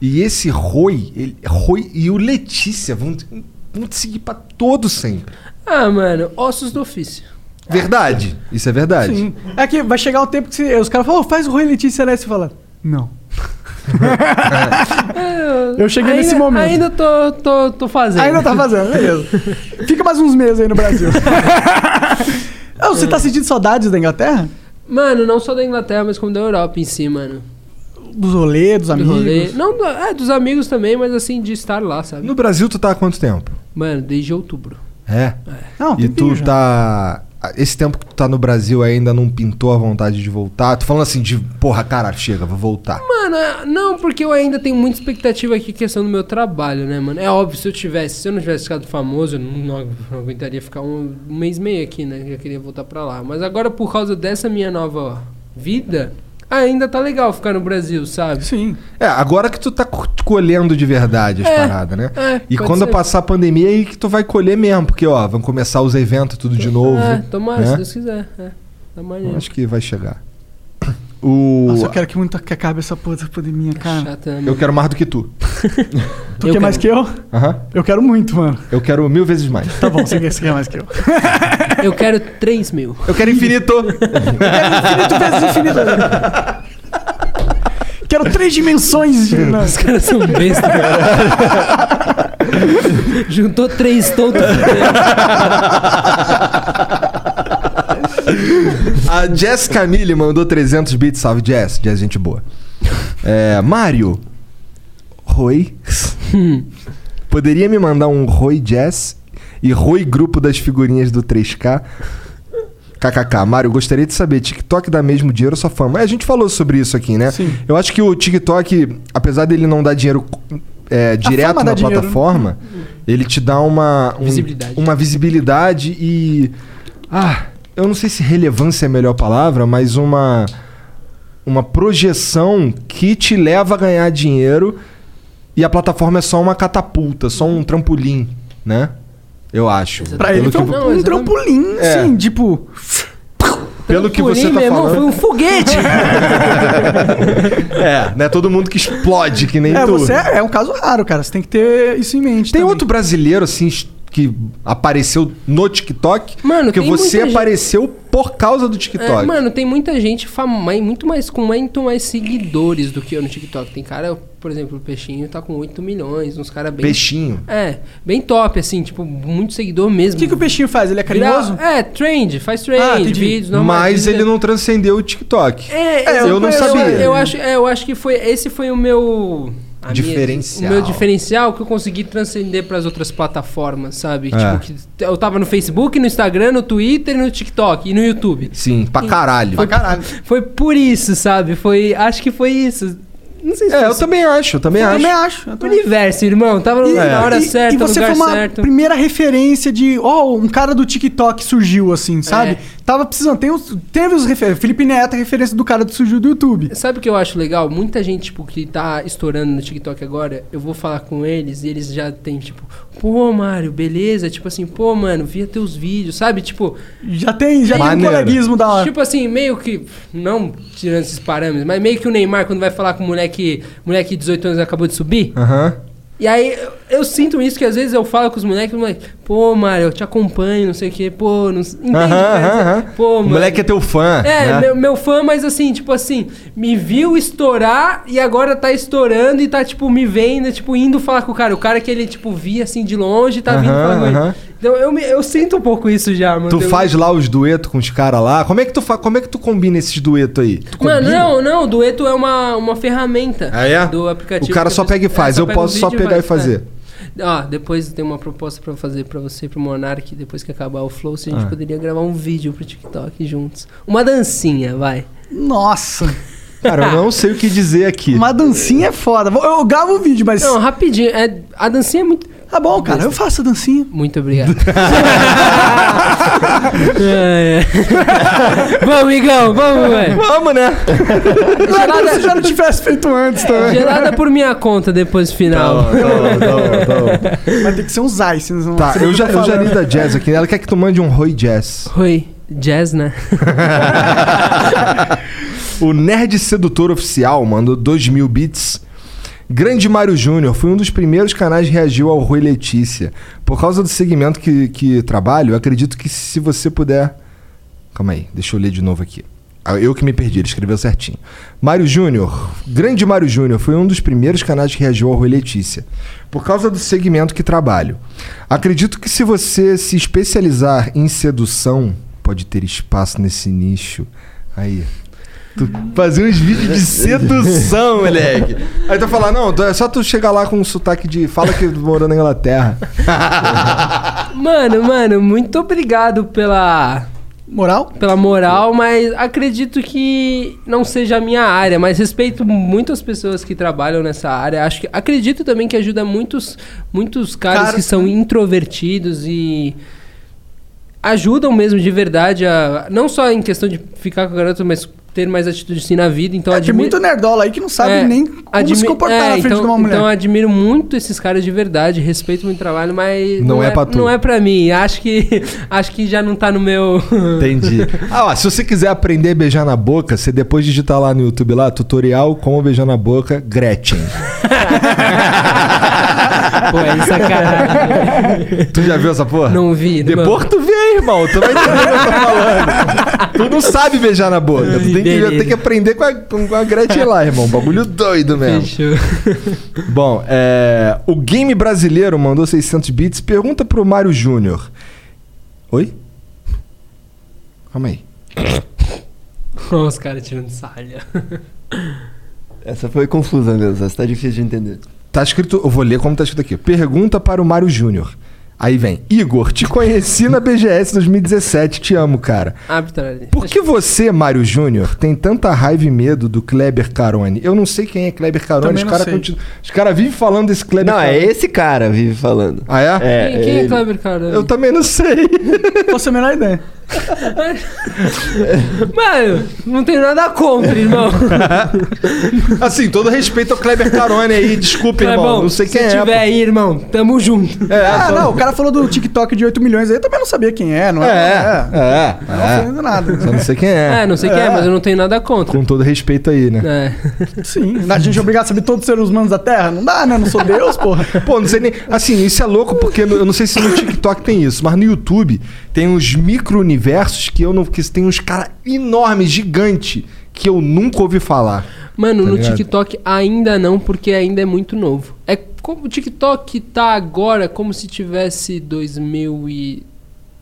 S2: E esse Roi, ele, Roi e o Letícia vão, te- vão te seguir pra todo sempre.
S3: Ah, mano, ossos do ofício.
S2: Verdade. Isso é verdade.
S1: Sim. É que vai chegar o tempo que você- os caras falam, "Ô, faz o Rui Letícia, né? E Você fala, não. Eu cheguei
S3: Ainda-
S1: nesse momento.
S3: Ainda tô, tô, tô fazendo.
S1: Ainda tá fazendo, beleza. Fica mais uns meses aí no Brasil. Ah, você
S3: É.
S1: tá sentindo saudades da Inglaterra?
S3: Mano, não só da Inglaterra, mas como da Europa em si, mano.
S1: Dos rolês, dos
S3: Do
S1: amigos?
S3: rolê. Não, do- é, dos amigos também, mas assim, de estar lá, sabe?
S2: No Brasil, tu tá há quanto tempo?
S3: Mano, desde outubro.
S2: É.
S1: Não,
S2: e
S1: tempinho
S2: tu
S1: já.
S2: tá. Esse tempo que tu tá no Brasil ainda não pintou a vontade de voltar? Tu falando assim de, porra, cara, chega, vou voltar.
S3: Mano, é- não, porque eu ainda tenho muita expectativa aqui questão do meu trabalho, né, mano? É óbvio, se eu tivesse, se eu não tivesse ficado famoso, eu não, não- não aguentaria ficar um, um mês e meio aqui, né? Eu queria voltar pra lá. Mas agora, por causa dessa minha nova vida, ainda tá legal ficar no Brasil, sabe?
S1: Sim.
S2: É, agora que tu tá co- colhendo de verdade as
S3: É,
S2: paradas, né?
S3: é,
S2: e
S3: pode
S2: quando
S3: ser.
S2: passar a pandemia, aí que tu vai colher mesmo, porque, ó, vão começar os eventos tudo de novo.
S3: É, tomara, se
S2: né?
S3: Deus quiser. É, tá maneiro.
S2: Acho que vai chegar. O...
S1: Nossa, eu quero que muito que acabe essa porra dessa pandemia, cara.
S3: Chata, né,
S2: eu
S3: mano?
S2: quero mais do que tu.
S1: Tu quer mais que eu?
S2: Aham.
S1: Eu quero muito, mano.
S2: Eu quero mil vezes mais.
S1: Tá bom, você quer, você quer mais que eu.
S3: Eu quero 3 mil.
S2: Eu quero infinito.
S1: Infinito vezes infinito. Quero três dimensões de. Não.
S3: Os caras são besta. Juntou três
S2: É,
S3: tontos.
S2: A Jess Camille mandou 300 bits. Salve, Jess. Jess, gente boa. É, Mário. Roi. Poderia me mandar um Roi Jess e Roi Grupo das Figurinhas do 3K? KKK. Mário, gostaria de saber, TikTok dá mesmo dinheiro ou só fama? É, a gente falou sobre isso aqui, né?
S1: Sim.
S2: Eu acho que o TikTok, apesar dele não dar dinheiro é, direto
S1: fama
S2: na
S1: dá dinheiro, né?
S2: plataforma, ele te dá uma... um-
S3: Visibilidade.
S2: Uma visibilidade e... Ah, eu não sei se relevância é a melhor palavra, mas uma uma projeção que te leva a ganhar dinheiro e a plataforma é só uma catapulta, só um trampolim, né? Eu acho.
S1: Pra ele foi um,
S2: que,
S3: Não,
S1: um
S3: exatamente.
S1: trampolim,
S2: É.
S1: sim, tipo.
S2: pelo que
S3: Por
S2: você
S3: mim,
S2: tá
S3: meu irmão, foi
S2: falando,
S3: um foguete.
S2: é, né? Todo mundo que explode que nem
S1: É,
S2: tu.
S1: você é, é um caso raro, cara. Você tem que ter isso em mente.
S2: Tem
S1: também.
S2: outro brasileiro assim es- que apareceu no TikTok,
S3: Mano,
S2: que
S3: tem
S2: você
S3: muita gente-
S2: apareceu por causa do TikTok.
S3: É, mano, tem muita gente fama, mas muito mais, com muito mais seguidores do que eu no TikTok. Tem cara, por exemplo, o Peixinho tá com 8 milhões, uns caras bem.
S2: Peixinho.
S3: É, bem top, assim, tipo, muito seguidor mesmo.
S1: O que, que o peixinho faz? Ele é
S3: Vira-
S1: carinhoso?
S3: É, trend, faz
S1: Ah,
S3: trend,
S1: entendi.
S3: vídeos normais.
S2: Mas ele não transcendeu o TikTok.
S3: É,
S2: É, eu não
S3: conheço,
S2: sabia.
S3: Eu, acho, é, eu acho que foi esse foi o meu a minha-
S2: Diferencial.
S3: o meu diferencial que eu consegui transcender pras outras plataformas, sabe?
S2: É.
S3: Tipo que eu tava no Facebook, no Instagram, no Twitter, no TikTok e no YouTube.
S2: Sim, pra caralho.
S1: Pra caralho.
S3: Foi por isso, sabe? Foi, acho que foi isso. Não sei se
S2: É,
S3: foi
S2: eu também acho, eu também
S1: Eu
S2: acho.
S1: também acho. É. eu
S3: o
S1: também acho.
S3: universo, irmão. Tava
S1: E-
S3: na hora
S1: e-
S3: certa,
S1: e
S3: no
S1: você
S3: lugar
S1: foi uma
S3: certo.
S1: primeira referência de, ó, um cara do TikTok surgiu, assim, sabe?
S3: É.
S1: Tava precisando, tem uns, teve os referências. Felipe Neto é referência do cara que surgiu do YouTube.
S3: Sabe o que eu acho legal? Muita gente, tipo, que tá estourando no TikTok agora, eu vou falar com eles e eles já tem, tipo, pô, Mário, beleza? Tipo assim, pô, mano, via teus vídeos, sabe? Tipo,
S1: Já tem, já tem um
S2: Maneiro.
S1: coleguismo da
S2: Ah.
S1: hora.
S3: tipo assim, meio que. Não tirando esses parâmetros, mas meio que o Neymar, quando vai falar com o moleque, moleque de 18 anos acabou de subir.
S2: Aham.
S3: E aí eu, eu sinto isso que às vezes eu falo com os moleques, os moleques, pô, Mário, eu te acompanho, não sei o quê, pô, não sei.
S2: Aham, aham, aham. O
S3: Pô, mano.
S2: moleque é teu fã.
S3: É,
S2: né?
S3: meu, meu fã, mas assim, tipo assim, me viu estourar e agora tá estourando e tá, tipo, me vendo, tipo, indo falar com o cara. O cara que ele, tipo, via assim de longe, tá vindo
S2: Aham,
S3: falar com
S2: aham.
S3: ele. Então, eu, me- eu sinto um pouco isso já, mano.
S2: Tu
S3: Eu-
S2: faz lá os duetos com os caras lá? Como é que tu fa... como é que tu combina esses duetos aí? Tu
S3: Mano,
S2: combina?
S3: não, não, o dueto é uma, uma ferramenta
S2: Ah, é?
S3: do aplicativo.
S2: O cara
S3: que
S2: só
S3: eu-
S2: pega e faz,
S3: só
S2: eu
S3: pega um
S2: posso só
S3: vídeo
S2: pegar e
S3: vai,
S2: fazer.
S3: é. Ah, depois tem uma proposta pra fazer pra você e pro Monark, depois que acabar o Flow, se a gente
S2: Ah.
S3: poderia gravar um vídeo pro TikTok juntos. Uma dancinha, vai.
S1: Nossa!
S2: Cara, eu não sei o que dizer aqui.
S1: Uma dancinha é foda. Vou- Eu gravo o vídeo, mas.
S3: Não, rapidinho. É, a dancinha é muito.
S1: Tá bom, cara, eu faço a dancinha.
S3: Muito obrigado. É, é. vamos, amigão, vamos, velho.
S2: Vamos, né?
S3: é
S1: Claro que você já não tivesse feito antes também.
S3: Gerada por minha conta depois do final.
S1: Vai ter que ser um uns ice, não
S2: Tá,
S1: sei o
S2: eu
S1: que
S2: já,
S1: tô
S2: eu já
S1: falando.
S2: li da Jazz aqui. Ela quer que tu mande um Roy Jazz.
S3: Oi, jazz, né?
S2: O Nerd Sedutor Oficial mandou 2 mil bits. Grande Mário Júnior foi um dos primeiros canais que reagiu ao Rui Letícia. Por causa do segmento que, que trabalho, eu acredito que se você puder. Calma aí, deixa eu ler de novo aqui. Ah, Eu que me perdi, ele escreveu certinho. Mário Júnior, grande Mário Júnior, foi um dos primeiros canais que reagiu ao Rui Letícia. Por causa do segmento que trabalho. Acredito que se você se especializar em sedução, pode ter espaço nesse nicho. Aí. Tu fazer uns vídeos de sedução, moleque. Aí tu falar, não, é só tu chegar lá com um sotaque de. Fala que morou na Inglaterra.
S3: Mano, mano, muito obrigado pela.
S1: Moral?
S3: Pela moral, mas acredito que não seja a minha área, mas respeito muito as pessoas que trabalham nessa área. Acho que acredito também que ajuda muitos muitos caras
S1: Caras,
S3: que são introvertidos e ajudam mesmo de verdade a não só em questão de ficar com a garota, mas ter mais atitude assim na vida. Então
S1: É, tem
S3: admi-
S1: muito nerdola aí que não sabe
S3: é,
S1: nem como se
S3: admi-
S1: comportar
S3: é,
S1: na frente
S3: então,
S1: de uma mulher.
S3: Então admiro muito esses caras de verdade, respeito muito o trabalho, mas
S2: Não é pra tu.
S3: não é para mim. Acho que acho que já não tá no meu
S2: Entendi. Ah, ó, se você quiser aprender a beijar na boca, você depois digitar lá no YouTube lá, tutorial como beijar na boca, Gretchen.
S3: Pô, é sacanagem.
S2: Tu já viu essa porra?
S3: Não vi.
S2: Depois tu vê, irmão. Tu vai entender o que eu tô falando. Tu não sabe beijar na boca. Tu tem que,
S3: Delírio.
S2: tem que aprender com a, com a Gretchen lá, irmão. Bagulho doido mesmo.
S3: Fechou.
S2: Bom, é, o Game Brasileiro mandou 600 bits. Pergunta pro Mário Júnior. Oi? Calma aí.
S3: Ó, Os caras tirando salha.
S4: Essa foi confusa mesmo, essa tá difícil de entender.
S2: Tá escrito, eu vou ler como tá escrito aqui. Pergunta para o Mário Júnior. Aí vem, Igor, te conheci na BGS 2017, te amo, cara.
S3: Abre tá ali.
S2: Por que você, Mário Júnior, tem tanta raiva e medo do Kleber Carone? Eu não sei quem é Kleber Carone,
S1: Também
S2: os
S1: não
S2: caras
S1: sei.
S2: continuam. Os caras vivem falando desse Kleber
S4: Não, é
S2: Carone.
S4: esse cara vive falando.
S2: Ah, é?
S4: É,
S3: né? Quem, quem é
S4: ele.
S3: Kleber, cara?
S2: Eu também não sei.
S1: Fosse a menor ideia.
S3: Mano, não tenho nada contra, irmão.
S2: Tá Assim, todo respeito ao Kleber Carone aí, desculpa, irmão.
S3: Clebão,
S2: Não sei quem
S3: se
S2: é.
S3: tiver aí, irmão, tamo junto.
S2: pô. É,
S1: Ah, não, o cara falou do TikTok de 8 milhões aí, eu também não sabia quem é, não
S2: É,
S1: é?
S2: é, é.
S1: Não fazendo nada.
S2: Só não sei quem
S3: É,
S2: é.
S3: não sei quem é, mas eu não tenho nada contra.
S2: Com todo respeito aí, né?
S3: É.
S1: Sim. A gente é obrigado a saber todos os seres humanos da Terra? Não dá, né? Não sou Deus, porra.
S2: Pô, não sei nem. Assim, isso é louco porque no- eu não sei se no TikTok tem isso, mas no YouTube tem uns micro-universos que eu não. que tem uns caras enormes, gigante, que eu nunca ouvi falar.
S3: Mano,
S2: Tá
S3: no
S2: ligado?
S3: TikTok ainda não, porque ainda é muito novo. É como o TikTok tá agora como se tivesse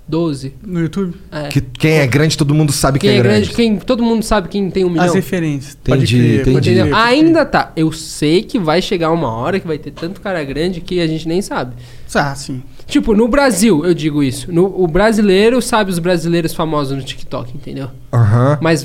S3: 2012.
S1: No YouTube?
S3: É.
S2: Que quem é grande, todo mundo sabe
S3: quem é grande, quem é todo mundo sabe quem tem um milhão.
S1: As referências.
S2: Entendi, entendi.
S3: Entendeu?
S2: Entendi.
S3: Ainda tá. Eu sei que vai chegar uma hora que vai ter tanto cara grande que a gente nem sabe.
S1: Ah, sim.
S3: Tipo, no Brasil, eu digo isso. No, o brasileiro sabe os brasileiros famosos no TikTok, entendeu?
S2: Aham.
S3: Mas,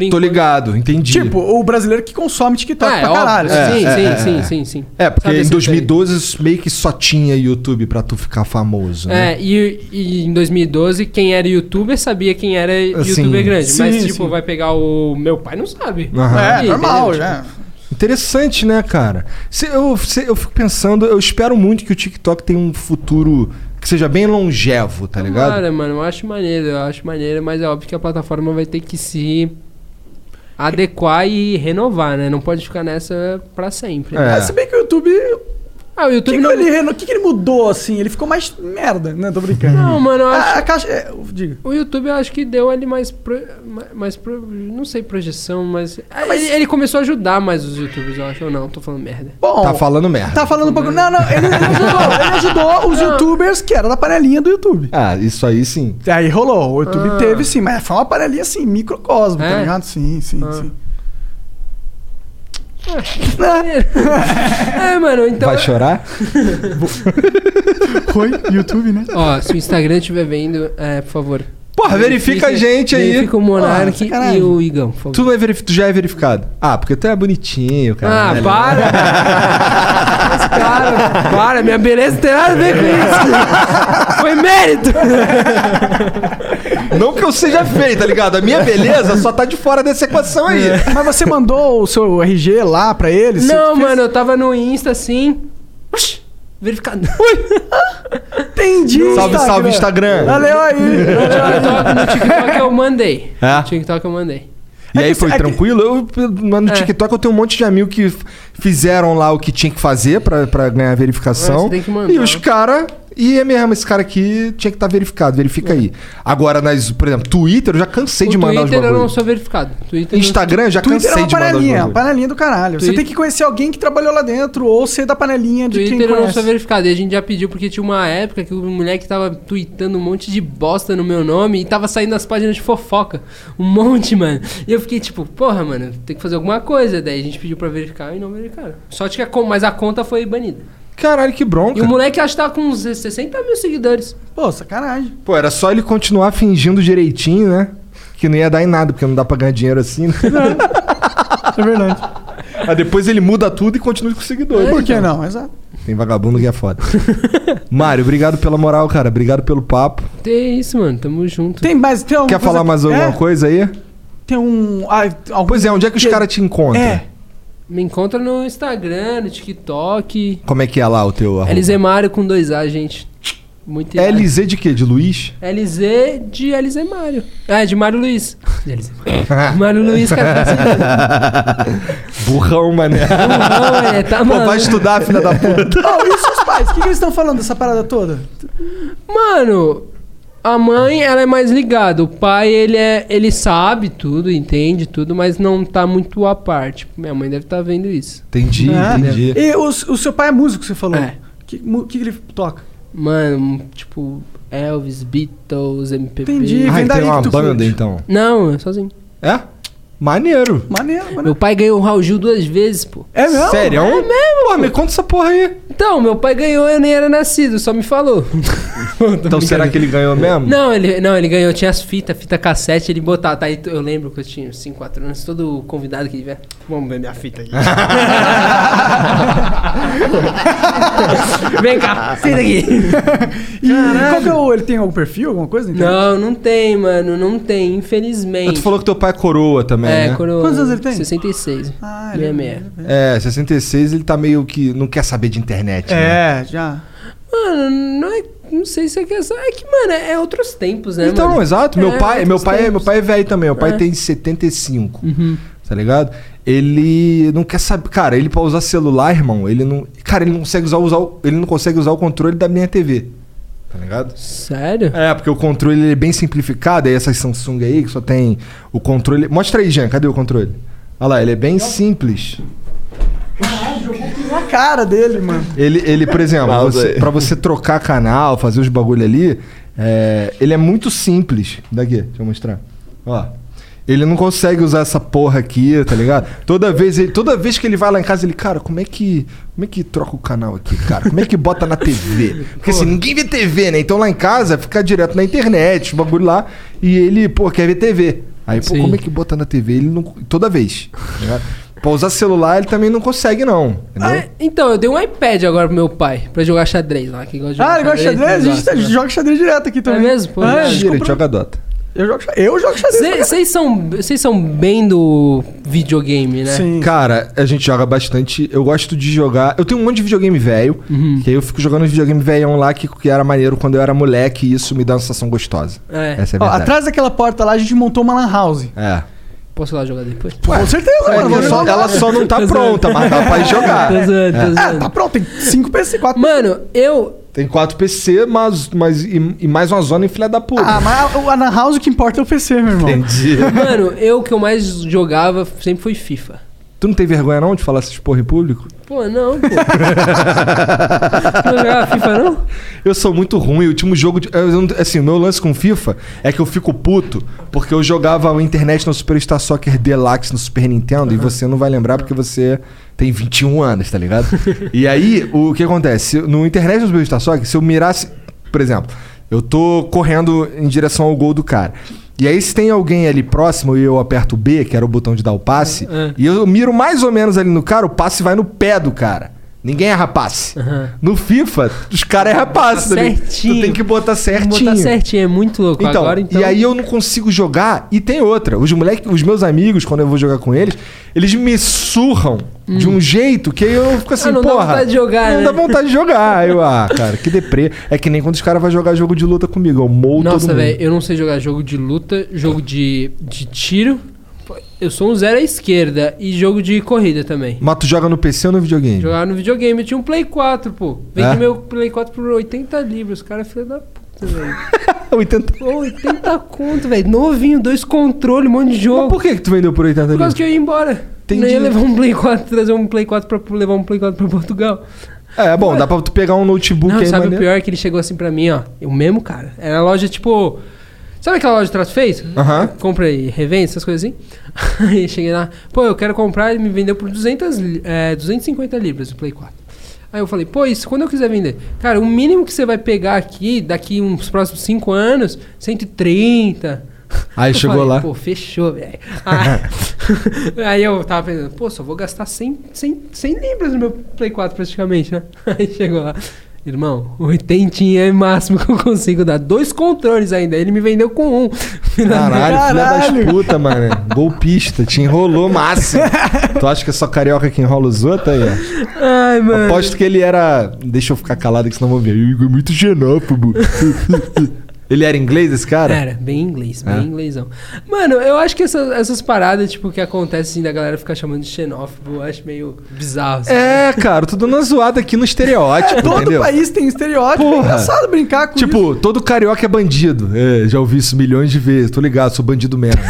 S2: Tô
S3: enquanto...
S2: ligado, entendi.
S1: Tipo, o brasileiro que consome TikTok
S3: Ah, é
S1: pra caralho.
S3: óbvio. sim,
S2: É,
S3: sim,
S2: é,
S3: sim,
S2: é.
S3: sim, sim.
S2: É, porque
S3: Sabe
S2: em
S3: essa
S2: 2012 meio que só tinha YouTube pra tu ficar famoso,
S3: daí?
S2: né?
S3: É, e, e em 2012, quem era youtuber sabia quem era
S2: Assim,
S3: youtuber grande. mas,
S1: sim,
S3: tipo,
S1: sim.
S3: vai pegar o... Meu pai não sabe.
S2: Aham. né?
S1: É,
S3: Ih,
S1: normal, é.
S3: entendeu?
S1: já.
S2: Interessante, né, cara? Se eu, se eu fico pensando, eu espero muito que o TikTok tenha um futuro que seja bem longevo, tá ligado?
S3: Cara, mano, eu acho maneiro, eu acho maneiro, mas é óbvio que a plataforma vai ter que se adequar e renovar, né? Não pode ficar nessa pra sempre.
S2: É.
S1: Ah, É. Se bem que o YouTube
S3: Ah, o YouTube
S1: que
S3: não-
S1: que ele reno- que, que ele mudou assim? Ele ficou mais merda. Não, tô brincando.
S3: Não, mano, eu
S1: A-
S3: acho-
S1: A, caixa. é, diga.
S3: O YouTube eu acho que deu ali mais. pro- ma- mais pro- não sei, projeção, mas.
S2: Ah,
S3: Ele, ele começou a ajudar mais os youtubers, eu acho. Ou não, tô falando merda.
S1: Bom.
S2: Tá falando merda.
S1: Tá falando um pouco. Não, não, ele, ele ajudou. Ele ajudou os youtubers que era da panelinha do YouTube.
S2: Ah, isso aí sim.
S1: Aí rolou. O YouTube
S3: Ah.
S1: teve sim, mas foi uma panelinha assim, microcosmo, tá
S3: É?
S1: ligado? Sim, sim, sim.
S3: É, mano, então.
S2: Vai chorar?
S1: Foi YouTube, né?
S3: Ó, se o Instagram estiver vendo, é, por favor.
S2: Porra, verifica a gente aí.
S3: Verifica o
S1: Ah,
S3: Monark
S1: sacanagem.
S3: e o Igão, por favor.
S2: Tu, não é verif... tu já é verificado. Ah, porque tu é bonitinho,
S3: Ah,
S2: cara.
S3: para! Mas, cara, para, minha beleza não tem nada a ver com isso! Foi mérito!
S2: Não que eu seja feio, tá ligado? A minha beleza só tá de fora dessa equação aí.
S1: Mas você mandou o seu RG lá pra eles?
S3: Não,
S1: Você fez-
S3: mano, eu tava no Insta assim. Oxi, verificado. Ui!
S1: Entendi.
S2: Salve, salve, Instagram.
S1: Valeu aí.
S3: TikTok, no TikTok eu mandei.
S2: É?
S3: No TikTok eu mandei.
S2: E
S1: É
S2: aí
S1: que
S2: foi
S1: cê- é que-
S2: tranquilo? Eu, mas no
S3: É.
S2: TikTok eu tenho um monte de amigo que f- fizeram lá o que tinha que fazer pra, pra ganhar a verificação.
S3: Ah, você tem que mandar.
S2: E os caras. E é mesmo, esse cara aqui tinha que estar verificado, verifica aí. Agora, nas, por exemplo, Twitter, eu já cansei
S3: É. O
S2: de mandar
S3: Twitter
S2: os
S3: eu não
S2: bagulhos.
S3: sou verificado. Twitter eu não-
S2: Instagram, eu já
S1: Twitter é
S2: cansei
S1: uma
S2: de mandar os
S1: panelinha, uma
S2: bagulhos.
S1: panelinha do caralho. Você tem
S3: Twitter-
S1: que conhecer alguém que trabalhou lá dentro ou ser da panelinha de quem
S3: Twitter é eu não
S1: conhece.
S3: sou verificado. E a gente já pediu porque tinha uma época que o moleque tava tweetando um monte de bosta no meu nome e tava saindo nas páginas de fofoca. Um monte, mano. E eu fiquei tipo, porra, mano, tem que fazer alguma coisa. Daí a gente pediu pra verificar e não verificaram. Sorte que a con- mas a conta foi banida.
S2: Caralho, que
S3: E
S2: bronca.
S3: o moleque acho que tava com uns 60 mil seguidores.
S1: Pô, sacanagem.
S2: Pô, era só ele continuar fingindo direitinho, né? Que não ia dar em nada, porque não dá pra ganhar dinheiro assim. Né?
S1: É verdade.
S2: Aí depois ele muda tudo e continua com os
S3: É,
S2: seguidores.
S1: Por
S3: então.
S1: que né? não? Exato.
S2: Tem vagabundo que é foda. Mário, obrigado pela moral, cara. Obrigado pelo papo.
S3: Que isso, mano. Tamo junto.
S1: Tem mais. Tem alguma
S2: Quer falar
S1: coisa-
S2: mais alguma
S1: É,
S2: coisa aí?
S1: Tem um. Ah, algum-
S2: Pois é, onde é que os caras te encontram?
S1: É.
S3: Me encontra no Instagram, no TikTok.
S2: Como é que é lá o teu arroba?
S3: LZ Mário com dois A, gente. Muito irado.
S2: LZ de quê? De Luiz?
S3: LZ de LZ Mário. Ah, é de Mário Luiz. De LZ Mário. Mário Luiz, cara. tá assim,
S2: Burrão, mané.
S3: Não, é,
S1: Ah,
S3: tá,
S2: Pô,
S3: mano.
S2: vai estudar, filha da puta.
S1: Oh, e os seus pais? O que, que eles estão falando dessa parada toda?
S3: Mano, a mãe, ela é mais ligada. O pai, ele é, ele sabe tudo, entende tudo, mas não tá muito à parte. Minha mãe deve estar vendo isso.
S2: Entendi,
S1: Ah,
S2: entendi.
S1: E o, o seu pai é músico, você falou?
S3: É.
S1: Que, mu- que que ele toca?
S3: Mano, tipo, Elvis, Beatles, MPB.
S1: Entendi.
S2: Ah,
S1: vem
S2: ele
S1: daí
S2: tem uma
S1: que tu
S2: banda,
S1: curte.
S2: então.
S3: Não, é sozinho.
S2: É? Maneiro.
S1: Maneiro,
S3: Meu
S1: maneiro.
S3: pai ganhou o Raul Gil duas vezes, pô.
S1: É mesmo?
S2: Sério? É mesmo? Pô, me conta essa porra aí.
S3: Então, meu pai ganhou, eu nem era nascido, só me falou.
S2: Então será que ele ganhou mesmo?
S3: Não, ele, não, ele ganhou, tinha as fitas, fita cassete, ele botava, tá, aí eu lembro que eu tinha 5, 4 anos, todo convidado que tiver, vamos ver minha fita aqui. Vem cá, senta aqui.
S1: E qual que é o, ele tem algum perfil, alguma coisa? então?
S3: Não, não tem, mano, não tem, infelizmente.
S2: Tu falou que teu pai é coroa também,
S3: é,
S2: né?
S3: coroa.
S1: Quantos anos ele tem?
S3: 66.
S1: Ah, ele-
S3: 66.
S2: É, 66 ele tá meio que não quer saber de internet, né?
S1: É, já.
S3: Mano, não, é, não sei se é questão, é que, mano, é, é outros tempos, né,
S2: Então,
S3: mano?
S2: exato. Meu
S3: É,
S2: pai, meu
S3: outros
S2: pai,
S3: tempos.
S2: meu pai é velho também. Meu pai
S3: É.
S2: tem 75. Tá ligado? Ele não quer saber, cara, ele pra usar celular, irmão, ele não, cara, ele não consegue usar, usar o- ele não consegue usar o controle da minha TV. Tá ligado?
S3: Sério?
S2: É, porque o controle ele é bem simplificado, aí essas Samsung aí que só tem o controle. Mostra aí, Jean, cadê o controle? Olha lá, ele é bem simples.
S1: A cara dele, mano.
S2: Ele, ele por exemplo,
S4: Pausa
S2: você,
S4: aí.
S2: pra você trocar canal, fazer os bagulho ali, é, ele é muito simples. Daqui, deixa eu mostrar. Ó. Ele não consegue usar essa porra aqui, tá ligado? Toda vez, ele- toda vez que ele vai lá em casa, ele, cara, como é que. Como é que troca o canal aqui, cara? Como é que bota na TV? Porque assim, ninguém vê TV, né? Então lá em casa fica direto na internet, o bagulho lá. E ele, pô, quer ver TV. Aí, pô,
S3: Sim.
S2: como é que bota na TV? Ele não. Toda vez. Tá ligado? pra usar celular, ele também não consegue, não. Entendeu?
S3: Ah, então, eu dei um iPad agora pro meu pai, pra jogar xadrez lá, que gosta de jogar
S1: Ah, ele gosta de xadrez? A gente tá- joga xadrez direto aqui também.
S3: mesmo? Pô,
S1: Ah,
S3: legal.
S1: a gente
S2: Mentira, ele
S1: comprou-
S2: joga Dota.
S1: eu jogo xadrez. Eu jogo xadrez. pra
S3: Vocês são, vocês são bem do videogame, né?
S1: caralho. Sim.
S2: Cara, a gente joga bastante. Eu gosto de jogar. Eu tenho um monte de videogame velho.
S1: Uhum.
S2: Que aí eu fico jogando videogame velhão lá que, que era maneiro quando eu era moleque. E isso me dá uma sensação gostosa.
S3: É.
S2: Essa é a
S1: Ó,
S2: verdade.
S1: atrás daquela porta lá, a gente montou uma lan house.
S2: É.
S3: Posso ir lá jogar depois?
S1: Com certeza,
S3: Sério,
S1: mano.
S3: eu
S1: Só-
S3: não-
S1: é ela só não tá
S3: Tô zoando.
S2: pronta, mas dá pra ir jogar.
S3: Ah, Tô zoando, tô
S2: É.
S3: zoando.
S2: Ah, tá
S1: pronto, tem 5 PC, 4
S3: Mano, eu.
S2: Tem quatro PC, mas, mas e, e mais uma zona em filha da puta.
S1: Ah, mas a, a Ana House o que importa é o PC, meu irmão.
S2: Entendi.
S3: Mano, eu que eu mais jogava sempre foi FIFA.
S2: Tu não tem vergonha não de falar essas porra em público?
S3: Pô, não, pô. não jogava FIFA, não?
S2: Eu sou muito ruim. O último jogo. De, eu não- assim, o meu lance com FIFA é que eu fico puto porque eu jogava a internet no Superstar Soccer Deluxe no Super Nintendo e você não vai lembrar porque você tem 21 anos, tá ligado? e aí, o que acontece? No internet no Superstar Soccer, se eu mirasse. Por exemplo, eu tô correndo em direção ao gol do cara. E aí, se tem alguém ali próximo e eu aperto o B, que era o botão de dar o passe, e eu miro mais ou menos ali no cara, o passe vai no pé do cara. Ninguém erra passe. No FIFA, os caras erram passe. tá ligado? Tu tem que botar certinho.
S3: Botar certinho, é muito louco.
S2: Então,
S3: Agora, então.
S2: E aí eu não consigo jogar. E tem outra. Os moleque, os meus amigos, quando eu vou jogar com eles, eles me surram de um jeito que eu fico assim,
S3: Hum. Ah, não dá
S2: porra.
S3: vontade de jogar,
S2: Não
S3: né?"
S2: dá vontade de jogar. Aí Eu, ah, cara, que deprê. É que nem quando os caras vão jogar jogo de luta comigo. Eu mou todo
S3: então- Nossa,
S2: mundo.
S3: velho, eu não sei jogar jogo de luta, jogo de, de tiro. Eu sou um zero à esquerda e jogo de corrida também.
S2: Mas tu joga no PC ou no videogame?
S3: Jogava no videogame, eu tinha um Play 4, pô.
S2: É?
S3: Vendi meu Play 4 por 80 libras, cara, filho da puta, velho.
S2: 80
S3: Pô, 80 conto, velho. Novinho, dois controles, um monte de jogo.
S2: Por que, que tu vendeu por 80
S3: Por
S2: mil?
S3: causa que eu ia embora.
S2: Entendi.
S3: Não ia levar um Play 4, trazer um Play 4 pra levar um Play 4 pra Portugal.
S2: É, bom, dá pra tu pegar um notebook
S3: Não,
S2: aí,
S3: sabe o
S2: maneiro.
S3: pior é que ele chegou assim pra mim, ó. O mesmo cara. Era a loja tipo. Sabe aquela loja de trato feito?
S2: Aham.
S3: Compra e revende, essas coisas assim. Aí cheguei lá, pô, eu quero comprar, ele me vendeu por 200, li- é, 250 libras o Play 4. Aí eu falei, pô, isso quando eu quiser vender. Cara, o mínimo que você vai pegar aqui, daqui uns próximos 5 anos, 130.
S2: Aí
S3: Eu
S2: chegou
S3: falei,
S2: lá.
S3: Pô, fechou, velho. Aí, aí eu tava pensando, pô, só vou gastar 100, 100, 100 libras no meu Play 4 praticamente, né? Aí chegou lá. Irmão, 80 é o máximo que eu consigo dar. Dois controles ainda. Ele me vendeu com um.
S2: Caralho, filha
S1: Caralho.
S2: das putas, mano. Golpista, te enrolou máximo. tu acha que é só carioca que enrola os outros aí, ó?
S3: Ai, mano.
S2: Aposto que ele era. Deixa eu ficar calado que senão vão ver. "Ih, é muito xenófobo. ele era inglês, esse cara?
S3: Era, bem inglês, bem
S2: É.
S3: inglêsão. Mano, eu acho que essas, essas paradas, tipo, que acontecem assim, da galera ficar chamando de xenófobo, eu acho meio bizarro. assim. sabe?
S2: É, cara, tu dando uma zoada aqui no estereótipo,
S1: Todo
S2: entendeu?
S1: país tem estereótipo. É
S2: Porra.
S1: engraçado brincar com isso.
S2: Tipo, todo carioca é bandido. É, já ouvi isso milhões de vezes. Tô ligado, sou bandido mesmo.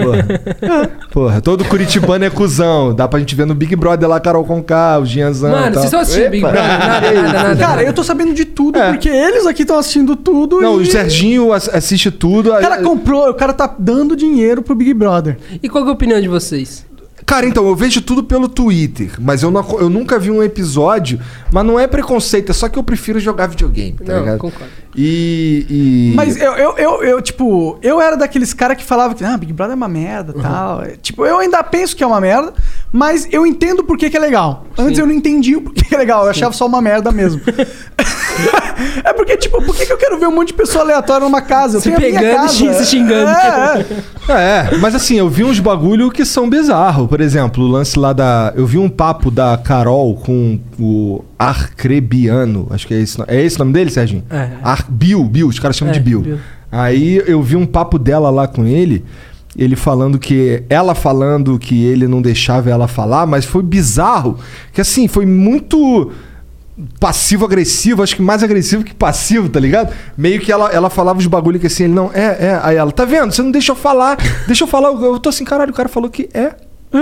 S2: Porra. Porra, todo curitibano é cuzão. Dá pra gente ver no Big Brother lá, Carol Conká, o
S1: É,
S2: Gianzão. e
S3: Mano,
S2: tal.
S3: vocês estão assistindo Big Brother? Nada, nada, nada.
S1: tá. né, Cara,
S3: nada.
S1: eu tô sabendo de tudo, porque eles aqui estão assistindo tudo.
S2: É. Não,
S1: e-
S2: o é- Serginho ass- assiste tudo.
S1: O cara comprou, o cara tá dando dinheiro pro Big Brother.
S3: E qual que é a opinião de vocês?
S2: Cara, então, eu vejo tudo pelo Twitter, mas eu, não aco- eu nunca vi um episódio. Mas não é preconceito, é só que eu prefiro jogar videogame, tá
S3: Não,
S2: ligado?
S3: concordo.
S2: E. e-
S1: Mas eu, eu, eu, eu, tipo, eu era daqueles cara que falava que, ah, Big Brother é uma merda
S2: Uhum.
S1: e tal. É, Tipo, eu ainda penso que é uma merda, mas eu entendo por que, que é legal. Antes
S3: Sim.
S1: eu não entendia o porquê que é legal, eu achava só uma merda mesmo. é porque, tipo, por que, que eu quero ver um monte de pessoa aleatória numa casa? Eu
S3: Se
S1: tenho a minha
S3: pegando
S1: casa.
S3: e se xingando.
S1: É, é.
S2: É, mas assim, eu vi uns bagulho que são bizarros. Por exemplo, o lance lá da. Eu vi um papo da Carol com o Arcrebiano. Acho que é esse, no- é esse o nome dele, Serginho?
S3: É.
S2: Ar... Bill, Bill, os caras chamam
S3: É,
S2: de Bill.
S3: Bill.
S2: Aí eu vi um papo dela lá com ele. Ele falando que. Ela falando que ele não deixava ela falar, mas foi bizarro. Que assim, foi muito passivo-agressivo, acho que mais agressivo que passivo, tá ligado? Meio que ela, ela falava os bagulho que assim, ele não, é, é, aí ela, tá vendo? Você não deixa eu falar, deixa eu falar, eu eu tô assim, caralho, o cara falou que é,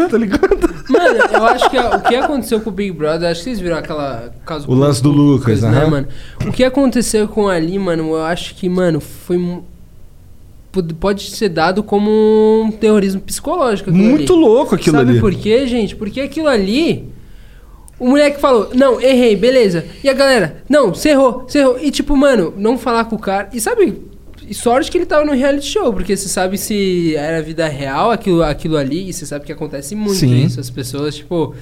S2: tá ligado?
S3: Mano, eu acho que a- o que aconteceu com o Big Brother, acho que vocês viram aquela caso né,
S2: O lance do Lucas, aham.
S3: mano? O que aconteceu com ali, mano, eu acho que, mano, foi mu- pod- pode ser dado como um terrorismo psicológico. aquilo
S2: Muito
S3: ali.
S2: louco aquilo
S3: Sabe
S2: ali.
S3: por quê, gente? Porque aquilo ali o moleque falou, não, errei, beleza. E a galera, não, você errou, você errou. E tipo, mano, não falar com o cara. E sabe, e sorte que ele tava no reality show, porque você sabe se era vida real aquilo, aquilo ali, e você sabe que acontece muito
S2: Sim.
S3: isso. As pessoas, tipo,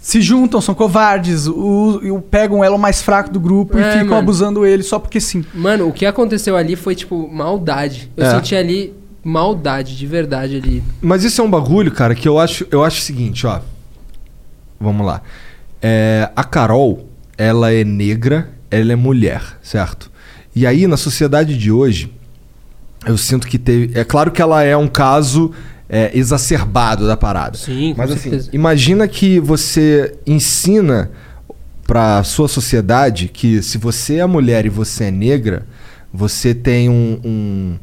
S1: Se juntam, são covardes, o, o- pegam o elo mais fraco do grupo e
S3: É,
S1: ficam
S3: mano.
S1: abusando ele só porque sim.
S3: mano, o que aconteceu ali foi, tipo, maldade. Eu
S2: É.
S3: senti ali maldade, de verdade ali.
S2: Mas isso é um bagulho, cara, que eu acho, eu acho o seguinte, ó. Vamos lá. É, a Carol, ela é negra, ela é mulher, certo? E aí, na sociedade de hoje, eu sinto que teve. É claro que ela é um caso é, exacerbado da parada.
S3: Sim,
S2: Mas
S3: com
S2: assim,
S3: certeza.
S2: imagina que você ensina pra sua sociedade que se você é mulher e você é negra, você tem um, um,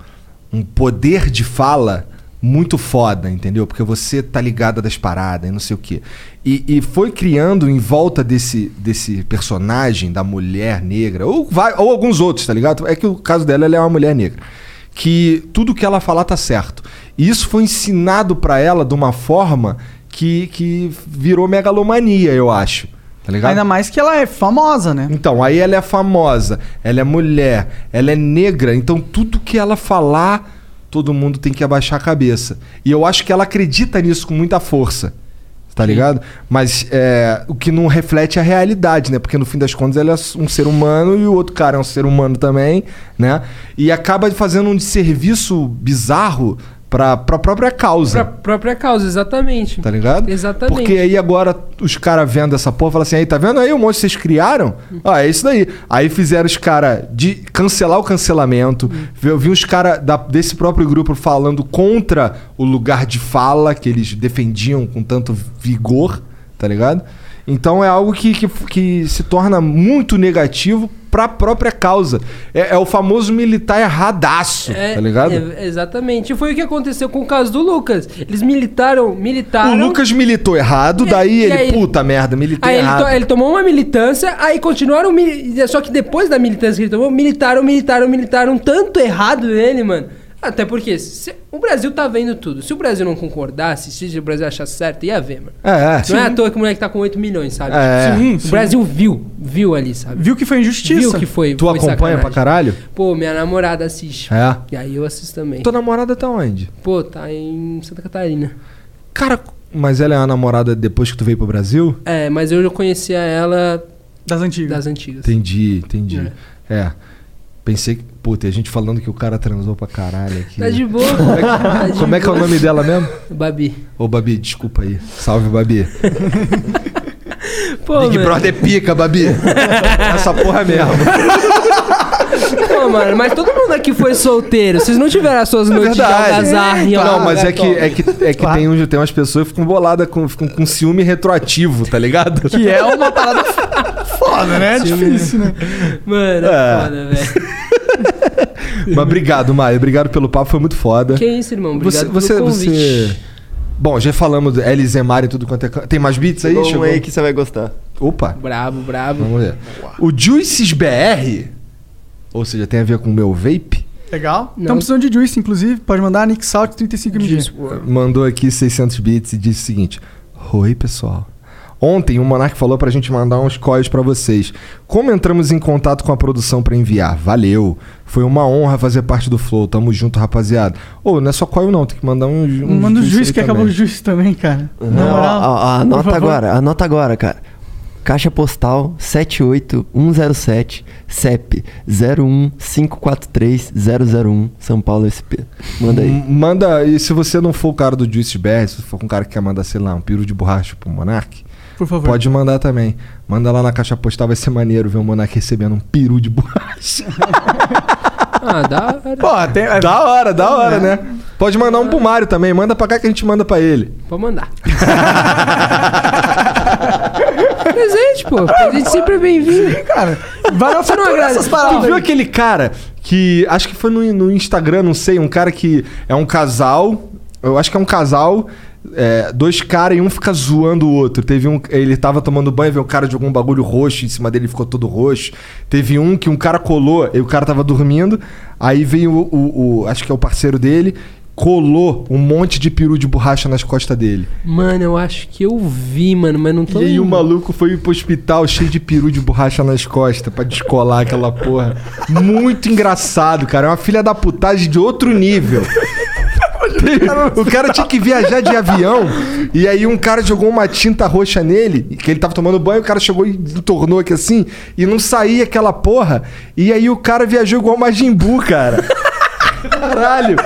S2: um poder de fala muito foda, entendeu? Porque você tá ligada das paradas e não sei o quê. E, e foi criando em volta desse, desse personagem da mulher negra, ou, vai, ou alguns outros, tá ligado? É que o caso dela, ela é uma mulher negra que tudo que ela falar tá certo. E isso foi ensinado pra ela de uma forma que, que virou megalomania, eu acho. Tá ligado?
S1: Ainda mais que ela é famosa, né?
S2: Então, aí ela é famosa, ela é mulher, ela é negra, então tudo que ela falar, todo mundo tem que abaixar a cabeça. E eu acho que ela acredita nisso com muita força. Tá ligado? Mas é, o que não reflete a realidade, né? Porque no fim das contas ela é um ser humano e o outro cara é um ser humano também, né? E acaba fazendo um desserviço bizarro pra, pra própria causa.
S3: Pra própria causa, exatamente.
S2: Tá ligado?
S3: Exatamente.
S2: Porque aí agora os caras vendo essa porra falam assim, aí tá vendo aí o monte que vocês criaram? Ah, é isso daí. Aí fizeram os caras de cancelar o cancelamento.
S3: Uhum.
S2: Eu vi uns caras desse próprio grupo falando contra o lugar de fala que eles defendiam com tanto vigor, tá ligado? Então é algo que, que, que se torna muito negativo pra própria causa. É, é o famoso militar erradaço,
S3: É,
S2: tá ligado?
S3: é, exatamente. E Foi o que aconteceu com o caso do Lucas. Eles militaram, militaram.
S2: O Lucas militou errado,
S3: E-
S2: daí
S3: e
S2: ele,
S3: aí-
S2: puta merda, militou
S3: Aí ele,
S2: errado.
S3: to- ele tomou uma militância, aí continuaram. mili- é Só que depois da militância que ele tomou, militaram, militaram, militaram um tanto errado nele, mano. Até porque se- o Brasil tá vendo tudo. Se o Brasil não concordasse, se o Brasil achasse certo, ia ver, mano.
S2: É, é.
S3: Não é à toa que o moleque tá com 8 milhões, sabe?
S2: É. Sim,
S3: O
S2: sim.
S3: Brasil viu, viu ali, sabe?
S1: Viu que foi injustiça.
S3: Viu que foi.
S2: Tu
S3: foi
S2: acompanha pra
S3: sacanagem.
S2: caralho?
S3: Pô, minha namorada assiste.
S2: É.
S3: E aí eu assisto também.
S2: Tua namorada tá onde?
S3: Pô, tá em Santa Catarina.
S2: Cara, mas ela é a namorada depois que tu veio pro Brasil?
S3: É, mas eu já conhecia ela
S1: Das antigas.
S3: das antigas.
S2: Entendi, entendi. É. Pensei que. Pô, tem gente falando que o cara transou pra caralho aqui.
S3: Tá de boa.
S2: Como é que,
S3: tá de
S2: como é, que é o
S3: boa.
S2: nome dela mesmo?
S3: Babi.
S2: Ô, Babi, desculpa aí. Salve, Babi.
S3: Pô,
S2: Big
S3: mano.
S2: Brother pica, Babi. Essa porra mesmo.
S3: Pô, mano, mas todo mundo aqui foi solteiro. Vocês não tiveram as suas
S2: É
S3: noites de
S2: verdade.
S3: algazarra em
S2: não,
S3: algum
S2: mas é
S3: lugar
S2: que, é que, é que
S1: Claro.
S2: tem, uns, tem umas pessoas que ficam boladas, com, ficam com ciúme retroativo, tá ligado?
S1: Que é uma parada f- foda, né? É difícil, né?
S3: top. Mano,
S2: É.
S3: é foda, velho.
S2: Mas obrigado, Maio. Obrigado pelo papo, foi muito foda.
S3: Que isso, irmão.
S2: Você,
S3: Obrigado
S2: você,
S3: pelo convite.
S2: você. Bom, já falamos do Elizemar e tudo quanto é. can- Tem mais beats aí?
S4: Chegou um
S2: Chegou?
S4: aí que você vai gostar.
S2: Opa,
S3: Brabo, brabo.
S2: vamos ver. O Juices BR, ou seja, tem a ver com o meu vape,
S1: Legal.
S3: Não.
S1: Estamos precisando de juice, inclusive. Pode mandar Nick Salt 35mg.
S3: Juice WRLD.
S2: mandou aqui 600 beats e disse o seguinte: Oi, pessoal. Ontem o Monark falou pra gente mandar uns cois pra vocês. Como entramos em contato com a produção pra enviar? Valeu. Foi uma honra fazer parte do Flow. Tamo junto, rapaziada. Ô, não é só coil não, tem que mandar um, um
S1: Manda o juiz
S2: aí
S1: que acabou o
S2: também.
S1: juiz também, cara. Na
S4: Não,
S1: moral.
S4: a- a-
S1: por
S4: anota
S1: favor.
S4: agora, anota agora, cara. Caixa postal 78107 CEP 015430001 São Paulo SP. Manda aí.
S1: Hum.
S2: M- Manda, e se você não for o cara do Juice BR, se for um cara que quer mandar, sei lá, um piro de borracha pro Monark,
S1: Por favor.
S2: pode mandar também. Manda lá na caixa postal, vai ser maneiro ver o Monark recebendo um peru de borracha.
S3: Ah, da hora.
S1: Pô, tem... é-
S2: da hora, da hora, né? Pode mandar um pro Mário também, manda pra cá que a gente manda pra ele.
S3: Pode mandar. presente, pô. Presente sempre é bem-vindo.
S1: Cara, vai
S3: Você não
S1: fatura
S3: agrada-
S1: essas
S2: Tu viu
S1: paradas.
S2: aquele cara que, acho que foi no, no Instagram, não sei, um cara que é um casal, eu acho que é um casal... é, dois caras e um fica zoando o outro. Teve um. Ele tava tomando banho, veio um cara de algum bagulho roxo em cima dele, ele ficou todo roxo. Teve um que um cara colou, e o cara tava dormindo. Aí veio o, o- o- Acho que é o parceiro dele, colou um monte de peru de borracha nas costas dele.
S3: Mano, eu acho que eu vi, mano, mas não tô
S2: e aí o
S3: lembrando.
S2: maluco foi pro hospital cheio de peru de borracha nas costas pra descolar aquela porra. Muito engraçado, cara. É uma filha da putagem de outro nível. O cara tinha que viajar de avião e aí um cara jogou uma tinta roxa nele, que ele tava tomando banho, o cara chegou e tornou aqui assim, e não saía aquela porra. E aí o cara viajou igual Majin Buu, cara. Caralho!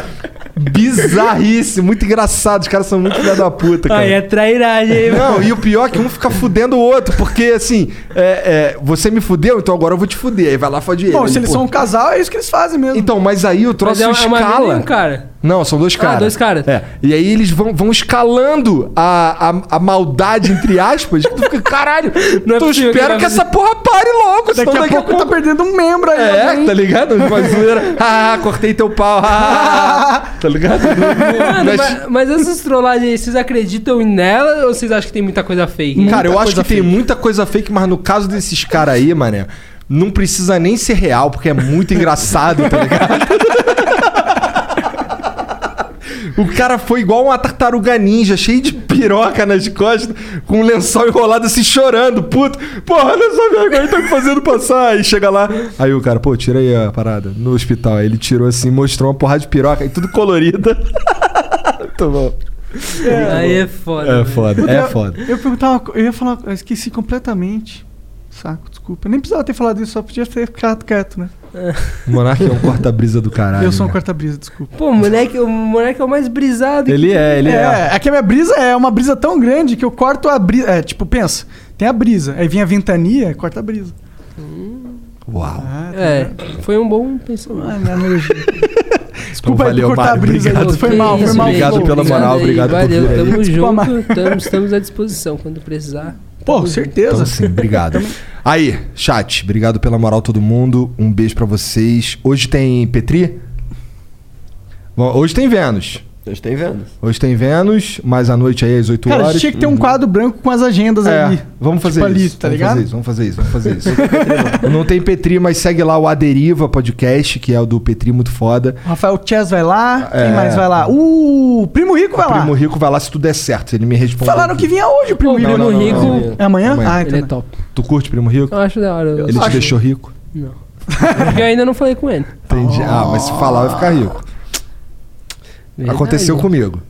S2: bizarríssimo, muito engraçado. Os caras são muito filha da puta, cara.
S3: Aí é trairagem, hein,
S2: Não,
S3: mano?
S2: e o pior é que um fica fudendo o outro, porque assim, é, é, você me fudeu, então agora eu vou te fuder. Aí vai lá e fode ele.
S1: Bom, se eles
S2: Pô.
S1: são um casal, é isso que eles fazem mesmo.
S2: Então, mas aí o troço
S3: Mas é uma- é uma mina
S2: escala.
S3: e um cara?
S2: Não, são dois
S3: Ah,
S2: caras.
S3: dois caras.
S2: É. E aí eles vão, vão escalando a, a, a maldade, entre aspas, que tu fica, caralho,
S3: Não é
S2: tu
S3: possível que
S2: espera
S3: vai
S2: que essa
S3: fazer-
S2: porra pare logo,
S1: Daqui a pouco tá perdendo um membro aí.
S2: É,
S1: alguém.
S2: tá ligado? Uma zoeira. Ah, cortei teu pau. Ah, tá ligado?
S3: Mano,
S2: Mas-
S3: mas, mas essas trollagens aí, vocês acreditam nela ou vocês acham que tem muita coisa fake?
S2: Cara, eu
S1: Muita
S2: acho que
S1: coisa
S2: tem
S1: fake.
S2: muita coisa fake, mas no caso desses caras aí, mané, não precisa nem ser real, porque é muito engraçado, tá ligado? O cara foi igual uma tartaruga ninja, cheio de piroca nas costas, com um lençol enrolado assim, chorando, puto. Porra, olha só minha vergonha, tá me fazendo passar. Aí chega lá, aí o cara, pô, tira aí a parada. No hospital, aí ele tirou assim, mostrou uma porrada de piroca, e tudo colorida. Muito bom.
S3: Aí é foda.
S2: É
S3: velho.
S2: foda, é foda.
S1: Eu perguntava, eu ia falar, eu esqueci completamente. Saco, desculpa. Eu nem precisava ter falado isso, só podia ter ficado quieto, né?
S2: O Monark é um corta-brisa do caralho.
S1: eu sou um
S2: né?
S1: corta-brisa, desculpa.
S3: Pô, moleque, o moleque é o mais brisado.
S2: Ele é, ele
S1: é,
S2: é.
S1: é que a minha brisa é uma brisa tão grande que eu corto a brisa. É, tipo, pensa, tem a brisa. Aí vem a ventania, corta a brisa.
S2: Uau.
S3: É, foi um bom pensamento.
S1: Ai, Ah, é minha analogia.
S2: Desculpa
S1: aí por cortar a brisa,
S2: Então Obrigado,
S1: Foi
S3: Que
S1: mal, foi
S3: isso,
S1: mal.
S3: velho.
S2: Obrigado pela moral,
S3: aí,
S2: obrigado por
S3: Valeu,
S2: vir aí.
S3: tamo
S1: Desculpa, mas-
S3: junto. Tamo, estamos à disposição quando precisar.
S1: Pô, certeza.
S2: Então, sim, obrigado. Aí, chat, obrigado pela moral todo mundo. Um beijo pra vocês. Hoje tem Petri? Bom, hoje tem Vênus.
S4: Eu estou vendo.
S2: Hoje tem Vênus, mas à noite aí às 8
S1: Cara,
S2: horas.
S1: tinha que ter um quadro branco com as agendas
S2: É,
S1: ali.
S2: Vamos fazer
S1: Tipo ali,
S2: isso.
S1: tá
S2: vamos
S1: ligado? é
S2: fazer isso, vamos fazer isso, vamos fazer isso. Não tem Petri, mas segue lá o Aderiva Podcast, que é o do Petri muito foda.
S1: O Rafael Chess vai lá,
S2: É. Ah,
S1: quem mais vai lá? Uh, o Primo Rico vai lá.
S2: Primo Rico vai lá se tudo der certo. Ele me responde.
S1: Falaram que vinha hoje o Primo
S3: Pô,
S1: Rico.
S3: Primo
S2: não, não,
S3: Rico.
S2: não.
S1: É amanhã?
S2: Amanhã.
S1: Ah, então.
S3: Ele é
S1: não.
S3: top.
S2: Tu curte Primo Rico?
S3: Eu acho da hora.
S2: Ele te deixou rico?
S3: Porque eu ainda não falei com ele.
S2: Entendi. Ah, mas se falar vai ficar rico. Aconteceu
S3: Verdade.
S2: comigo.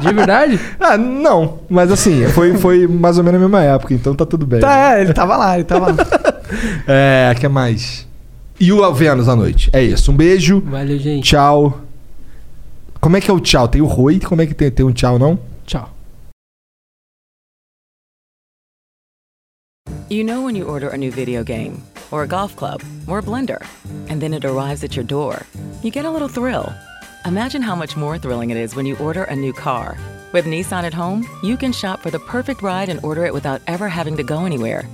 S3: De verdade?
S2: Ah, não. Mas assim, foi, foi mais ou menos a mesma época, então tá tudo bem.
S1: Tá, é, ele tava lá, ele tava lá.
S2: É, que mais? E o Vênus à noite. É isso. Um beijo.
S3: Valeu, gente.
S2: Tchau. Como é que é o tchau? Tem o Roi? Como é que tem, tem um tchau, não?
S3: Tchau.
S7: You know when you order a new video game, or a golf club, or a blender, and then it arrives at your door, you get a little thrill. Imagine how much more thrilling it is when you order a new car. With Nissan at home, you can shop for the perfect ride and order it without ever having to go anywhere.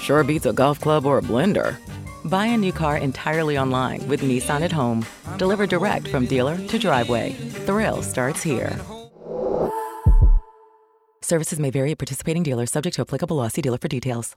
S7: Sure beats a golf club or a blender. Buy a new car entirely online with Nissan at home. Delivered direct from dealer to driveway. Thrill starts here. Services may vary at participating dealers, subject to applicable lossy dealer for details.